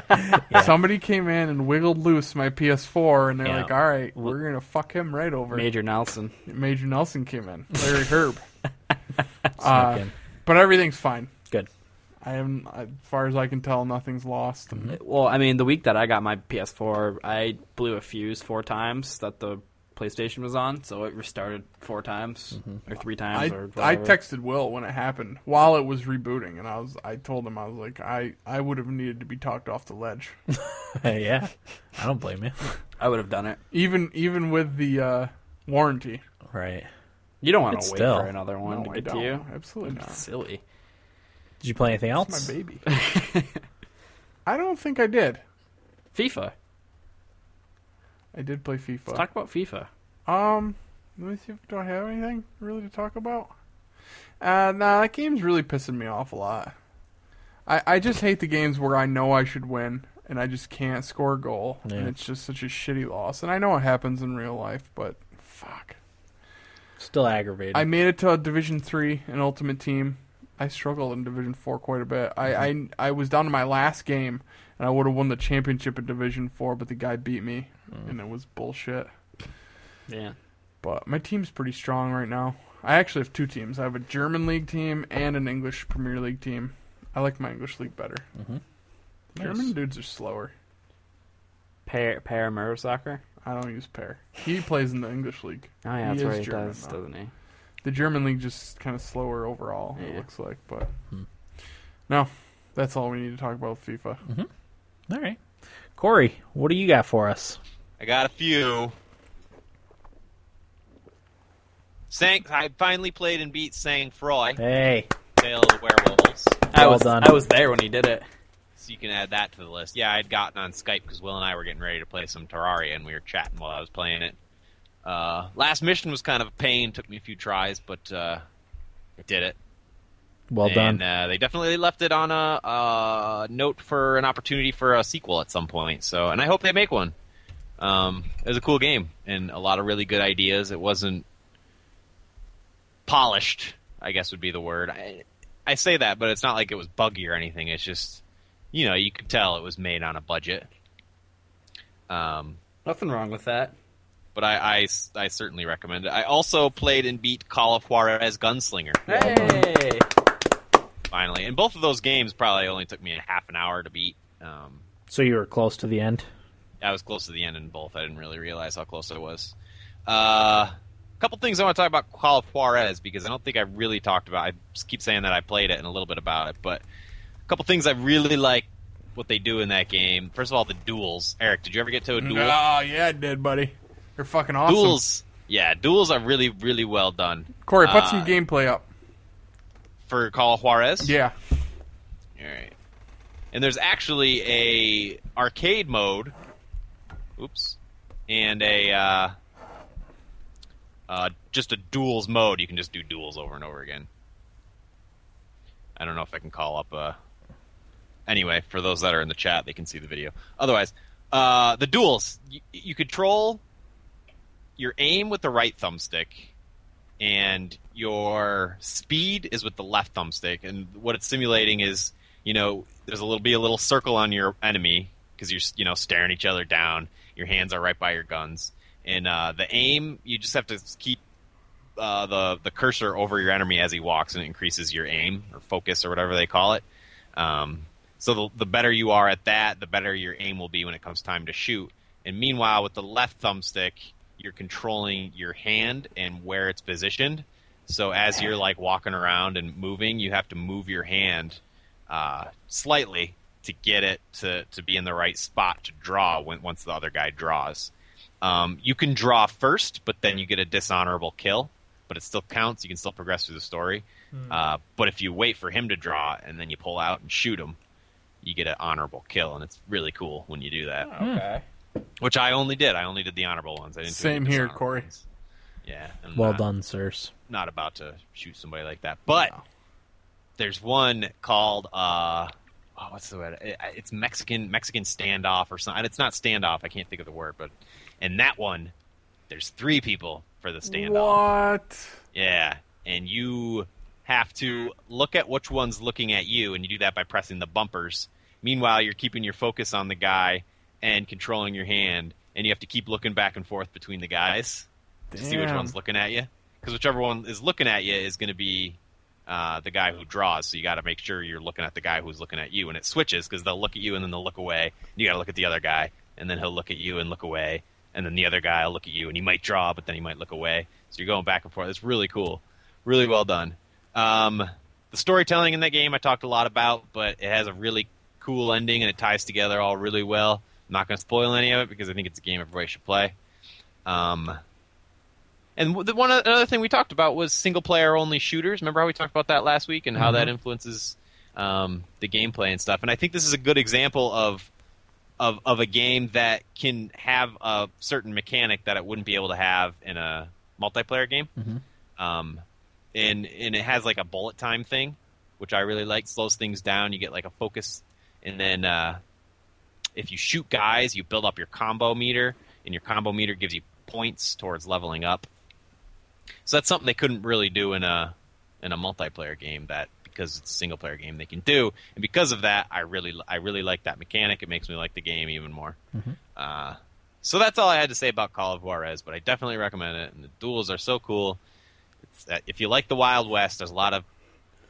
I think somebody came in and wiggled loose my PS4, and they're Yeah. like, "All right, we're gonna fuck him right over." Major Nelson. Major Nelson came in, Larry Herb. Snuck Uh, in. but everything's fine. Good. I am, as far as I can tell, nothing's lost. And Well, I mean, the week that I got my PS4, I blew a fuse four times that the PlayStation was on, so it restarted four times or three I, times. or I whatever. texted Will when it happened while it was rebooting, and I was I told him I was like I, I would have needed to be talked off the ledge, yeah. I don't blame you. I would have done it. even even with the uh, warranty. Right. You don't want It's to wait still- for another one to I get don't. to you. Absolutely not. Silly. Did you play anything My else? baby. I don't think I did. FIFA. I did play FIFA. Talk about FIFA. Um, let me see if do I have anything really to talk about. Uh, nah, that game's really pissing me off a lot. I I just hate the games where I know I should win and I just can't score a goal, Yeah. and it's just such a shitty loss. And I know it happens in real life, but fuck. Still aggravated. I made it to Division Three in Ultimate Team. I struggled in Division Four quite a bit. I, Mm-hmm. I I was down to my last game, and I would have won the championship in Division Four, but the guy beat me, Mm. and it was bullshit. Yeah. But my team's pretty strong right now. I actually have two teams. I have a German league team and an English Premier League team. I like my English league better. Mm-hmm. German dudes are slower. Pair pair mirror soccer. I don't use pair. He plays in the English league. Oh He yeah, that's is right. He German, does, though. doesn't he? The German league just kind of slower overall. It Yeah. looks like, but Hmm. no, that's all we need to talk about with FIFA. All right. Corey, what do you got for us? I got a few. Sang, I finally played and beat Sang Froy, Hey. Tale of the Werewolves. I Well was done. I was there when he did it. So you can add that to the list. Yeah, I'd gotten on Skype because Will and I were getting ready to play some Terraria, and we were chatting while I was playing it. Uh, last mission was kind of a pain; took me a few tries, but uh, I did it. Well and done. uh, they definitely left it on a, a note for an opportunity for a sequel at some point. So, and I hope they make one. Um, it was a cool game and a lot of really good ideas. It wasn't polished, I guess would be the word. I, I say that, but it's not like it was buggy or anything. It's just, you know, you could tell it was made on a budget. Um, Nothing wrong with that. but I, I, I certainly recommend it. I also played and beat Call of Juarez Gunslinger Hey. finally. And both of those games probably only took me a half an hour to beat. Um, So you were close to the end. I was close to the end in both. I didn't really realize how close I was. A uh, couple things I want to talk about Call of Juarez because I don't think I really talked about. I just keep saying that I played it and a little bit about it, but a couple things I really like what they do in that game. First of all, the duels. Eric, did you ever get to a duel? Oh yeah, I did, buddy. They're fucking awesome. Duels. Yeah, duels are really, really well done. Corey, put some Uh, gameplay up. For Call of Juarez? Yeah. All right. And there's actually a arcade mode. Oops. And a uh, uh, just a duels mode. You can just do duels over and over again. I don't know if I can call up. Uh... Anyway, for those that are in the chat, they can see the video. Otherwise, uh, the duels you, you control your aim with the right thumbstick and your speed is with the left thumbstick. And what it's simulating is, you know, there's a little be a little circle on your enemy because you're you know staring each other down. Your hands are right by your guns, and uh, the aim you just have to keep uh, the the cursor over your enemy as he walks, and it increases your aim or focus or whatever they call it. Um, so the, the better you are at that, the better your aim will be when it comes time to shoot. And meanwhile, with the left thumbstick, you're controlling your hand and where it's positioned. So as you're like walking around and moving, you have to move your hand uh, slightly to get it to, to be in the right spot to draw when, once the other guy draws. Um, you can draw first, but then you get a dishonorable kill, but it still counts. You can still Hmm. progress through the story. Uh, but if you wait for him to draw and then you pull out and shoot him, you get an honorable kill, and it's really cool when you do that. Okay. Which I only did. I only did the honorable ones. I didn't. do any Same here, dishonorable Corey. ones. Yeah. uh, I'm Well not- done, sirs. not about to shoot somebody like that. But there's one called uh, oh, what's the word? It- It's Mexican Mexican standoff or something. It's not standoff. I can't think of the word, but and that one, there's three people for the standoff. What? Yeah, and you have to look at which one's looking at you, and you do that by pressing the bumpers. Meanwhile, you're keeping your focus on the guy and controlling your hand, and you have to keep looking back and forth between the guys to see which Damn. one's looking at you. Because whichever one is looking at you is going to be uh, the guy who draws. So you got to make sure you're looking at the guy who's looking at you, and it switches because they'll look at you and then they'll look away. You got to look at the other guy, and then he'll look at you and look away, and then the other guy will look at you, and he might draw, but then he might look away. So you're going back and forth. It's really cool, really well done. Um, the storytelling in that game I talked a lot about, but it has a really cool ending and it ties together all really well. I'm not going to spoil any of it because I think it's a game everybody should play. Um, and w- the one o- another thing we talked about was single player only shooters. Remember how we talked about that last week and how that influences um, the gameplay and stuff. And I think this is a good example of of of a game that can have a certain mechanic that it wouldn't be able to have in a multiplayer game. Um, and and it has like a bullet time thing, which I really like. Slows things down. You get like a focus, and then uh, if you shoot guys, you build up your combo meter, and your combo meter gives you points towards leveling up. So that's something they couldn't really do in a in a multiplayer game that because it's a single player game they can do, and because of that, I really I really like that mechanic. It makes me like the game even more. Uh, so that's all I had to say about Call of Juarez, but I definitely recommend it. And the duels are so cool. It's, uh, if you like the Wild West, there's a lot of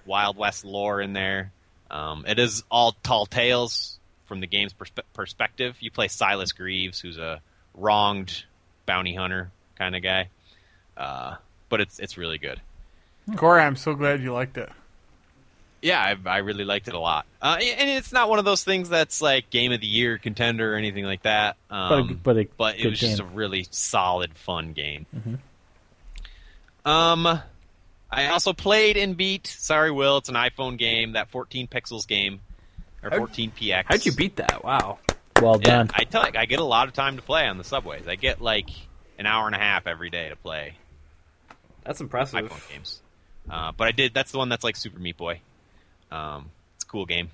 Wild West lore in there. Um, it is all tall tales from the game's perspe- perspective. You play Silas Greaves, who's a wronged bounty hunter kind of guy, uh, but it's it's really good. Hmm. Corey, I'm so glad you liked it. Yeah, I, I really liked it a lot, uh, and it's not one of those things that's like game of the year contender or anything like that. But a- Um, but a but it good was just a game. really solid, fun game. Mm-hmm. Um, I also played and beat. Sorry, Will, it's an iPhone game, that 14 pixels game or 14px. How'd you beat that? Wow. Well Yeah, done. I tell you, I get a lot of time to play on the subways. I get like an hour and a half every day to play That's impressive. iPhone games. Uh, but I did. That's the one that's like Super Meat Boy. Um, it's a cool game.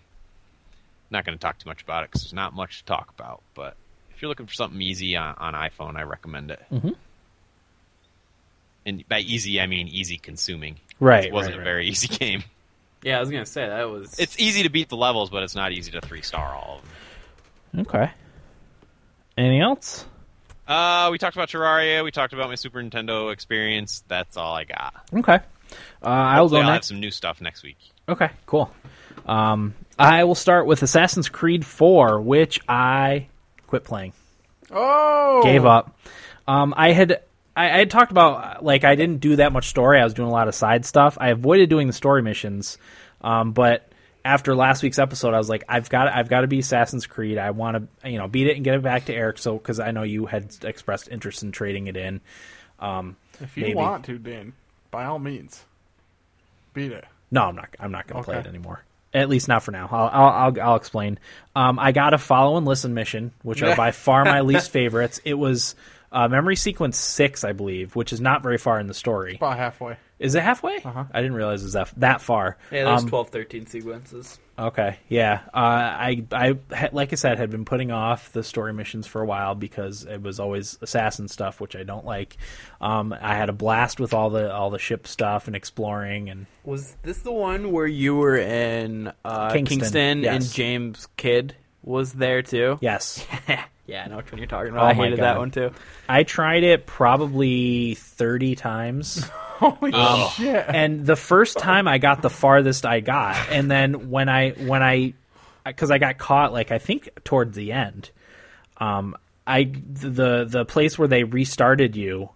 Not going to talk too much about it because there's not much to talk about. But if you're looking for something easy on, on iPhone, I recommend it. Mm-hmm. And by easy, I mean easy consuming. right. It wasn't right, a right. very easy game. Yeah, I was gonna say that was. It's easy to beat the levels, but it's not easy to three star all of them. Okay. Anything else? Uh, we talked about Terraria. We talked about my Super Nintendo experience. That's all I got. Okay. Uh, I'll go Hopefully I'll have next. some new stuff next week. Okay, cool. Um, I will start with Assassin's Creed 4, which I quit playing. Oh, gave up. Um, I had I, I had talked about uh, like I didn't do that much story. I was doing a lot of side stuff. I avoided doing the story missions, um, but after last week's episode, I was like, I've got I've got to be Assassin's Creed. I want to you know beat it and get it back to Eric. So because I know you had expressed interest in trading it in. Um, If you maybe. want to, Dan, by all means, beat it. No, I'm not. I'm not going to play it Okay. anymore. At least not for now. I'll I'll, I'll, I'll explain. Um, I got a follow and listen mission, which are by far my least favorites. It was uh, memory sequence six, I believe, which is not very far in the story. About halfway. Is it halfway? I didn't realize it was that, that far. yeah, there's Um, 12, 13 sequences. Okay, yeah. Uh, I, I, had- like I said, had been putting off the story missions for a while because it was always assassin stuff, which I don't like. Um, I had a blast with all the all the ship stuff and exploring, and Was this the one where you were in uh, Kingston, Kingston, yes. and James Kidd was there too? yes, yeah, I know which one you're talking about. Oh I my hated God. that one too. I tried it probably thirty times. Holy shit! and the first time I got the farthest I got, and then when I when I because I got caught like I think towards the end, um, I the the place where they restarted you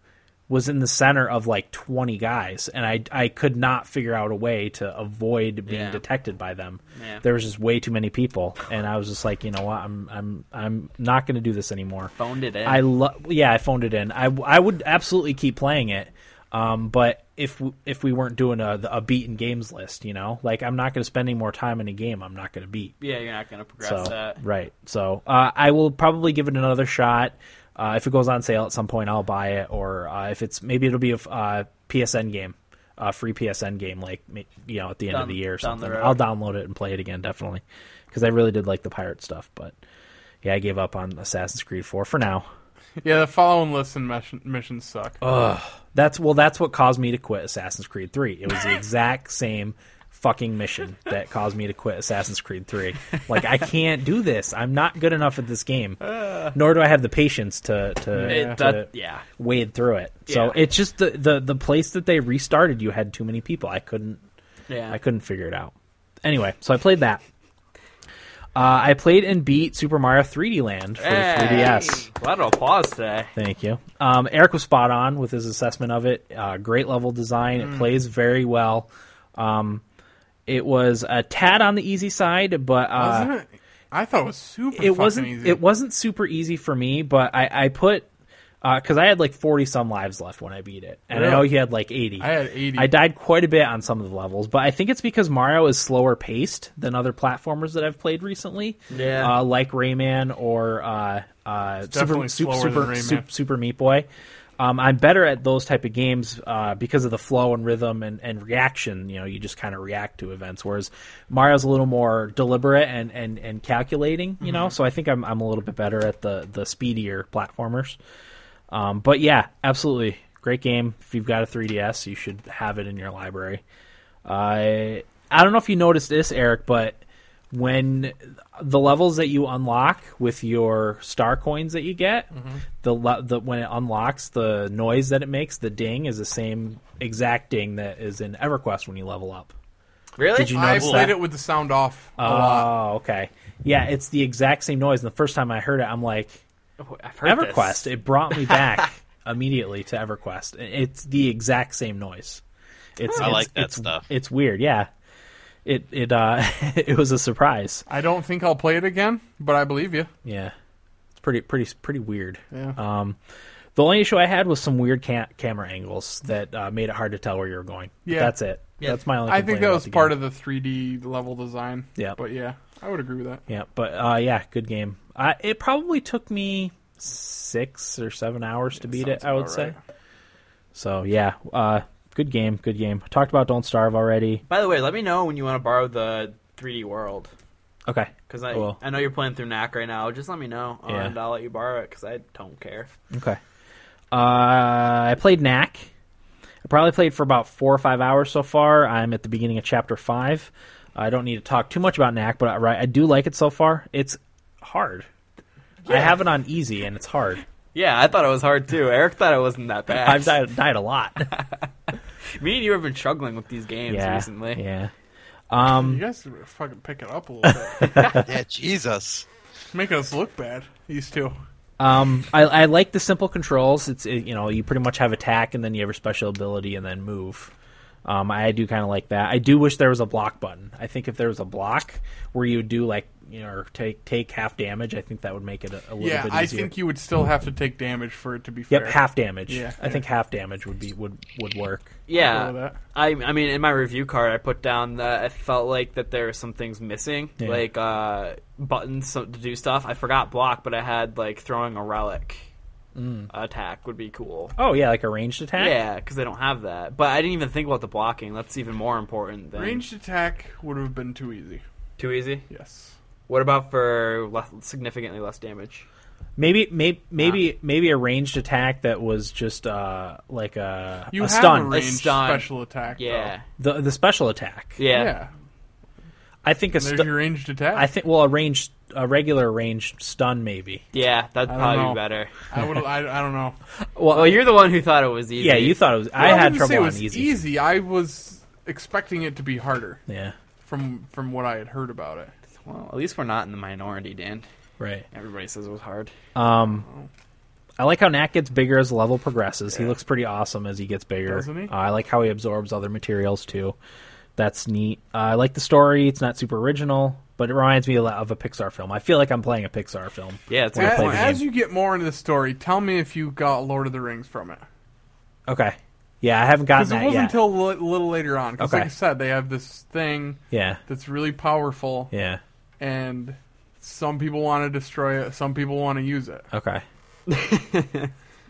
was in the center of like twenty guys, and I I could not figure out a way to avoid being Yeah. detected by them. Yeah. There was just way too many people, and I was just like, you know what, I'm I'm I'm not going to do this anymore. Phoned it in. I love. Yeah, I phoned it in. I, I would absolutely keep playing it, um, but if w- if we weren't doing a the- a beaten games list, you know, like I'm not going to spend any more time in a game I'm not going to beat. Yeah, you're not going to So progress that. right, so uh, I will probably give it another shot. Uh, if it goes on sale at some point, I'll buy it, or uh, if it's maybe it'll be a f- uh, PSN game, a free PSN game, like ma- you know at the end of Down- the year or down the something. road. I'll download it and play it again definitely because I really did like the pirate stuff, but. Yeah, I gave up on Assassin's Creed 4 for now. Yeah, the following lists and mission, missions suck. Oh. That's well, that's what caused me to quit Assassin's Creed 3. It was the exact same fucking mission that caused me to quit Assassin's Creed 3. Like I can't do this. I'm not good enough at this game. Nor do I have the patience to to, It- to Ah. Eh, that- yeah. wade through it. So Yeah. it's just the, the the place that they restarted you had too many people. I couldn't Yeah. I couldn't figure it out. Anyway, so I played that. Uh, I played and beat Super Mario 3D Land for Hey. 3DS. A lot of applause today. Thank you. Um, Eric was spot on with his assessment of it. Uh, great level design. Mm. It plays very well. Um, it was a tad on the easy side, but Wasn't uh, it? I thought it was super. it fucking wasn't. Easy. It wasn't super easy for me, but I, I put because I had like forty some lives left when I beat it, and I know Really? you had like eighty. I had 80. I died quite a bit on some of the levels, but I think it's because Mario is slower paced than other platformers that I've played recently. Yeah. uh, like Rayman or uh, uh, Super definitely Super slower than Super, Rayman. Sup- Super Meat Boy. Um, I'm better at those type of games uh, because of the flow and rhythm and, and reaction. You know, you just kind of react to events, whereas Mario's a little more deliberate and, and, and calculating. You Mm-hmm. know, so I think I'm I'm a little bit better at the the speedier platformers. Um, but yeah, absolutely great game. If you've got a 3DS, you should have it in your library. I I don't know if you noticed this, Eric, but when the levels that you unlock with your star coins that you get, the, le- the when it unlocks, the noise that it makes, the ding is the same exact ding that is in EverQuest when you level up. Really? Did you I notice played that? it with the sound off a lot. Oh, okay. Yeah, it's the exact same noise. And the first time I heard it, I'm like, I've heard this. EverQuest. It brought me back immediately to EverQuest. I- It's the exact same noise. It's, I it's- like that it's- stuff. It's weird, yeah. It it uh it was a surprise. I don't think I'll play it again, but I believe you. Yeah, it's pretty pretty pretty weird. Yeah. Um, the only issue I had was some weird ca- camera angles that uh, made it hard to tell where you were going. Yeah. that's it. Yeah. That's my only. I think that was part of the 3D level design. Yeah. But yeah, I would agree with that. Yeah, but uh, yeah, good game. I, it probably took me six or seven hours to beat it. sounds I would about say. right. So yeah, uh, good game, good game. Talked about Don't Starve already. By the way, let me know when you want to borrow the 3D World. Okay, Because I, Cool. I know you're playing through NAC right now. Just let me know, Yeah. and I'll let you borrow it because I don't care. okay. Uh, I played Knack. I probably played for about four or five hours so far. I'm at the beginning of chapter five. I don't need to talk too much about Knack, but I, right, I do like it so far. It's hard. I have it on easy, and it's hard. Yeah, I thought it was hard too. Eric thought it wasn't that bad. I've died, died a lot. Me and you have been struggling with these games recently. yeah. Um, You guys should fucking pick it up a little bit. Yeah, Jesus. Making us look bad, these two. Um, I, I like the simple controls. It's it, you know you pretty much have attack and then you have your special ability and then move. Um, I do kind of like that. I do wish there was a block button. I think if there was a block where you do like you know or take take half damage, I think that would make it a, a little Yeah, bit I easier. think you would still have to take damage for it to be yep, fair. half damage. Yeah, I think half damage would be would would work. Go with Yeah, that. I, I mean, in my review card, I put down that I felt like that there were some things missing, Yeah. like uh, buttons so- to do stuff. I forgot block, but I had like throwing a relic Mm. attack would be cool. Oh yeah, like a ranged attack. Yeah, because they don't have that. But I didn't even think about the blocking. That's even more important than Ranged attack would have been too easy. too easy. Yes. What about for less, significantly less damage? Maybe maybe maybe Ah. maybe a ranged attack that was just uh like a You a have stun. a ranged stun. special attack. Yeah, the the special attack. Though. yeah. Oh. Yeah. I think a There's stu- your ranged attack. I think well a ranged a regular ranged stun maybe. Yeah, that'd don't probably know. be better. I would. I, I don't know. Well, you're the one who thought it was easy. Yeah, you thought it was. I Well, had wouldn't trouble say it on was easy. easy. I was expecting it to be harder Yeah, from from what I had heard about it. Well, at least we're not in the minority, Dan. right. Everybody says it was hard. Um, I like how Nat gets bigger as the level progresses. He looks pretty awesome as he gets bigger. Doesn't he? Uh, I like how he absorbs other materials too. That's neat. Uh, I like the story. It's not super original, but it reminds me a lot of a Pixar film. I feel like I'm playing a Pixar film. Yeah, it's a We're good gonna As, play point. the as you get more into the story, tell me if you got Lord of the Rings from it. Okay. Yeah, I haven't gotten Because it that wasn't yet. until a li- little later on. Because Okay. like I said, they have this thing yeah, that's really powerful, yeah. and some people want to destroy it. Some people want to use it. Okay.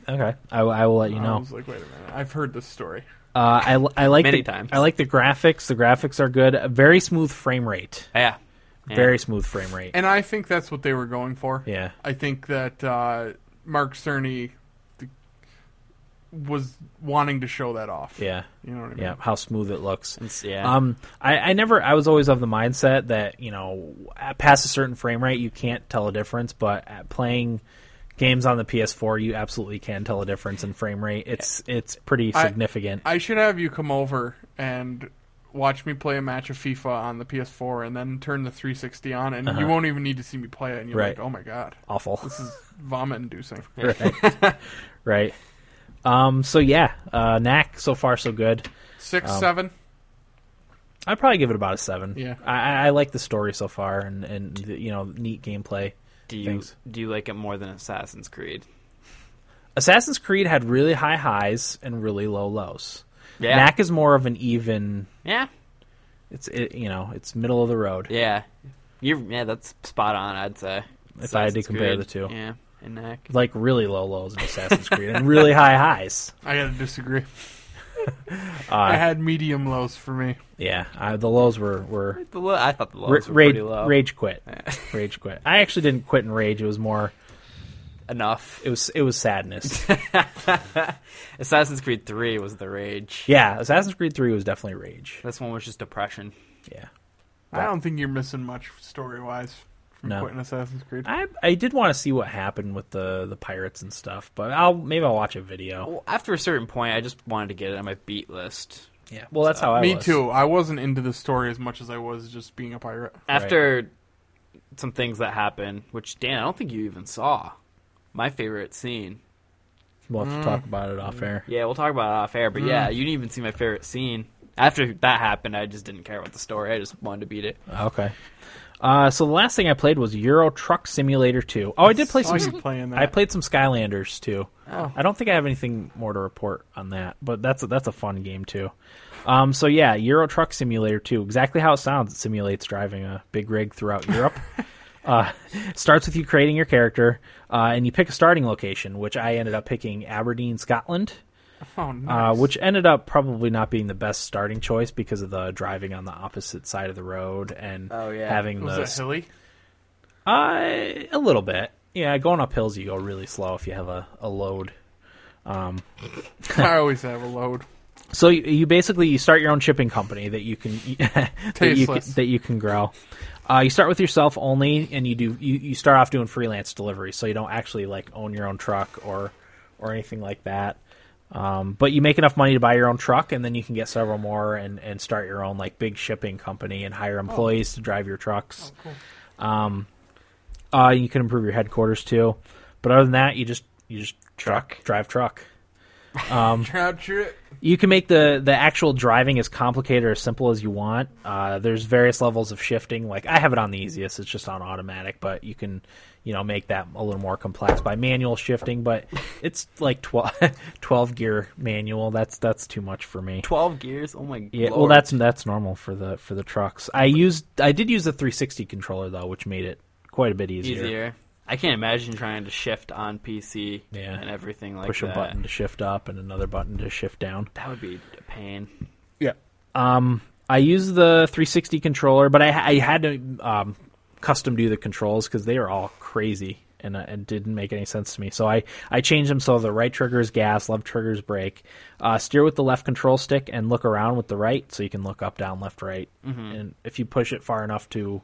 okay. I, will- I will let you I know. was like, wait a minute, I've heard this story. Uh, I, li- I like Many the, times. I like the graphics. The graphics are good. A very smooth frame rate. Yeah. Very smooth frame rate. And I think that's what they were going for. Yeah. I think that uh, Mark Cerny th- was wanting to show that off. Yeah. You know what I mean? Yeah, how smooth it looks. yeah. Um, I, I never, I was always of the mindset that you know, at- past a certain frame rate, you can't tell a difference. But at playing games on the PS4, you absolutely can tell a difference in frame rate. It's it's pretty I- significant. I should have you come over and watch me play a match of FIFA on the PS4 and then turn the 360 on, and you won't even need to see me play it. And you're Uh-huh. Right. like, oh my god, Awful, this is vomit inducing. right? Um, so yeah, uh, Knack so far so good. Six, Um, seven. I'd probably give it about a seven. Yeah. I, I- I like the story so far, and and the, you know, neat gameplay. do you thanks. do you like it more than Assassin's Creed? Assassin's Creed had really high highs and really low lows. Yeah. Knack is more of an even. Yeah. It's it, you know, it's middle of the road. Yeah. You yeah, that's spot on, I'd say. If I had to Assassin's compare Creed, the two. Yeah. And Knack. like really low lows in Assassin's Creed and really high highs. I gotta disagree. Uh, I had medium lows for me. Yeah, I, the lows were were, The lo- I thought the ra- lows were rage, pretty low. rage quit, rage quit. I actually didn't quit in rage. It was more Enough. it was it was sadness. Assassin's Creed 3 was the rage. yeah, Assassin's Creed Three was definitely rage. This one was just depression. Yeah, I don't think you're missing much story wise from No. quitting Assassin's Creed. I I did want to see what happened with the the pirates and stuff, but I'll maybe I'll watch a video. Well, after a certain point, I just wanted to get it on my beat list. Yeah, well that's how I Me was. too. I wasn't into the story as much as I was just being a pirate. After some things that happen, which Dan, I don't think you even saw. My favorite scene. We'll have to Mm. talk about it off air. Yeah, we'll talk about it off air, but Mm. yeah, you didn't even see my favorite scene. After that happened, I just didn't care about the story. I just wanted to beat it. Okay. Uh, so the last thing I played was Euro Truck Simulator 2. Oh, I did play Saw some you playing that. I played some Skylanders too. I don't think I have anything more to report on that, but that's a, that's a fun game too. Um, so yeah, Euro Truck Simulator 2, exactly how it sounds. It simulates driving a big rig throughout Europe. uh, starts with you creating your character, uh, and you pick a starting location, which I ended up picking Aberdeen, Scotland. Oh no. Uh, which ended up probably not being the best starting choice because of the driving on the opposite side of the road and Oh, yeah. having was the that hilly? uh, a little bit. Yeah, going up hills you go really slow if you have a, a load. I always have a load. So you, you basically you start your own shipping company that you can that you can, Tasteless. that you can grow. Uh, you start with yourself only, and you do you, you start off doing freelance delivery, so you don't actually like own your own truck or or anything like that. Um, but you make enough money to buy your own truck, and then you can get several more and and start your own like big shipping company and hire employees to drive your trucks. Um, uh, you can improve your headquarters too, but other than that, you just you just truck drive truck. Trout trip. You can make the the actual driving as complicated or as simple as you want. Uh, there's various levels of shifting. Like I have it on the easiest; it's just on automatic. But you can, you know, make that a little more complex by manual shifting. But it's like 12, 12 gear manual. That's that's too much for me. 12 gears? Oh my Yeah, well, lord. that's that's normal for the for the trucks. I used I did use the 360 controller though, which made it quite a bit easier. easier. I can't imagine trying to shift on PC Yeah. and everything like Push that. a button to shift up and another button to shift down. That would be a pain. I used the 360 controller, but I, I had to um, custom do the controls because they are all crazy and uh, and didn't make any sense to me. So I I changed them so the right trigger is gas, left trigger is brake. Uh, steer with the left control stick and look around with the right, so you can look up, down, left, right. And if you push it far enough to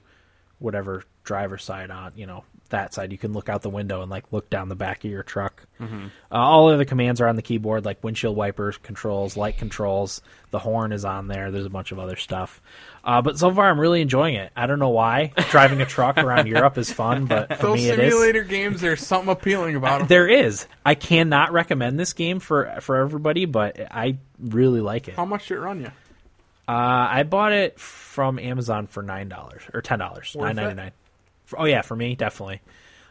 whatever driver side on you know that side you can look out the window and like look down the back of your truck Mm-hmm. uh, all other commands are on the keyboard like windshield wipers controls light controls the horn is on there there's a bunch of other stuff uh, but so far i'm really enjoying it i don't know why driving a truck around europe is fun but for Those me it is simulator games, there's something appealing about them. there is i cannot recommend this game for for everybody but i really like it How much did it run you? uh, I bought it from Amazon for nine dollars or ten dollars, Worth nine it? ninety nine. Oh yeah, for me definitely.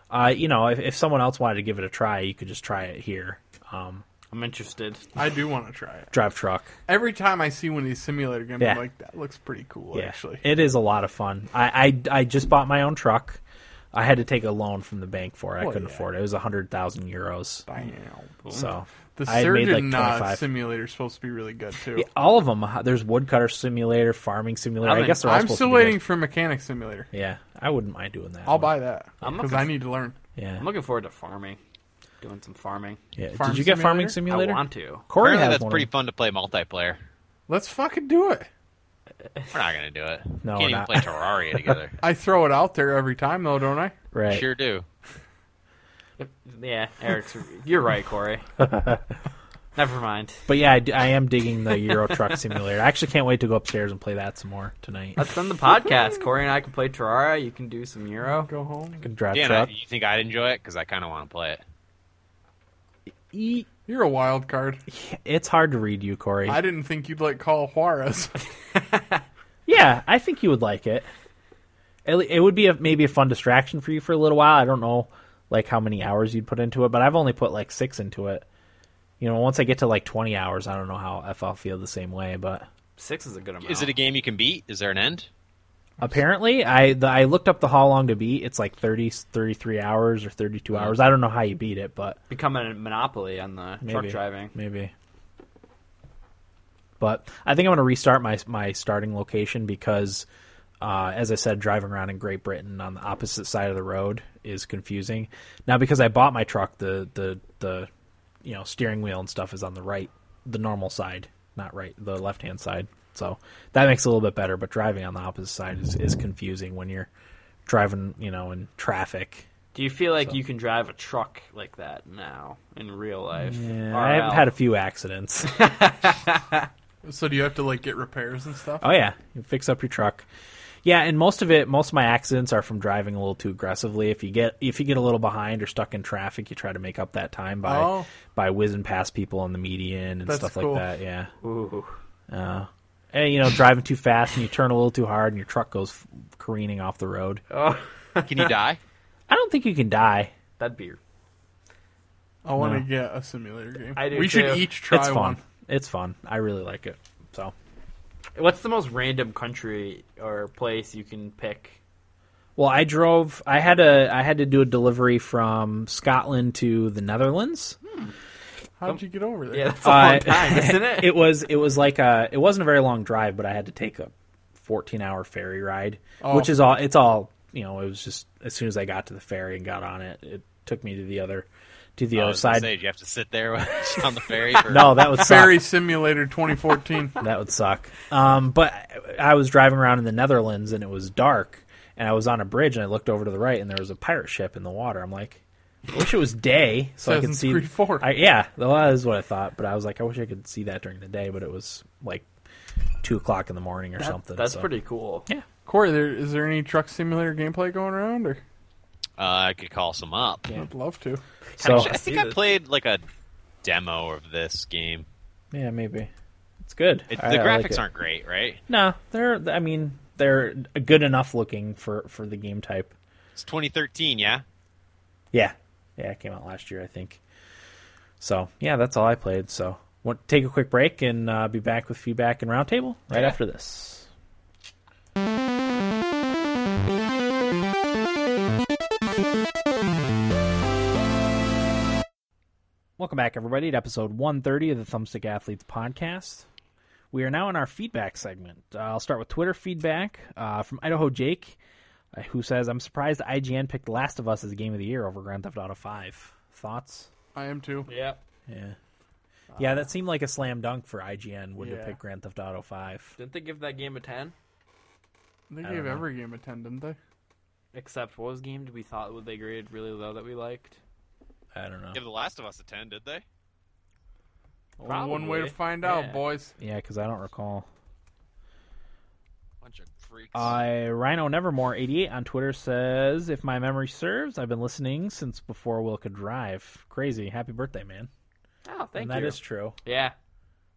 Uh, you know, if, if someone else wanted to give it a try, you could just try it here. Um, I'm interested. I do want to try it. drive truck. Every time I see one of these simulator games, Yeah. I'm like, that looks pretty cool, Yeah, actually. it is a lot of fun. I, I I just bought my own truck. I had to take a loan from the bank for it. I Well, couldn't yeah. afford it. It was hundred thousand euros. Damn. So The I had made like surgeon twenty uh, five. simulator is supposed to be really good too. Yeah, all of them. There's woodcutter simulator, farming simulator. I'm I in- guess they're all I'm supposed still to be good. waiting for mechanic simulator. Yeah, I wouldn't mind doing that. I'll buy that I'm because looking I f- need to learn. Yeah. I'm looking forward to farming, doing some farming. yeah. Did you Farm get farming I simulator? want to. Corey Apparently, has that's one. pretty fun to play multiplayer. Let's fucking do it. We're not gonna do it. No, Can't we're even not. play Terraria together. I throw it out there every time though, don't I? right. Sure do. Yeah, Eric's. you're right, Corey. Never mind. But yeah, I, d- I am digging the Euro Truck Simulator. I actually can't wait to go upstairs and play that some more tonight. I Let's end the podcast. Corey and I can play Terraria. You can do some Euro. Go home. can drive Dan, I, truck. you think I'd enjoy it? Because I kind of want to play it. E- You're a wild card. It's hard to read you, Corey. I didn't think you'd like Call Juarez. Yeah, I think you would like it. At le- It would be a, maybe a fun distraction for you for a little while. I don't know like how many hours you'd put into it, but I've only put like six into it. You know, once I get to like twenty hours, I don't know how if I'll feel the same way. But Six is a good amount. Is it a game you can beat? Is there an end? apparently, I the, I looked up the how long to beat. It's like 30, 33 hours or thirty two hours. I don't know how you beat it, but become a monopoly on the truck Maybe. driving? Maybe. But I think I'm going to restart my my starting location because, uh, as I said, driving around in Great Britain on the opposite side of the road is confusing. Now because I bought my truck, the the the you know steering wheel and stuff is on the right, the normal side, not right, the left hand side. So that makes it a little bit better. But driving on the opposite side is, is confusing when you're driving, you know, in traffic. Do you feel like you can drive a truck like that now in real life? Yeah, I have RL? had a few accidents. so do you have to like get repairs and stuff? Oh yeah, you fix up your truck. Yeah, and most of it, most of my accidents are from driving a little too aggressively. If you get if you get a little behind or stuck in traffic, you try to make up that time by Oh. by whizzing past people on the median and That's stuff cool. like that. Yeah, Ooh. uh, and you know, driving too fast and you turn a little too hard and your truck goes f- careening off the road. Can you die? I don't think you can die. That'd be. I want to No. get a simulator game. I do we too. should each try it's fun. one. It's fun. I really like it. So What's the most random country or place you can pick? Well, I drove. I had a. I had to do a delivery from Scotland to the Netherlands. How'd you get over there? Yeah, that's a long Uh, time, isn't it? it was it was like a it wasn't a very long drive, but I had to take a 14 hour ferry ride, Oh. which is all it's all you know. It was just as soon as I got to the ferry and got on it, it took me to the other to Oh, the I other was gonna side. say, do you have to sit there on the ferry. For... No, that would suck. Ferry Simulator 2014. That would suck. Um, but I was driving around in the Netherlands and it was dark, and I was on a bridge and I looked over to the right and there was a pirate ship in the water. I'm like. I wish it was day so I could Assassin's see. Creed 4. I, yeah, well, that is what I thought, but I was like, I wish I could see that during the day, but it was like two o'clock in the morning or something. That's so. pretty cool. Corey, there, is there any truck simulator gameplay going around? Or Uh, I could call some up. I'd love to. So Actually, I think I played like a demo of this game. yeah, maybe it's good. It, I- the I like graphics it. aren't great, right? No, they're. I mean, they're good enough looking for for the game type. It's 2013, yeah. Yeah, yeah, it came out last year, I think. So yeah, that's all I played. So want take a quick break and uh, be back with feedback and roundtable right Yeah. after this. Welcome back, everybody, to episode 130 of the Thumbstick Athletes podcast. We are now in our feedback segment. Uh, I'll start with Twitter feedback uh, from Idaho Jake, uh, who says, "I'm surprised IGN picked Last of Us as game of the year over Grand Theft Auto 5. Thoughts? I am too. Yeah. Yeah, yeah, that seemed like a slam dunk for IGN would Yeah. have picked Grand Theft Auto 5. Didn't they give that game a ten? They don't gave know. every game a 10, didn't they? Except what was the game? Did we thought they graded really low that we liked? I don't know. Give The Last of Us a 10, did they? Only One way to Probably. find Yeah. out, boys. Yeah, because I don't recall. Bunch of freaks. Uh, Rhino Nevermore 88 on Twitter says, "If my memory serves, I've been listening since before Will could drive. Crazy. Happy birthday, man. Oh, thank and that you. is true. Yeah.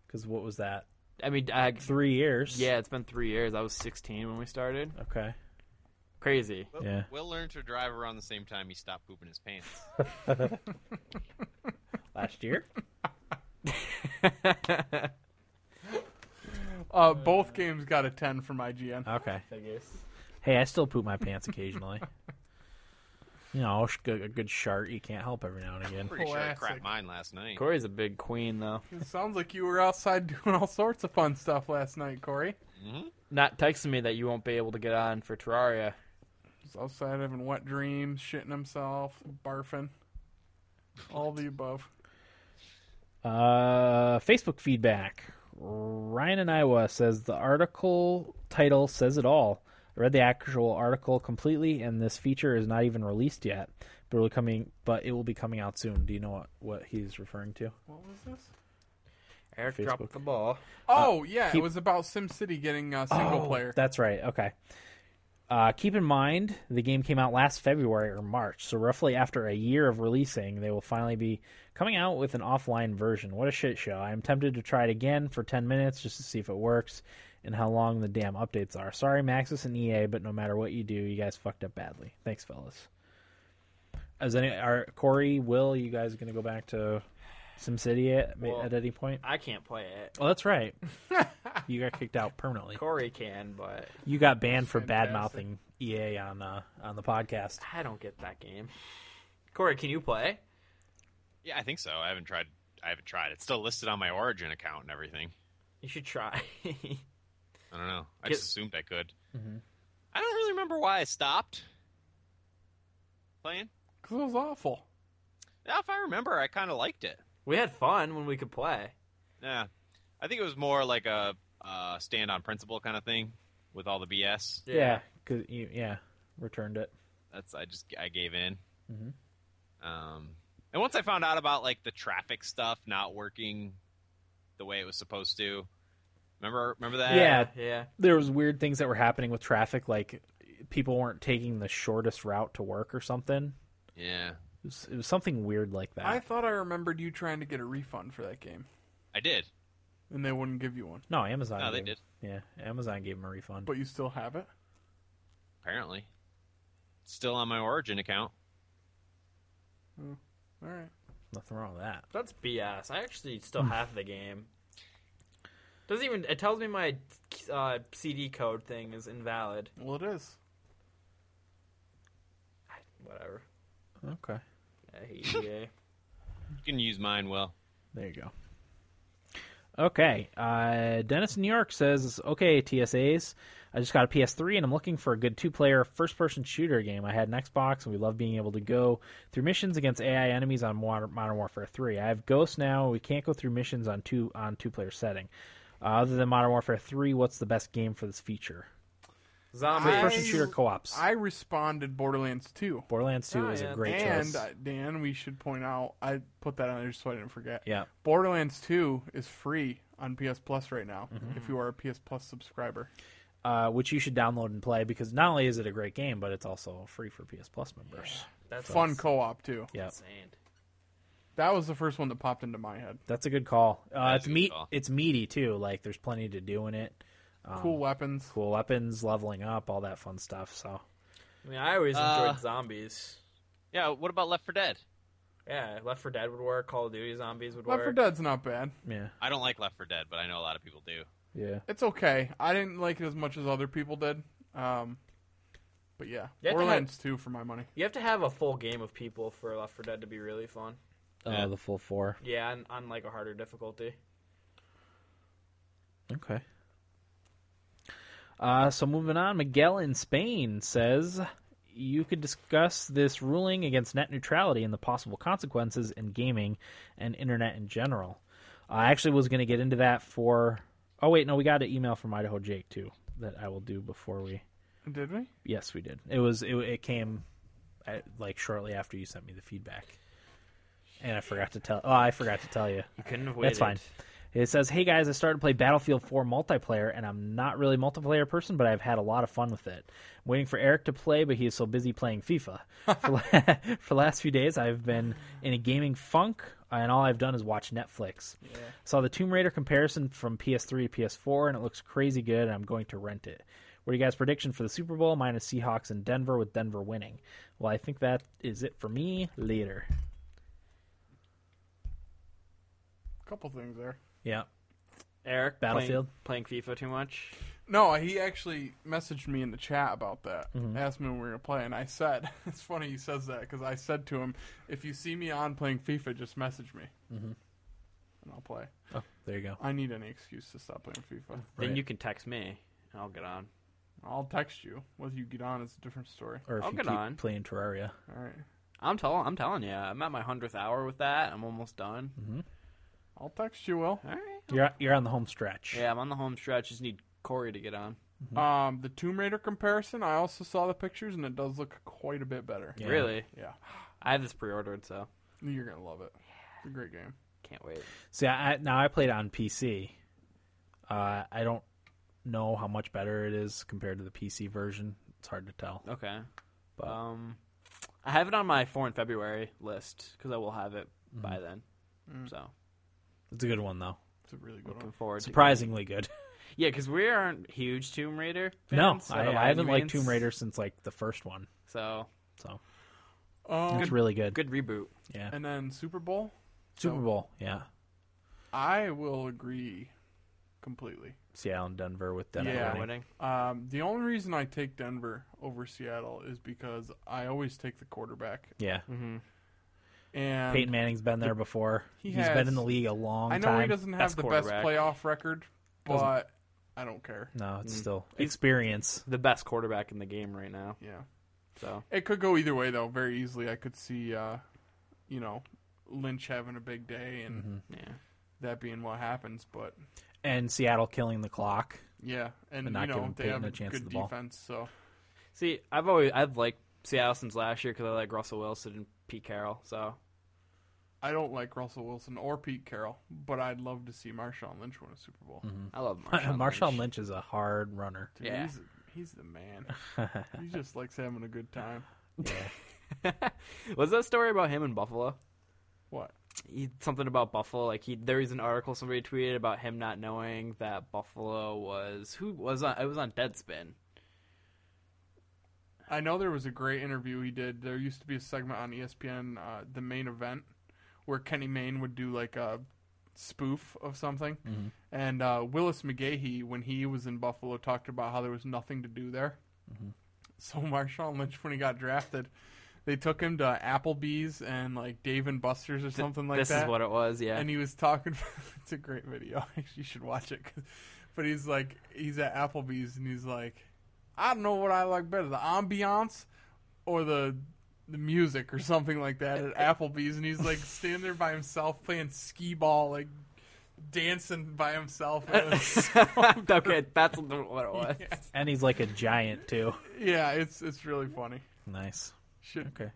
Because what was that? I mean, I, Three years. yeah, it's been three years. I was 16 when we started. Okay. Crazy. Will, yeah. Will learned to drive around the same time he stopped pooping his pants. Last year. Uh, both games got a 10 from IGN. Okay. Figures. Hey, I still poop my pants occasionally. you know, sh- a good shart you can't help every now and again. Pretty sure I Classic. crapped mine last night. Corey's a big queen, though. It sounds like you were outside doing all sorts of fun stuff last night, Corey. Not texting me that you won't be able to get on for Terraria. Just outside having wet dreams, shitting himself, barfing. All the above. Uh, Facebook feedback. Ryan in Iowa says the article title says it all. I read the actual article completely, and this feature is not even released yet, but it will coming, but it will be coming out soon. Do you know what, what he's referring to? What was this? Eric Facebook. dropped the ball. Oh, yeah, keep- Oh. it was about SimCity getting a single player. That's right. Okay. Uh, keep in mind, the game came out last February or March, so roughly after a year of releasing, they will finally be coming out with an offline version. What a shit show! I am tempted to try it again for 10 minutes just to see if it works and how long the damn updates are. Sorry, Maxis and EA, but no matter what you do, you guys fucked up badly. Thanks, fellas. Is any are Corey, Will, you guys going to go back to SimCity at, Well- at any point? I can't play it. Well, that's right. you got kicked out permanently. Corey can, but You got banned for bad Fantastic. mouthing EA on uh, on the podcast. I don't get that game. Corey, can you play? Yeah, I think so. I haven't tried. I haven't tried. It's still listed on my Origin account and everything. You should try. I don't know. I Get- just assumed I could. I don't really remember why I stopped playing. Because it was awful. Now, if I remember, I kind of liked it. we had fun when we could play. Yeah, I think it was more like a uh, stand on principle kind of thing with all the BS. Yeah, 'cause you yeah returned it. That's I just I gave in. Um, and once I found out about like the traffic stuff not working the way it was supposed to, remember remember that? Yeah. Yeah. There was weird things that were happening with traffic, like people weren't taking the shortest route to work or something. yeah. It was, it was something weird like that. I thought I remembered you trying to get a refund for that game, I did. and they wouldn't give you one. no, Amazon. No, they gave- Yeah, Amazon gave him a refund. But you still have it? Apparently, It's still on my Origin account. All right. Nothing wrong with that. That's BS. I actually still have the game. Doesn't even. It tells me my uh, CD code thing is invalid. Well, it is. Whatever. Okay, I hate E EA. You can use mine well. there you go. Okay, uh, Dennis in New York says, "Okay, TSAs, I just got a PS3 and I'm looking for a good two-player first-person shooter game. I had an Xbox and we love being able to go through missions against AI enemies on Modern Modern Warfare 3. I have Ghost now. We can't go through missions on two on two-player setting. Uh, other than Modern Warfare 3, what's the best game for this feature? Zombie. First-person I- shooter co-ops. I responded Borderlands 2. Borderlands 2 Oh, is yeah. a great and choice. uh, Dan, we should point out I put that on there just so I didn't forget. Yeah. Borderlands 2 is free on PS Plus right now Mm-hmm. if you are a PS Plus subscriber. uh, which you should download and play because not only is it a great game, but it's also free for PS Plus members. That's Fun co-op too. Yeah. Insane. That was the first one that popped into my head. That's a good call. Uh, is it's a good meat. call. It's meaty too. Like there's plenty to do in it. Um, cool weapons. Cool weapons, leveling up, all that fun stuff. So I mean, I always Uh, enjoyed zombies. Yeah. What about Left 4 Dead? Yeah, Left for Dead would work. Call of Duty zombies would Left work. 4 Dead's not bad. yeah, I don't like Left 4 Dead, but I know a lot of people do. yeah. It's okay. I didn't like it as much as other people did. Um, but yeah, You have to Borderlands 2 for my money. You have to have a full game of people for Left for Dead to be really fun. Uh, the full four. Yeah, on, on like a harder difficulty. Okay. Uh, so moving on, Miguel in Spain says you could discuss this ruling against net neutrality and the possible consequences in gaming and internet in general. I actually was going to get into that for. Oh wait, no, we got an email from Idaho Jake too that I will do before we. Did we? Yes, we did. It was it, it came at, like shortly after you sent me the feedback, and I forgot to tell. Oh, I forgot to tell you. You couldn't have That's fine. It says, "Hey guys, I started to play Battlefield 4 multiplayer, and I'm not really a multiplayer person, but I've had a lot of fun with it. I'm waiting for Eric to play, but he is so busy playing FIFA. for, la- for the last few days, I've been in a gaming funk, and all I've done is watch Netflix. Saw the Tomb Raider comparison from PS3 to PS4, and it looks crazy good. And I'm going to rent it. What are you guys' prediction for the Super Bowl? Mine is Seahawks and Denver, with Denver winning. Well, I think that is it for me. Later. couple things there. Yeah. Eric Battlefield? playing, playing FIFA too much. No, he actually messaged me in the chat about that. Mm-hmm. Asked me when we were playing. I said, "It's funny he says that because I said to him, if you see me on playing FIFA, just message me, mm-hmm. and I'll play. Oh, there you go. I need any excuse to stop playing FIFA. Right. Then you can text me, and I'll get on. I'll text you. Whether you get on is a different story. Or if I'll you get keep on. playing Terraria. All right, I'm telling, I'm telling you, I'm at my hundredth hour with that. I'm almost done. Mm-hmm. I'll text you. Will All right. You're you're on the home stretch. Yeah, I'm on the home stretch. Just need Corey to get on. Mm-hmm. um, the Tomb Raider comparison? I also saw the pictures, and it does look quite a bit better. Yeah. Really, Yeah, I have this pre-ordered, so you're gonna love it. It's a great game. can't wait. See, I, I- now I played on PC. Uh, I don't know how much better it is compared to the PC version. It's hard to tell. Okay. But- um, I have it on my four in February list because I will have it Mm-hmm. by then. So It's a good one though. It's a really good looking one. forward. to Surprisingly good. getting- yeah, because we aren't huge Tomb Raider. no, Fans, I, by I haven't any liked means. Tomb Raider since like the first one. So So Um, it's really good. good reboot. Yeah. and then Super Bowl. Super Bowl. Yeah. I will agree completely. Seattle and Denver with Denver Yeah. winning. Winning. Um, the only reason I take Denver over Seattle is because I always take the quarterback. Yeah. And Peyton Manning's been there before. Mm-hmm. He has been has. in the league a long I know time. he doesn't have Best the best quarterback. playoff record, but I don't care. No, it's still experience. The best quarterback in the game right now. Yeah. So It could go either way though, very easily. I could see uh, you know, Lynch having a big day and Mm-hmm. yeah. that being what happens, but And Seattle killing the clock. yeah, and, And not you know, giving they Peyton have a a chance at good the ball. defense, so See, I've always I've liked Seattle since last year because I like Russell Wilson and Pete Carroll. So I don't like Russell Wilson or Pete Carroll, but I'd love to see Marshawn Lynch win a Super Bowl. I love Marshawn. Mm. Marshawn Lynch. Lynch. is a hard runner. Dude, Yeah. he's, he's the man. he just likes having a good time. Was that story about him in Buffalo? What? He, something about Buffalo. Like he, there was an article somebody tweeted about him not knowing that Buffalo was who was on. It was on Deadspin. I know there was a great interview he did. There used to be a segment on ESPN, uh, the main event, where Kenny Mayne would do like a spoof of something. Mm-hmm. And uh, Willis McGahee, when he was in Buffalo, talked about how there was nothing to do there. Mm-hmm. So Marshawn Lynch, when he got drafted, they took him to Applebee's and like Dave and Buster's or something like this that. is what it was. Yeah, and he was talking. it's a great video. you should watch it. 'cause- but he's like, he's at Applebee's, and he's like, I don't know what I like better, the ambiance or the the music or something like that at Applebee's. And he's like standing there by himself playing skee ball, like dancing by himself. And it was- okay, that's what it was. And he's like a giant too. yeah, it's it's really funny. Nice. Should Okay.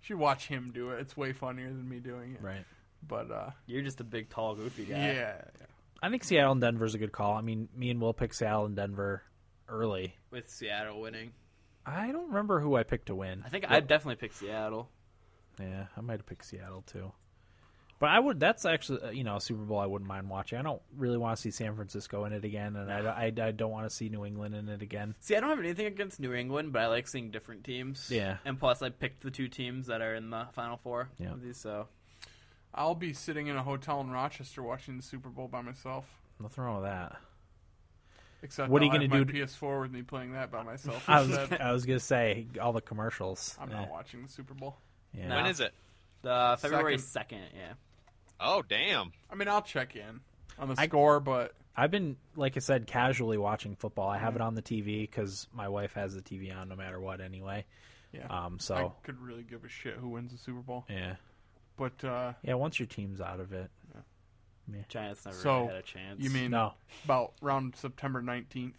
should watch him do it. It's way funnier than me doing it. Right. But uh, You're just a big, tall, goofy guy. yeah, I think Seattle and Denver's a good call. I mean, me and Will pick Seattle and Denver early. With Seattle winning, I don't remember who I picked to win. I think I definitely picked Seattle. Yeah, I might have picked Seattle too. But I would. That's actually uh, you know a Super Bowl I wouldn't mind watching. I don't really want to see San Francisco in it again, and I, I, I don't want to see New England in it again. See, I don't have anything against New England, but I like seeing different teams. Yeah. and plus, I picked the two teams that are in the Final Four. Yeah. of these, so I'll be sitting in a hotel in Rochester watching the Super Bowl by myself. Nothing wrong with that. Except What are you I'll have gonna my do to- PS4 with me playing that by myself. I was instead. I was gonna say all the commercials. I'm Eh, not watching the Super Bowl. yeah. No. When is it? uh, February Second. second. Yeah, Oh, damn. I mean, I'll check in on the score, but I've been, like I said, casually watching football. I have Mm-hmm. it on the TV because my wife has the TV on no matter what, anyway. yeah, Um, I so could really give a shit who wins the Super Bowl. yeah, But uh, yeah. Once your team's out of it, Giants never So, really had a chance. you mean no, about round September 19th,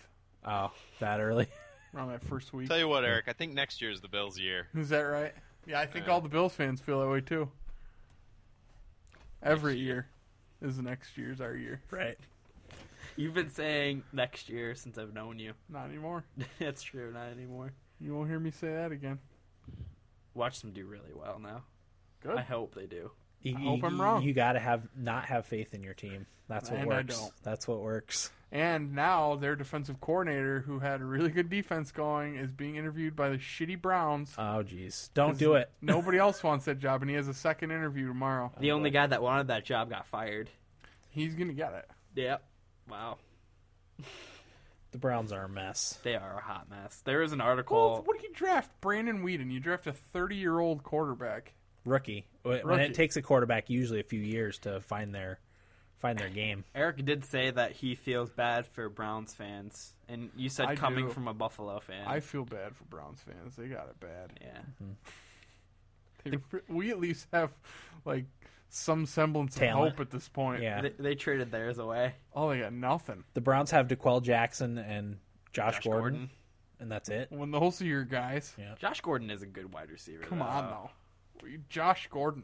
oh, that early. around that first week? Tell you what, Eric, I think next year is the Bills' year. Is that right? Yeah, I think all the Bills fans feel that way too. Every year is next year's our year. right. You've been saying next year since I've known you. Not anymore. That's true, not anymore. You won't hear me say that again. Watch them do really well now. Good. I hope they do. You, I hope you- I'm wrong. You gotta have not have faith in your team. That's what And I works. don't. That's what works. And now their defensive coordinator, who had a really good defense going, is being interviewed by the shitty Browns. Oh, jeez, don't do it. Nobody else wants that job, and he has a second interview tomorrow. The only guy that wanted that job got fired. He's gonna get it. Yep. Wow. The Browns are a mess. They are a hot mess. There is an article. Well, what do you draft? Brandon Whedon. You draft a 30 year old quarterback. Rookie. When when Rookie. it takes a quarterback usually a few years to find their find their game. Eric did say that he feels bad for Browns fans, and you said I coming do. from a Buffalo fan. I feel bad for Browns fans. They got it bad. yeah. They- we at least have like some semblance Talent. of hope at this point. Yeah. They, they traded theirs away. Oh, they got nothing. The Browns have DeQuell Jackson and Josh, Josh Gordon, Gordon. and that's it. When those are your guys, Yeah. Uh, Josh Gordon is a good wide receiver. come though. on now. We- Josh Gordon.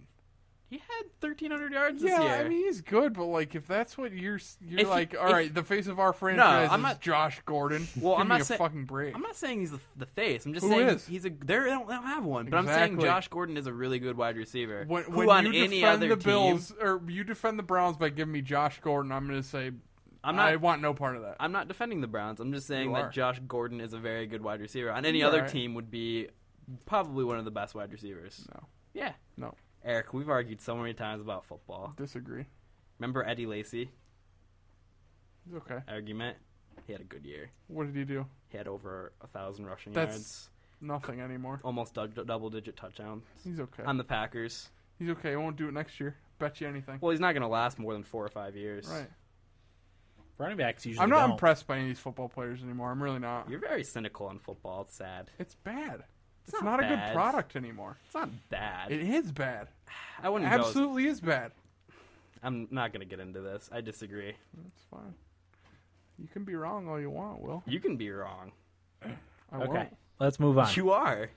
He had 1,300 yards this Yeah, year. I mean he's good, but like if that's what you're, s- you're If you- like, all if- right, the face of our franchise I'm is not- Josh Gordon. Well, Give I'm me not a say- fucking break. I'm not saying he's the, the face. I'm just Who saying is? he's a. They're, they don't, they don't have one. But I'm saying Exactly. Josh Gordon is a really good wide receiver. when, who when on you any defend other the team- Bills or you defend the Browns by giving me Josh Gordon, I'm going to say I'm not. I want no part of that. I'm not defending the Browns. I'm just saying You that are. Josh Gordon is a very good wide receiver. On any You're other right. team would be probably one of the best wide receivers. No. Yeah. no, Eric, we've argued so many times about football. disagree. Remember Eddie Lacy It's okay. argument? He had a good year. What did he do? He had over a thousand rushing That's- yards, Nothing anymore. almost dou- double digit touchdowns He's okay. on the Packers. He's okay. I won't do it next year. Bet you anything. Well, he's not going to last more than four or five years. right. Running backs usually I'm not don't. impressed by any of these football players anymore. I'm really not. You're very cynical on football. It's sad. It's bad. It's, not not, a bad. good product anymore. It's not bad. It is bad. I wouldn't go. Absolutely is bad. I'm not going to get into this. I disagree. It's fine. You can be wrong all you want, Will. You can be wrong. I Okay. won't. Let's move on. You are.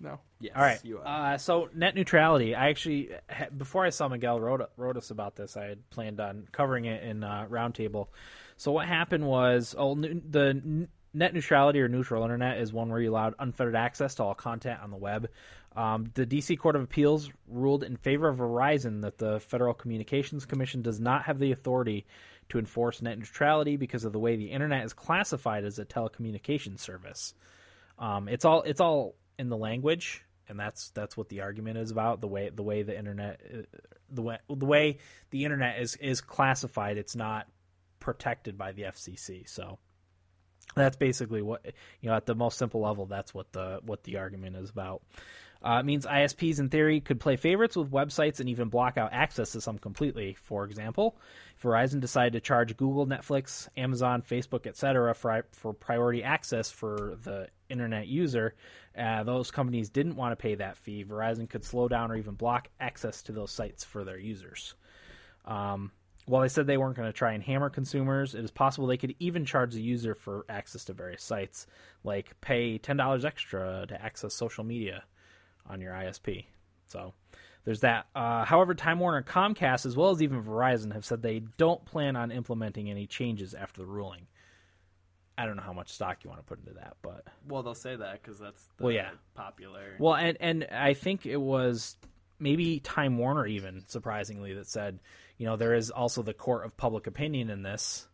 No. Yes. All right. You are. Uh, so net neutrality. I actually ha- before I saw Miguel wrote wrote us about this. I had planned on covering it in uh, roundtable. So what happened was, oh, nu- the n- net neutrality or neutral internet is one where you allowed unfettered access to all content on the web. Um, the DC Court of Appeals ruled in favor of Verizon that the Federal Communications Commission does not have the authority to enforce net neutrality because of the way the internet is classified as a telecommunications service. Um, it's all it's all in the language, and that's that's what the argument is about the way the way the internet uh, the way the way the internet is is classified. It's not protected by the FCC. So that's basically what you know at the most simple level. That's what the what the argument is about. Uh, it means ISPs in theory could play favorites with websites and even block out access to some completely. For example, if Verizon decided to charge Google, Netflix, Amazon, Facebook, etc. for for priority access for the internet user. Uh, those companies didn't want to pay that fee. Verizon could slow down or even block access to those sites for their users. Um, while they said they weren't going to try and hammer consumers, it is possible they could even charge the user for access to various sites, like pay ten dollars extra to access social media on your ISP. So there's that. Uh, however, Time Warner, Comcast, as well as even Verizon, have said they don't plan on implementing any changes after the ruling. I don't know how much stock you want to put into that, but Well, they'll say that because that's the Well, yeah. popular. well, and and I think it was maybe Time Warner even surprisingly that said, you know, there is also the court of public opinion in this.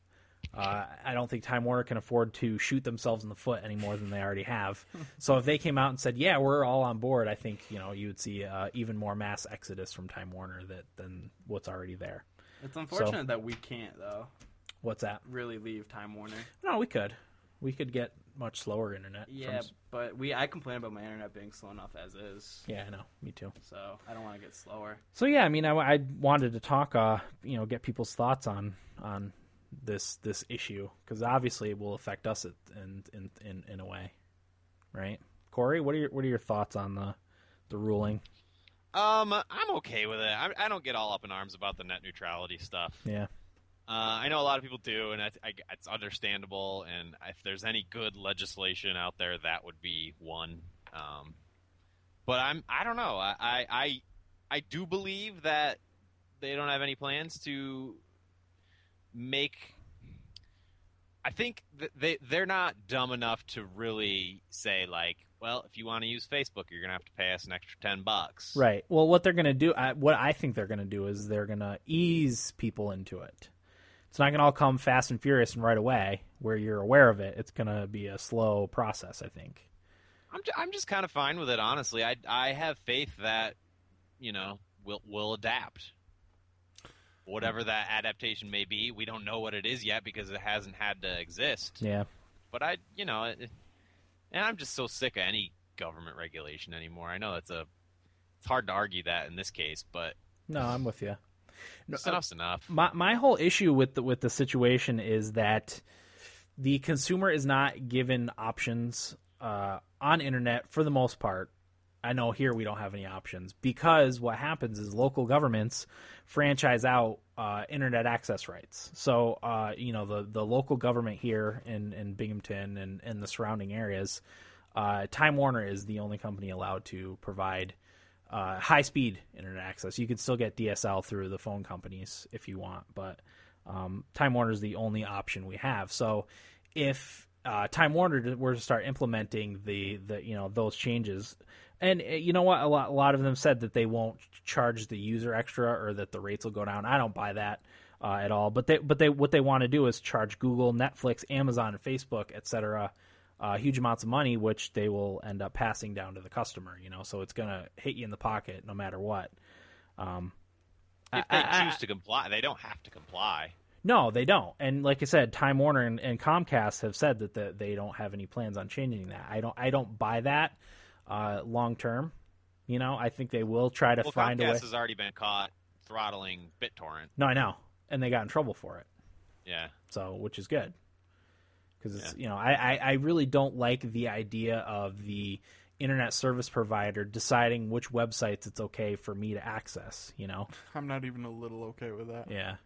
Uh, I don't think Time Warner can afford to shoot themselves in the foot any more than they already have. so if they came out and said, "Yeah, we're all on board," I think you know you would see uh, even more mass exodus from Time Warner that than what's already there. it's unfortunate that we can't though What's that? really leave Time Warner. No, we could, we could get much slower internet. Yeah, from, but we I complain about my internet being slow enough as is. yeah, I know. Me too. So I don't want to get slower. So yeah, I mean, I, I wanted to talk, uh, you know, get people's thoughts on on this this issue because obviously it will affect us in in in in a way, right? Corey, what are your what are your thoughts on the the ruling? Um, I'm okay with it. I, I don't get all up in arms about the net neutrality stuff. Yeah, Uh, I know a lot of people do, and that's, I, it's understandable. And if there's any good legislation out there, that would be one. Um, but I'm I don't know. I, I I I do believe that they don't have any plans to make. I think th- they they're not dumb enough to really say like, well, if you want to use Facebook, you're gonna have to pay us an extra ten bucks. right. Well, what they're gonna do, I, what I think they're gonna do is they're gonna ease people into it. It's not gonna all come fast and furious and right away where you're aware of it. It's gonna be a slow process, I think. I'm ju- I'm just kind of fine with it, honestly. I I have faith that you know we'll we'll adapt. whatever that adaptation may be. We don't know what it is yet because it hasn't had to exist. Yeah. But I, you know, it, and I'm just so sick of any government regulation anymore. I know that's a, it's hard to argue that in this case, but No, I'm with you. Uh, enough's enough. My my whole issue with the, with the situation is that the consumer is not given options uh, on internet for the most part. I know here we don't have any options because what happens is local governments franchise out uh, internet access rights. So uh, you know the the local government here in in Binghamton and and the surrounding areas, uh, Time Warner is the only company allowed to provide uh, high speed internet access. You can still get DSL through the phone companies if you want, but um, Time Warner is the only option we have. So if uh, Time Warner to- were to start implementing the, the you know those changes, and uh, you know what, a lot, a lot of them said that they won't ch- charge the user extra or that the rates will go down. I don't buy that uh, at all. But they but they what they want to do is charge Google, Netflix, Amazon, and Facebook, etc. Uh, huge amounts of money, which they will end up passing down to the customer. You know, so it's gonna hit you in the pocket no matter what. If they choose to comply, they don't have to comply. No, they don't. And like I said, Time Warner and, and Comcast have said that the, they don't have any plans on changing that. I don't. I don't buy that uh, long term. You know, I think they will try to Well, find a way. Comcast has already been caught throttling BitTorrent. No, I know, and they got in trouble for it. Yeah, so which is good because it's you know I, I i really don't like the idea of the internet service provider deciding which websites it's okay for me to access you know I'm not even a little okay with that. yeah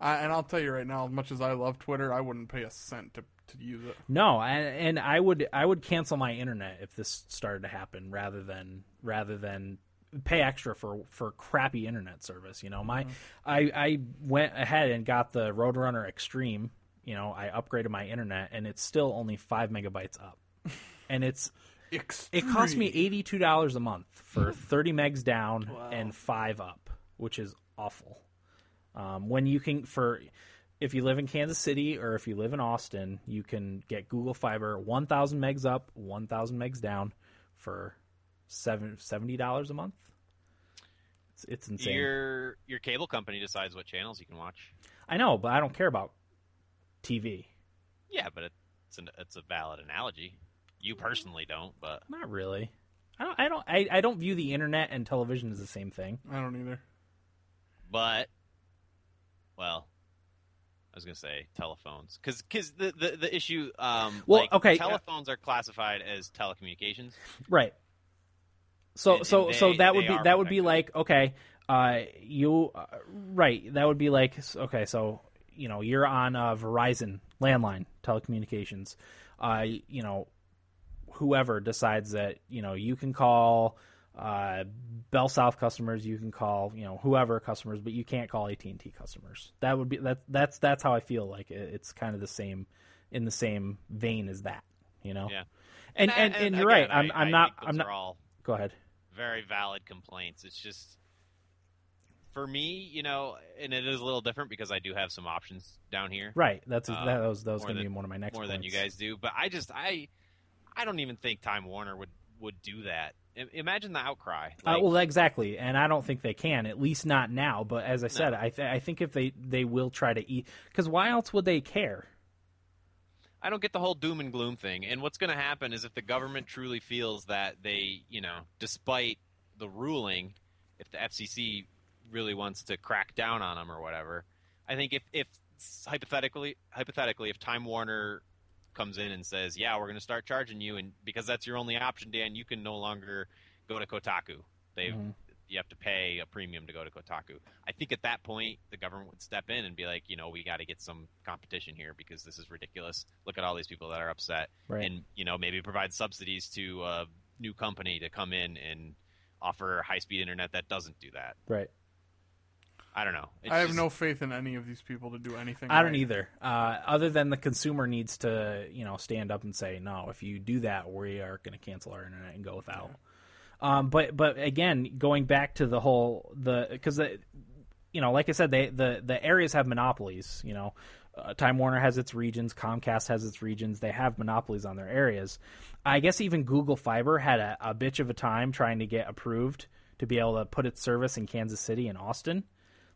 I, and I'll tell you right now, as much as I love Twitter, I wouldn't pay a cent to, to use it. no and, and i would i would cancel my internet if this started to happen rather than rather than pay extra for for crappy internet service you know my i i went ahead and got the roadrunner extreme you know i upgraded my internet and it's still only five megabytes up and it's It Extreme. cost me eighty two dollars a month for thirty megs down and five up, which is awful. Um, when you can for if you live in Kansas City or if you live in Austin, you can get Google Fiber one thousand megs up, one thousand megs down for seven seventy dollars a month. It's, it's insane. your your cable company decides what channels you can watch. I know, but I don't care about TV. Yeah, but it- it's an, it's a valid analogy. You personally don't, but Not really. I don't. I don't. I, I don't view the internet and television as the same thing. I don't either. but well, I was gonna say telephones because the, the the issue um Well, like, okay, uh, telephones are classified as telecommunications. Right. So And- so and so they- that would they be are that would be protected. like okay, uh, you uh, right that would be like s- okay so you know you're on uh, Verizon landline telecommunications, uh, you know whoever decides that you know you can call uh, Bell South customers, you can call you know whoever customers, but you can't call AT and T customers. That would be that that's that's how I feel like it, it's kind of the same in the same vein as that you know Yeah. and and, and, you're again, right I'm I, I'm I not think those I'm not Are all go ahead. very valid complaints. It's just for me, you know, and it is a little different because I do have some options down here. Right. That's Uh, that was that was more going to be than- one of my next more than you points. guys do. But I just I I don't even think Time Warner would would do that. I- imagine the outcry. Uh, Like, well, exactly, and I don't think they can, at least not now. But as I said, I th- I think if they they will try to eat, because why else would they care? I don't get the whole doom and gloom thing. And what's going to happen is if the government truly feels that they, you know, despite the ruling, if the FCC really wants to crack down on them or whatever, I think if, if hypothetically, hypothetically, if Time Warner comes in and says, "Yeah, we're going to start charging you," and because that's your only option, Dan, you can no longer go to Kotaku. They, have you have to pay a premium to go to Kotaku. I think at that point, the government would step in and be like, you know, we got to get some competition here because this is ridiculous. Look at all these people that are upset, Right. and you know, maybe provide subsidies to a new company to come in and offer high-speed internet that doesn't do that. Right. I don't know. It's I have just- no faith in any of these people to do anything. I don't right. either. Uh, other than the consumer needs to, you know, stand up and say, no, if you do that, we are going to cancel our internet and go without. Um, but but again, going back to the whole the because the you know, like I said, they the the areas have monopolies. You know, uh, Time Warner has its regions, Comcast has its regions. They have monopolies on their areas. I guess even Google Fiber had a, a bitch of a time trying to get approved to be able to put its service in Kansas City and Austin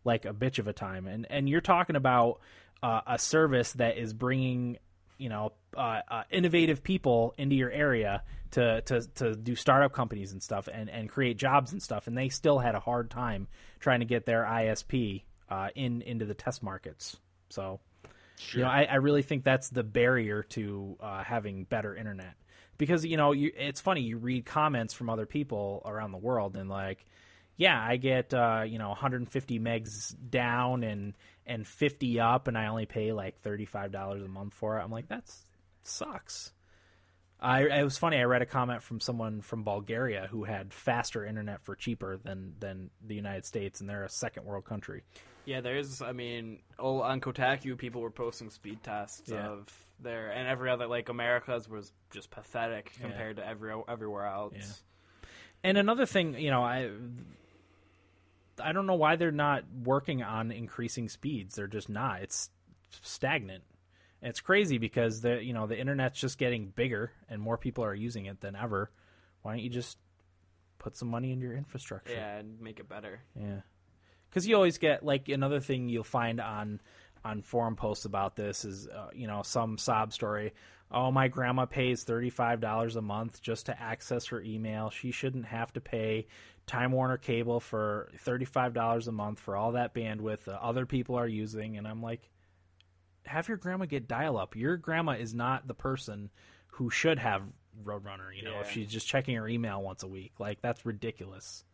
like a bitch of a time. And and you're talking about uh, a service that is bringing you know uh, uh, innovative people into your area to, to to do startup companies and stuff and and create jobs and stuff. And they still had a hard time trying to get their ISP uh, in into the test markets. So you know, I, I really think that's the barrier to uh, having better internet because you know, you, it's funny you read comments from other people around the world and like, yeah, I get uh, you know 150 megs down and and 50 up, and I only pay like 35 dollars a month for it. I'm like, that's sucks. I it was funny. I read a comment from someone from Bulgaria who had faster internet for cheaper than than the United States, and they're a second world country. Yeah, there's. I mean, all on Kotaku, people were posting speed tests Yeah. of their and every other like America's was just pathetic compared to every everywhere else. Yeah. And another thing, you know, I I don't know why they're not working on increasing speeds. They're just not. It's stagnant. And it's crazy because the you know the internet's just getting bigger and more people are using it than ever. Why don't you just put some money into your infrastructure? Yeah, and make it better. Yeah. Because you always get like another thing you'll find on on forum posts about this is uh, you know some sob story. Oh, my grandma pays thirty five dollars a month just to access her email. She shouldn't have to pay Time Warner Cable for thirty five dollars a month for all that bandwidth that other people are using. And I'm like, have your grandma get dial up. Your grandma is not the person who should have Roadrunner. You know, if Yeah. she's just checking her email once a week, like that's ridiculous.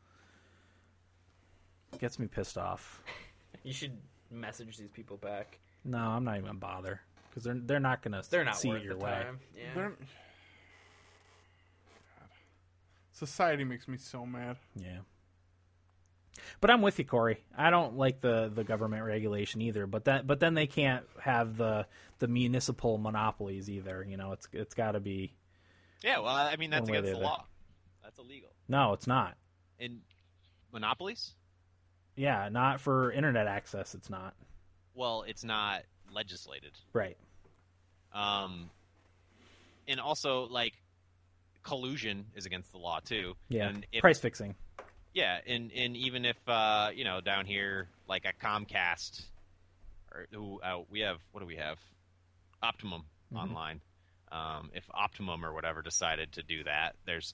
Gets me pissed off. You should message these people back. No, I'm not even gonna bother because they're they're not gonna They're not see it worth your the way. time. Yeah. They're- God. Society makes me so mad. Yeah. But I'm with you, Corey. I don't like the, the government regulation either. But that but then they can't have the the municipal monopolies either. You know, it's it's got to be Yeah, well, I mean that's One way or against the the other. law. That's illegal. no, it's not. And monopolies? Yeah, not for internet access. It's not Well, it's not legislated. right. Um, and also like collusion is against the law too. Yeah, And if, price fixing. Yeah, and and even if uh, you know down here like a Comcast, or who uh, we have, what do we have? Optimum Mm-hmm. online. Um, if Optimum or whatever decided to do that, there's,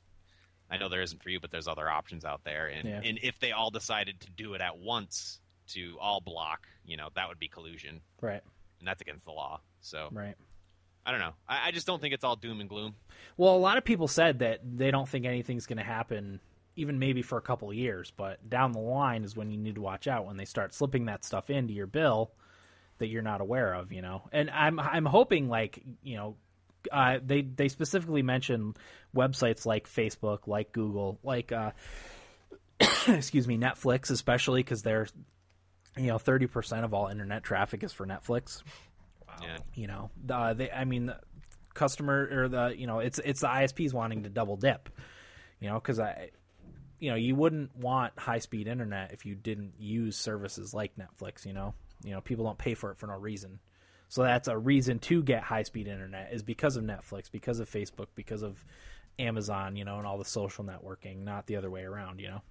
I know there isn't for you, but there's other options out there. And Yeah. and if they all decided to do it at once to all block, you know, that would be collusion, Right, and that's against the law. So right. I don't know. I, I just don't think it's all doom and gloom. Well, a lot of people said that they don't think anything's going to happen, even maybe for a couple of years. But down the line is when you need to watch out when they start slipping that stuff into your bill that you're not aware of, you know. And I'm I'm hoping like you know. Uh, they they specifically mention websites like Facebook, like Google, like uh, excuse me, Netflix, especially because they're you know thirty percent of all internet traffic is for Netflix Yeah. you know uh, they i mean the customer or the you know it's it's the isps wanting to double dip you know because i you know you wouldn't want high speed internet if you didn't use services like netflix you know you know people don't pay for it for no reason so that's a reason to get high speed internet is because of netflix because of facebook because of amazon you know and all the social networking not the other way around you know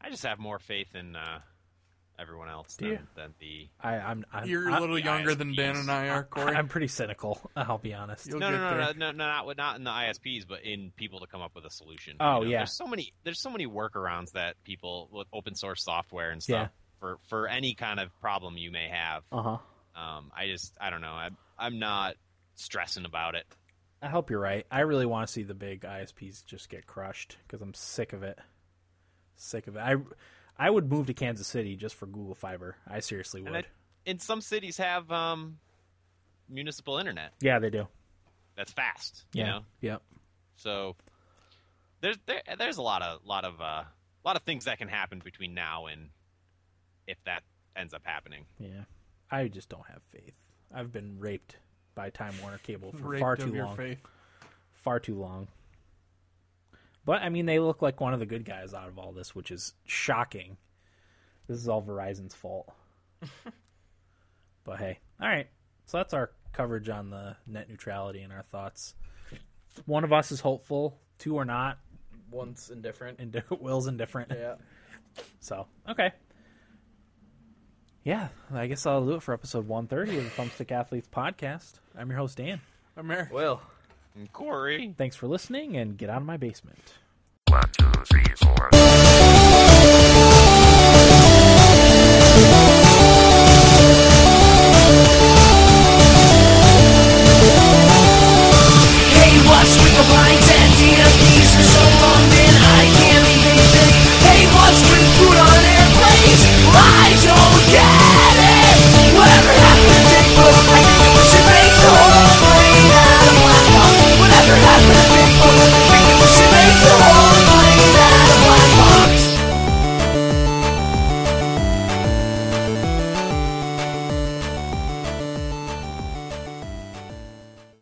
I just have more faith in uh, everyone else Do you? than, than the i i'm i'm, You're a I'm, little younger than Dan and I are, Corey. I'm pretty cynical i'll be honest You'll no, get no, no, there. no, no, no, not not in the ISPs, but in people to come up with a solution. Oh, yeah. there's so many there's so many workarounds that people with open source software and stuff for for any kind of problem you may have. uh-huh Um, I just I don't know. I'm I'm not stressing about it. I hope you're right. I really want to see the big ISPs just get crushed because I'm sick of it. Sick of it. I, I would move to Kansas City just for Google Fiber. I seriously would. And, I, and some cities have um, municipal internet yeah, they do. that's fast. Yeah. You know? Yep. So there's there, there's a lot of lot of uh, lot of things that can happen between now and if that ends up happening. Yeah. I just don't have faith. I've been raped by Time Warner Cable for Raped far of too your long. faith. Far too long. But I mean, they look like one of the good guys out of all this, which is shocking. This is all Verizon's fault. but hey, all right. So that's our coverage on the net neutrality and our thoughts. One of us is hopeful, two are not, Once indifferent. and Will's indifferent. Yeah. So okay. Yeah, I guess I'll do it for episode 130 of the Thumbstick Athletes podcast. I'm your host, Dan. I'm Eric. Will. And Corey. Thanks for listening and get out of my basement. One, two, three, four.